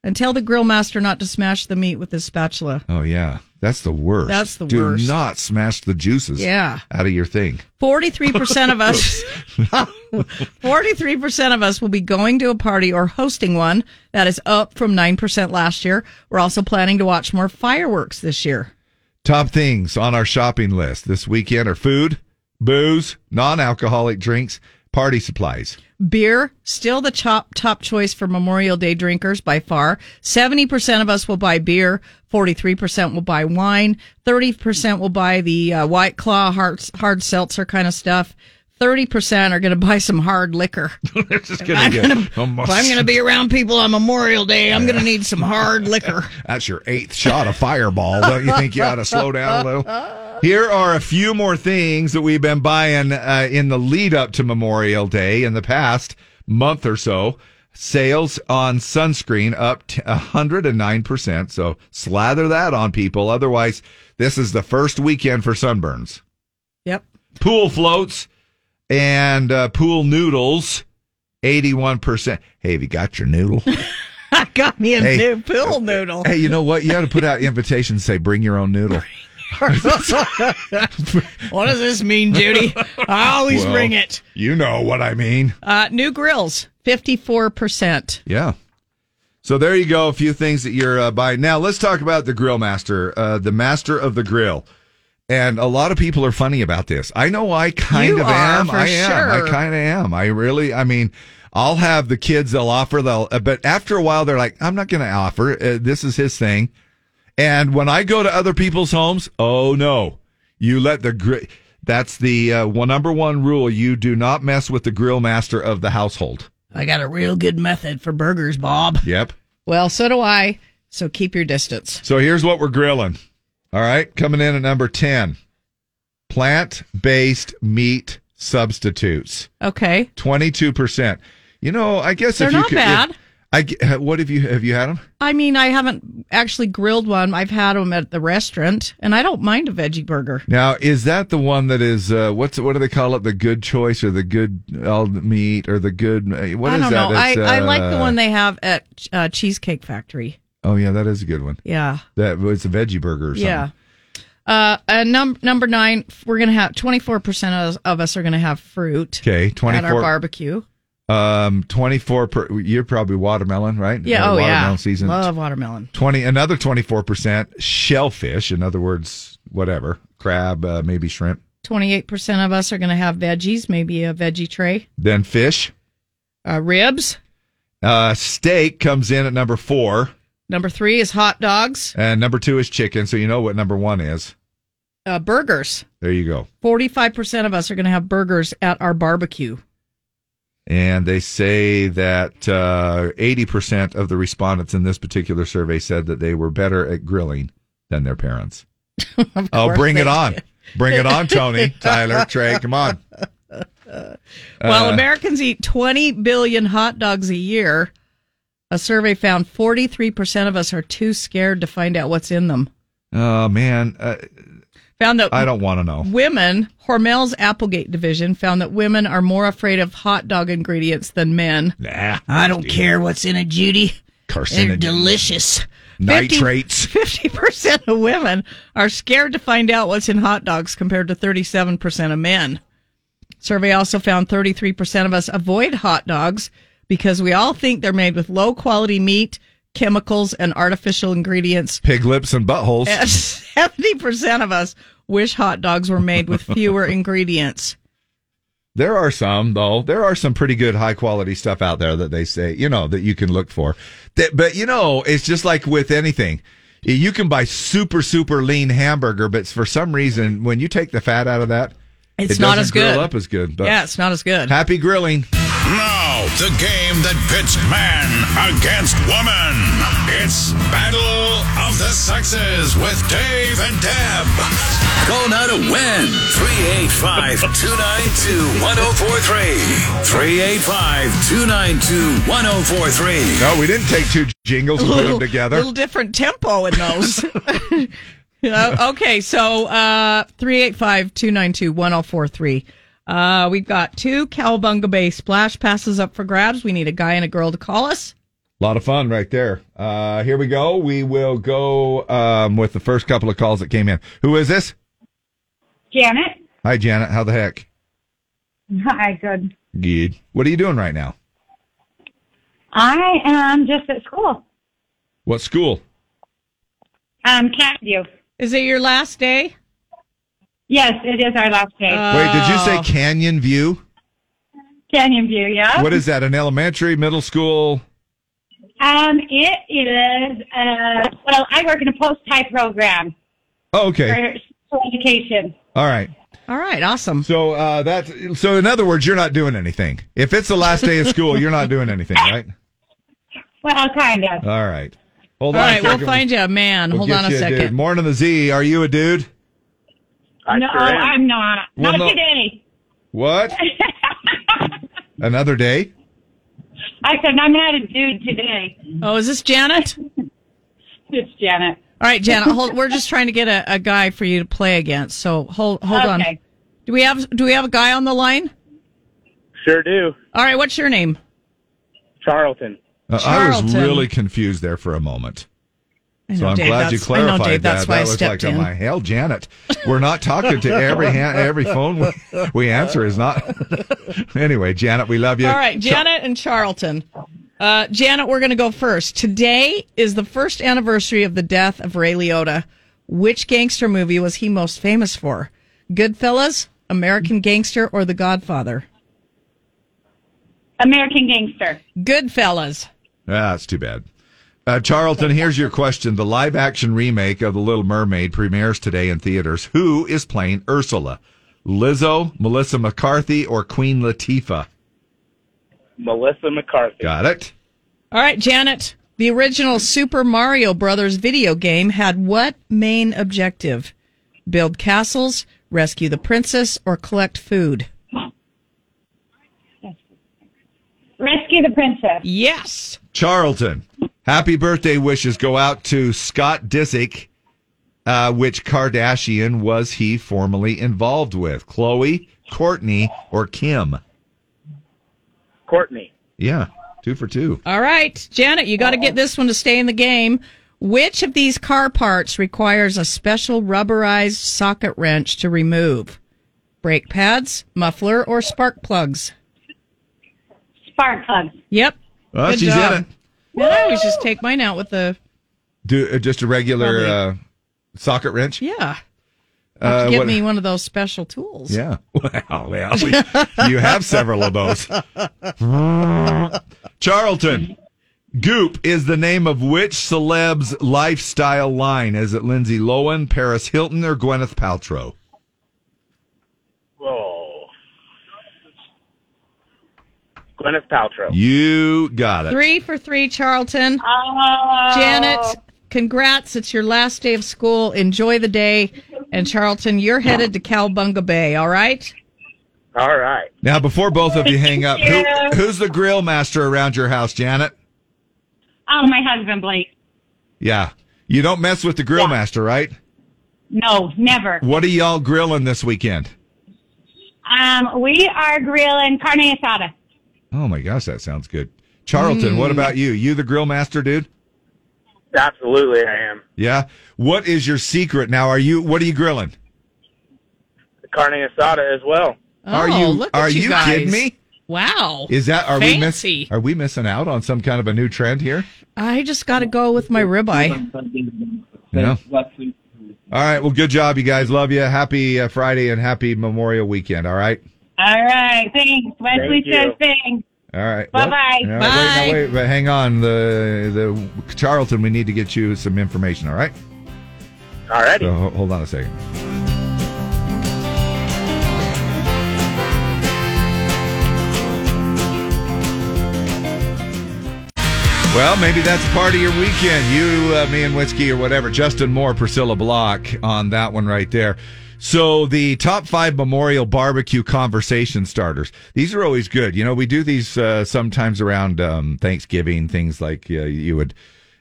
S3: And tell the grill master not to smash the meat with his spatula.
S2: Oh, yeah. That's the worst.
S3: That's the
S2: do
S3: worst.
S2: Do not smash the juices
S3: Yeah.
S2: out of your thing.
S3: 43% of us 43% of us will be going to a party or hosting one. That is up from 9% last year. We're also planning to watch more fireworks this year.
S2: Top things on our shopping list this weekend are food, booze, non alcoholic drinks, party supplies.
S3: Beer, still the top, top choice for Memorial Day drinkers by far. 70% of us will buy beer. 43% will buy wine. 30% will buy the uh, White Claw, hard, hard seltzer kind of stuff. 30% are going to buy some hard liquor.
S2: It's gonna get almost-
S3: If I'm going to be around people on Memorial Day, I'm going to need some hard liquor.
S2: That's your eighth shot of fireball. Don't you think you ought to slow down a little? Here are a few more things that we've been buying uh, in the lead up to Memorial Day in the past month or so. Sales on sunscreen up t- 109%. So slather that on people. Otherwise, this is the first weekend for sunburns.
S3: Yep.
S2: Pool floats and uh, pool noodles, 81%. Hey, have you got your noodle?
S3: I got me a
S2: Hey.
S3: new pool noodle.
S2: Hey, you know what? You got to put out invitations. Say, bring your own noodle.
S3: what does this mean, Judy? I always
S2: Well,
S3: bring it.
S2: You know what I mean?
S3: Uh, new grills, 54%.
S2: Yeah. So there you go. A few things that you're uh, buying. Now let's talk about the grill master, uh, the master of the grill. And a lot of people are funny about this. I know I kind
S7: You
S2: of
S7: are,
S2: am.
S7: for
S2: I am.
S7: sure.
S2: I kind of am. I really. I mean, I'll have the kids. They'll offer. They'll. uh, But after a while, they're like, I'm not going to offer. Uh, this is his thing. And when I go to other people's homes, oh no, you let the grill. That's the uh, one number one rule. You do not mess with the grill master of the household.
S3: I got a real good method for burgers, Bob.
S2: Yep.
S3: Well, so do I. So keep your distance.
S2: So here's what we're grilling. All right, coming in at number 10. Plant-based meat substitutes.
S3: Okay.
S2: 22%. You know, I guess
S3: They're
S2: if you
S3: not
S2: could if-
S3: bad.
S2: I g- what have you have you had them?
S3: I mean, I haven't actually grilled one. I've had them at the restaurant, and I don't mind a veggie burger.
S2: Now, is that the one that is uh, what's what do they call it? The good choice or the good all meat or the good uh, what
S3: I
S2: is
S3: don't
S2: that?
S3: know. I,
S2: It's,
S3: I like the
S2: uh,
S3: one they have at uh, Cheesecake Factory.
S2: Oh yeah, that is a good one.
S3: Yeah.
S2: That it's a veggie burger or something.
S3: Yeah. Uh, and num- number nine, we're gonna have twenty four percent of of us are gonna have fruit.
S2: Okay,
S3: at our
S2: 24
S3: barbecue.
S2: Um 24 per, you're probably watermelon, right?
S3: Yeah.
S2: Uh,
S3: oh yeah.
S2: Watermelon season.
S3: Love watermelon.
S2: 20 another 24% shellfish in other words whatever crab uh, maybe shrimp
S3: Twenty eight percent of us are gonna have veggies, maybe a veggie tray,
S2: then fish
S3: uh, ribs.
S2: uh, steak comes in at number four
S3: Number three is hot dogs,
S2: and number two is chicken so you know what number one is
S3: uh, burgers.
S2: there you go
S3: Forty five percent of us are gonna have burgers at our barbecue.
S2: and they say that uh, 80% of the respondents in this particular survey said that they were better at grilling than their parents oh
S3: course
S2: bring
S3: they
S2: it on bring it on tony tyler trey come on
S3: While
S2: Uh,
S3: Americans eat 20 billion hot dogs a year, a survey found 43% of us are too scared to find out what's in them.
S2: oh man uh,
S3: Found that
S2: i don't want to know
S3: women, Hormel's Applegate division found that women are more afraid of hot dog ingredients than men.
S2: Nah,
S3: I don't care what's in it, Judy. They're
S2: Carcinogen.
S3: delicious.
S2: Nitrates.
S3: Fifty percent of women are scared to find out what's in hot dogs, compared to thirty-seven percent of men. Survey also found thirty-three percent of us avoid hot dogs because we all think they're made with low-quality meat, chemicals, and artificial ingredients.
S2: Pig lips and buttholes.
S3: Seventy percent of us wish hot dogs were made with fewer ingredients.
S2: There are some though. There are some pretty good high quality stuff out there that they say, you know, that you can look for. That, but you know, it's just like with anything. You can buy super super lean hamburger, but for some reason when you take the fat out of that,
S3: It's
S2: it
S3: not
S2: doesn't
S3: as good.
S2: Grill up as good. But
S3: yeah, it's not as good.
S2: Happy grilling.
S8: Now, the game that pits man against woman. It's Battle of the Sexes with Dave and Deb. Call now to win 385 292 1043. 385 292 1043.
S2: No, we didn't take two jingles and put them together.
S3: little different tempo in those. You know, okay, so uh 385-292-1043. Uh we've got two Calabunga Bay splash passes up for grabs. We need a guy and a girl to call us.
S2: A lot of fun right there. Uh, here we go. We will go um, with the first couple of calls that came in. Who is this?
S7: Janet.
S2: Hi, Janet. How the heck?
S7: Hi, good.
S2: Good. What are you doing right now?
S7: I am just at school.
S2: What school?
S7: Um, Catview.
S3: Is it your last day?
S7: Yes, it is our last day.
S3: Uh,
S2: Wait, did you
S3: Oh.
S2: say Canyon View?
S7: Canyon View? Yeah.
S2: What is that? An elementary, middle school?
S7: Um, it is. Uh, well, I work in a post-high program
S2: Oh, okay.
S7: for school education.
S2: All right.
S3: All right. Awesome.
S2: So uh, that's so. In other words, you're not doing anything. If it's the last day of school, you're not doing anything, right?
S7: Well, kind of.
S2: All right. Hold
S3: All
S2: on. a
S3: right, we'll
S2: second.
S3: find you a man.
S2: We'll
S3: Hold
S2: get
S3: on a
S2: you
S3: second.
S2: dude. Morning the Z. Are you a dude?
S7: no, I'm not.
S2: Well,
S7: not
S2: no.
S7: today.
S2: What? Another day?
S7: I said I'm not a dude today.
S3: Oh, is this Janet?
S7: It's Janet.
S3: All right, Janet, hold we're just trying to get a, a guy for you to play against. So hold hold on.
S7: Okay.
S3: Do we have do we have a guy on the line?
S23: Sure do.
S3: All right, what's your name?
S23: Charlton.
S2: Uh, I was
S3: Charlton.
S2: really confused there for a moment.
S3: I know,
S2: so I'm
S3: Dave,
S2: glad you
S3: that's- I know,
S2: clarified
S3: Dave,
S2: that.
S3: that's why I
S2: that was
S3: stepped
S2: like, oh,
S3: in.
S2: my hell, Janet, we're not talking to every hand, every phone we, we answer is not. anyway, Janet, we love you.
S3: All right, Janet and Charlton. Uh, Janet, we're going to go first. Today is the first anniversary of the death of Ray Liotta. Which gangster movie was he most famous for? Goodfellas, American Gangster, or The Godfather?
S7: American Gangster.
S3: Goodfellas.
S2: Ah, that's too bad. Uh, Charlton, here's your question. The live action remake of The Little Mermaid premieres today in theaters. Who is playing Ursula? Lizzo, Melissa McCarthy, or Queen Latifah?
S23: Melissa McCarthy.
S2: Got it.
S3: All right, Janet. The original Super Mario Brothers video game had what main objective? Build castles, rescue the princess, or collect food?
S7: Rescue the Princess.
S3: Yes.
S2: Charlton, happy birthday wishes go out to Scott Disick. Uh, which Kardashian was he formerly involved with? Chloe, Courtney, or Kim?
S23: Courtney.
S2: Yeah, two for two.
S3: All right, Janet, you got to get this one to stay in the game. Which of these car parts requires a special rubberized socket wrench to remove? Brake pads, muffler, or spark plugs?
S7: Spark plugs.
S3: Yep.
S2: Well,
S3: Good
S2: she's
S3: job.
S2: in it.
S3: Man, I always just take mine out with the
S2: Do, uh, just a regular uh, socket wrench?
S3: yeah.
S2: Uh,
S3: Get
S2: what-
S3: me one of those special tools.
S2: Yeah. Wow. Well, we- you have several of those. Charlton. Goop is the name of which celeb's lifestyle line? Is it Lindsay Lohan, Paris Hilton, or Gwyneth Paltrow?
S23: Oh. Gwyneth Paltrow.
S2: You got it.
S3: Three for three, Charlton. Janet, congrats. It's your last day of school. Enjoy the day. And Charlton, you're headed to Calbunga Bay, all right?
S23: All right.
S2: Now, before both of you hang up, who,
S7: Thank you.
S2: who's the grill master around your house, Janet?
S7: Oh, my husband Blake.
S2: Yeah. You don't mess with the grill master, right?
S7: No, never.
S2: What are y'all grilling this weekend?
S7: Um, we are grilling carne asada.
S2: Oh my gosh, that sounds good. Charlton,
S5: Mm.
S2: what about you? You the grill master, dude?
S5: Absolutely, I am.
S2: Yeah. What is your secret now? Are you what are you grilling?
S5: Carne asada as well.
S2: Are
S3: Oh,
S2: you- Oh, look at are you you guys. kidding me?
S3: Wow.
S2: Is that are we
S3: Fancy.
S2: missing? Are we missing out on some kind of a new trend here?
S3: I just got to go with my ribeye.
S2: Yeah. All right. Well, good job, you guys. Love you. Happy uh, Friday and happy Memorial Weekend. All right.
S7: All right. Thanks. Wesley
S2: Thank you.
S7: says thanks.
S2: All right.
S7: Bye-bye.
S2: Well, no, Wait,
S7: Bye.
S2: no, wait, but hang on. The the Charlton, we need to get you some information. All right.
S5: All right.
S2: So, ho- hold on a second. Well, maybe that's part of your weekend. You, uh, me, and whiskey, or whatever. Justin Moore, Priscilla Block on that one right there. So the top five memorial barbecue conversation starters. These are always good. You know, we do these uh, sometimes around um, Thanksgiving. Things like uh, you would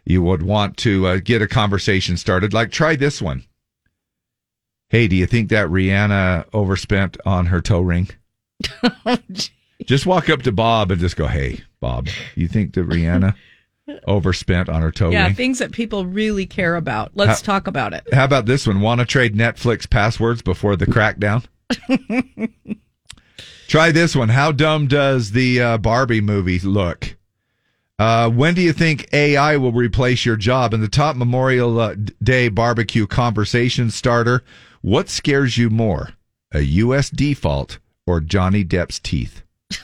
S2: you would want to uh, get a conversation started. Like try this one. Hey, do you think that Rihanna overspent on her toe ring? just walk up to Bob and just go, "Hey, Bob, you think that Rihanna overspent on her toe
S3: Yeah,
S2: ring?"
S3: things that people really care about. Let's
S2: How-
S3: talk about it.
S2: How about this one? Want to trade Netflix passwords before the crackdown? Try this one. How dumb does the uh, Barbie movie look? Uh, when do you think AI will replace your job? And the top Memorial uh, D- Day barbecue conversation starter. What scares you more, a U.S. default or Johnny Depp's teeth?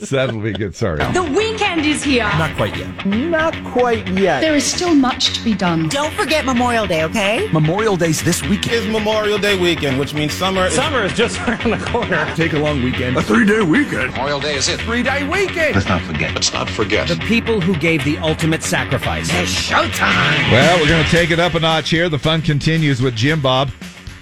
S2: So that'll be good. Sorry.
S9: The weekend is here.
S2: quite yet.
S9: Not quite yet. There is still much to be done. Don't forget Memorial Day, okay?
S21: Memorial Day's this weekend. Is Memorial Day weekend, which means summer.
S9: Summer
S21: is just around the corner. Take a long weekend. A three-day weekend. Memorial Day is it. Three day weekend. Let's not forget. Let's not forget. The people who gave the ultimate sacrifice. It's showtime.
S2: Well, we're going to take it up a notch here. The fun continues with Jim Bob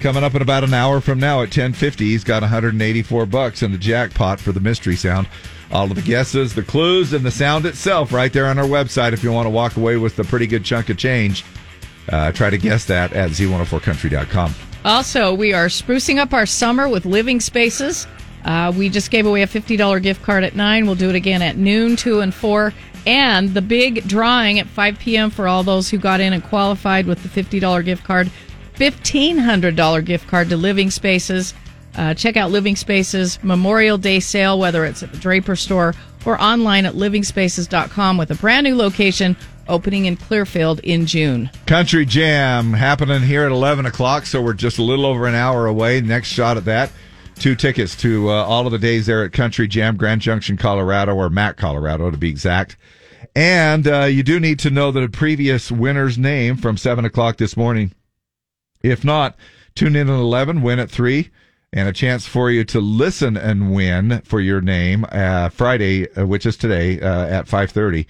S2: coming up in about an hour from now at 10:50. He's got 184 bucks in the jackpot for the mystery sound. All of the guesses, the clues, and the sound itself right there on our website if you want to walk away with a pretty good chunk of change. Uh, try to guess that at z104country.com.
S3: Also, we are sprucing up our summer with living spaces. Uh, we just gave away a $50 gift card at 9. We'll do it again at noon, 2 and 4. And the big drawing at 5 p.m. for all those who got in and qualified with the $50 gift card, $1,500 gift card to Living Spaces. Uh, check out Living Spaces Memorial Day sale, whether it's at the Draper store or online at livingspaces.com with a brand new location opening in Clearfield in June.
S2: Country Jam happening here at 11 o'clock, so we're just a little over an hour away. Next shot at that. Two tickets to uh, all of the days there at Country Jam, Grand Junction, Colorado, or Matt, Colorado, to be exact. And uh, you do need to know the previous winner's name from 7 o'clock this morning. If not, tune in at 11, win at 3, and a chance for you to listen and win for your name uh, Friday, uh, which is today uh, at 5.30.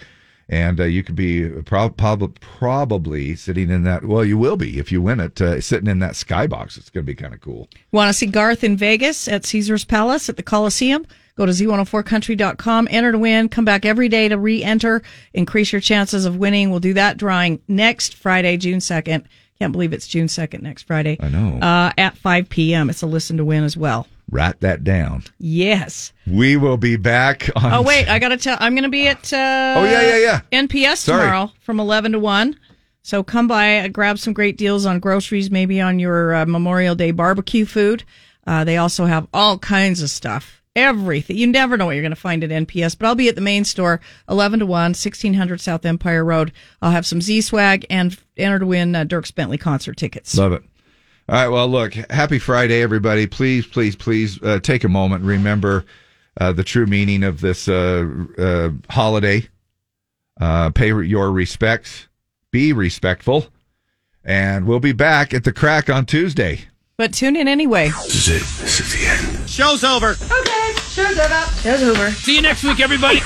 S2: And uh, you could be prob- prob- probably sitting in that, well, you will be if you win it, uh, sitting in that skybox. It's going to be kind of cool.
S3: Want to see Garth in Vegas at Caesar's Palace at the Coliseum? Go to z104country.com, enter to win, come back every day to re enter, increase your chances of winning. We'll do that drawing next Friday, June 2nd. Can't believe it's June 2nd next Friday. I
S2: know.
S3: Uh, at 5 p.m. It's a listen to win as well.
S2: Write that down.
S3: Yes.
S2: We will be back on.
S3: Oh, wait, I got to tell, I'm going to be at uh,
S2: Oh, yeah, yeah, yeah.
S3: NPS
S2: Sorry.
S3: tomorrow from 11 to 1. So come by, uh, grab some great deals on groceries, maybe on your uh, Memorial Day barbecue food. Uh, they also have all kinds of stuff. Everything. You never know what you're going to find at NPS, but I'll be at the main store, 11 to 1, 1600 South Empire Road. I'll have some Z swag and f- enter to win uh, Dirks Bentley concert tickets.
S2: Love it. All right. Well, look, happy Friday, everybody. Please, please, please uh, take a moment. and Remember uh, the true meaning of this uh, uh, holiday. Uh, pay your respects. Be respectful. And we'll be back at the crack on Tuesday.
S3: But tune in anyway.
S2: This is it. This is the end.
S21: Show's over.
S3: Okay, show's over. Show's over.
S21: See you next week, everybody.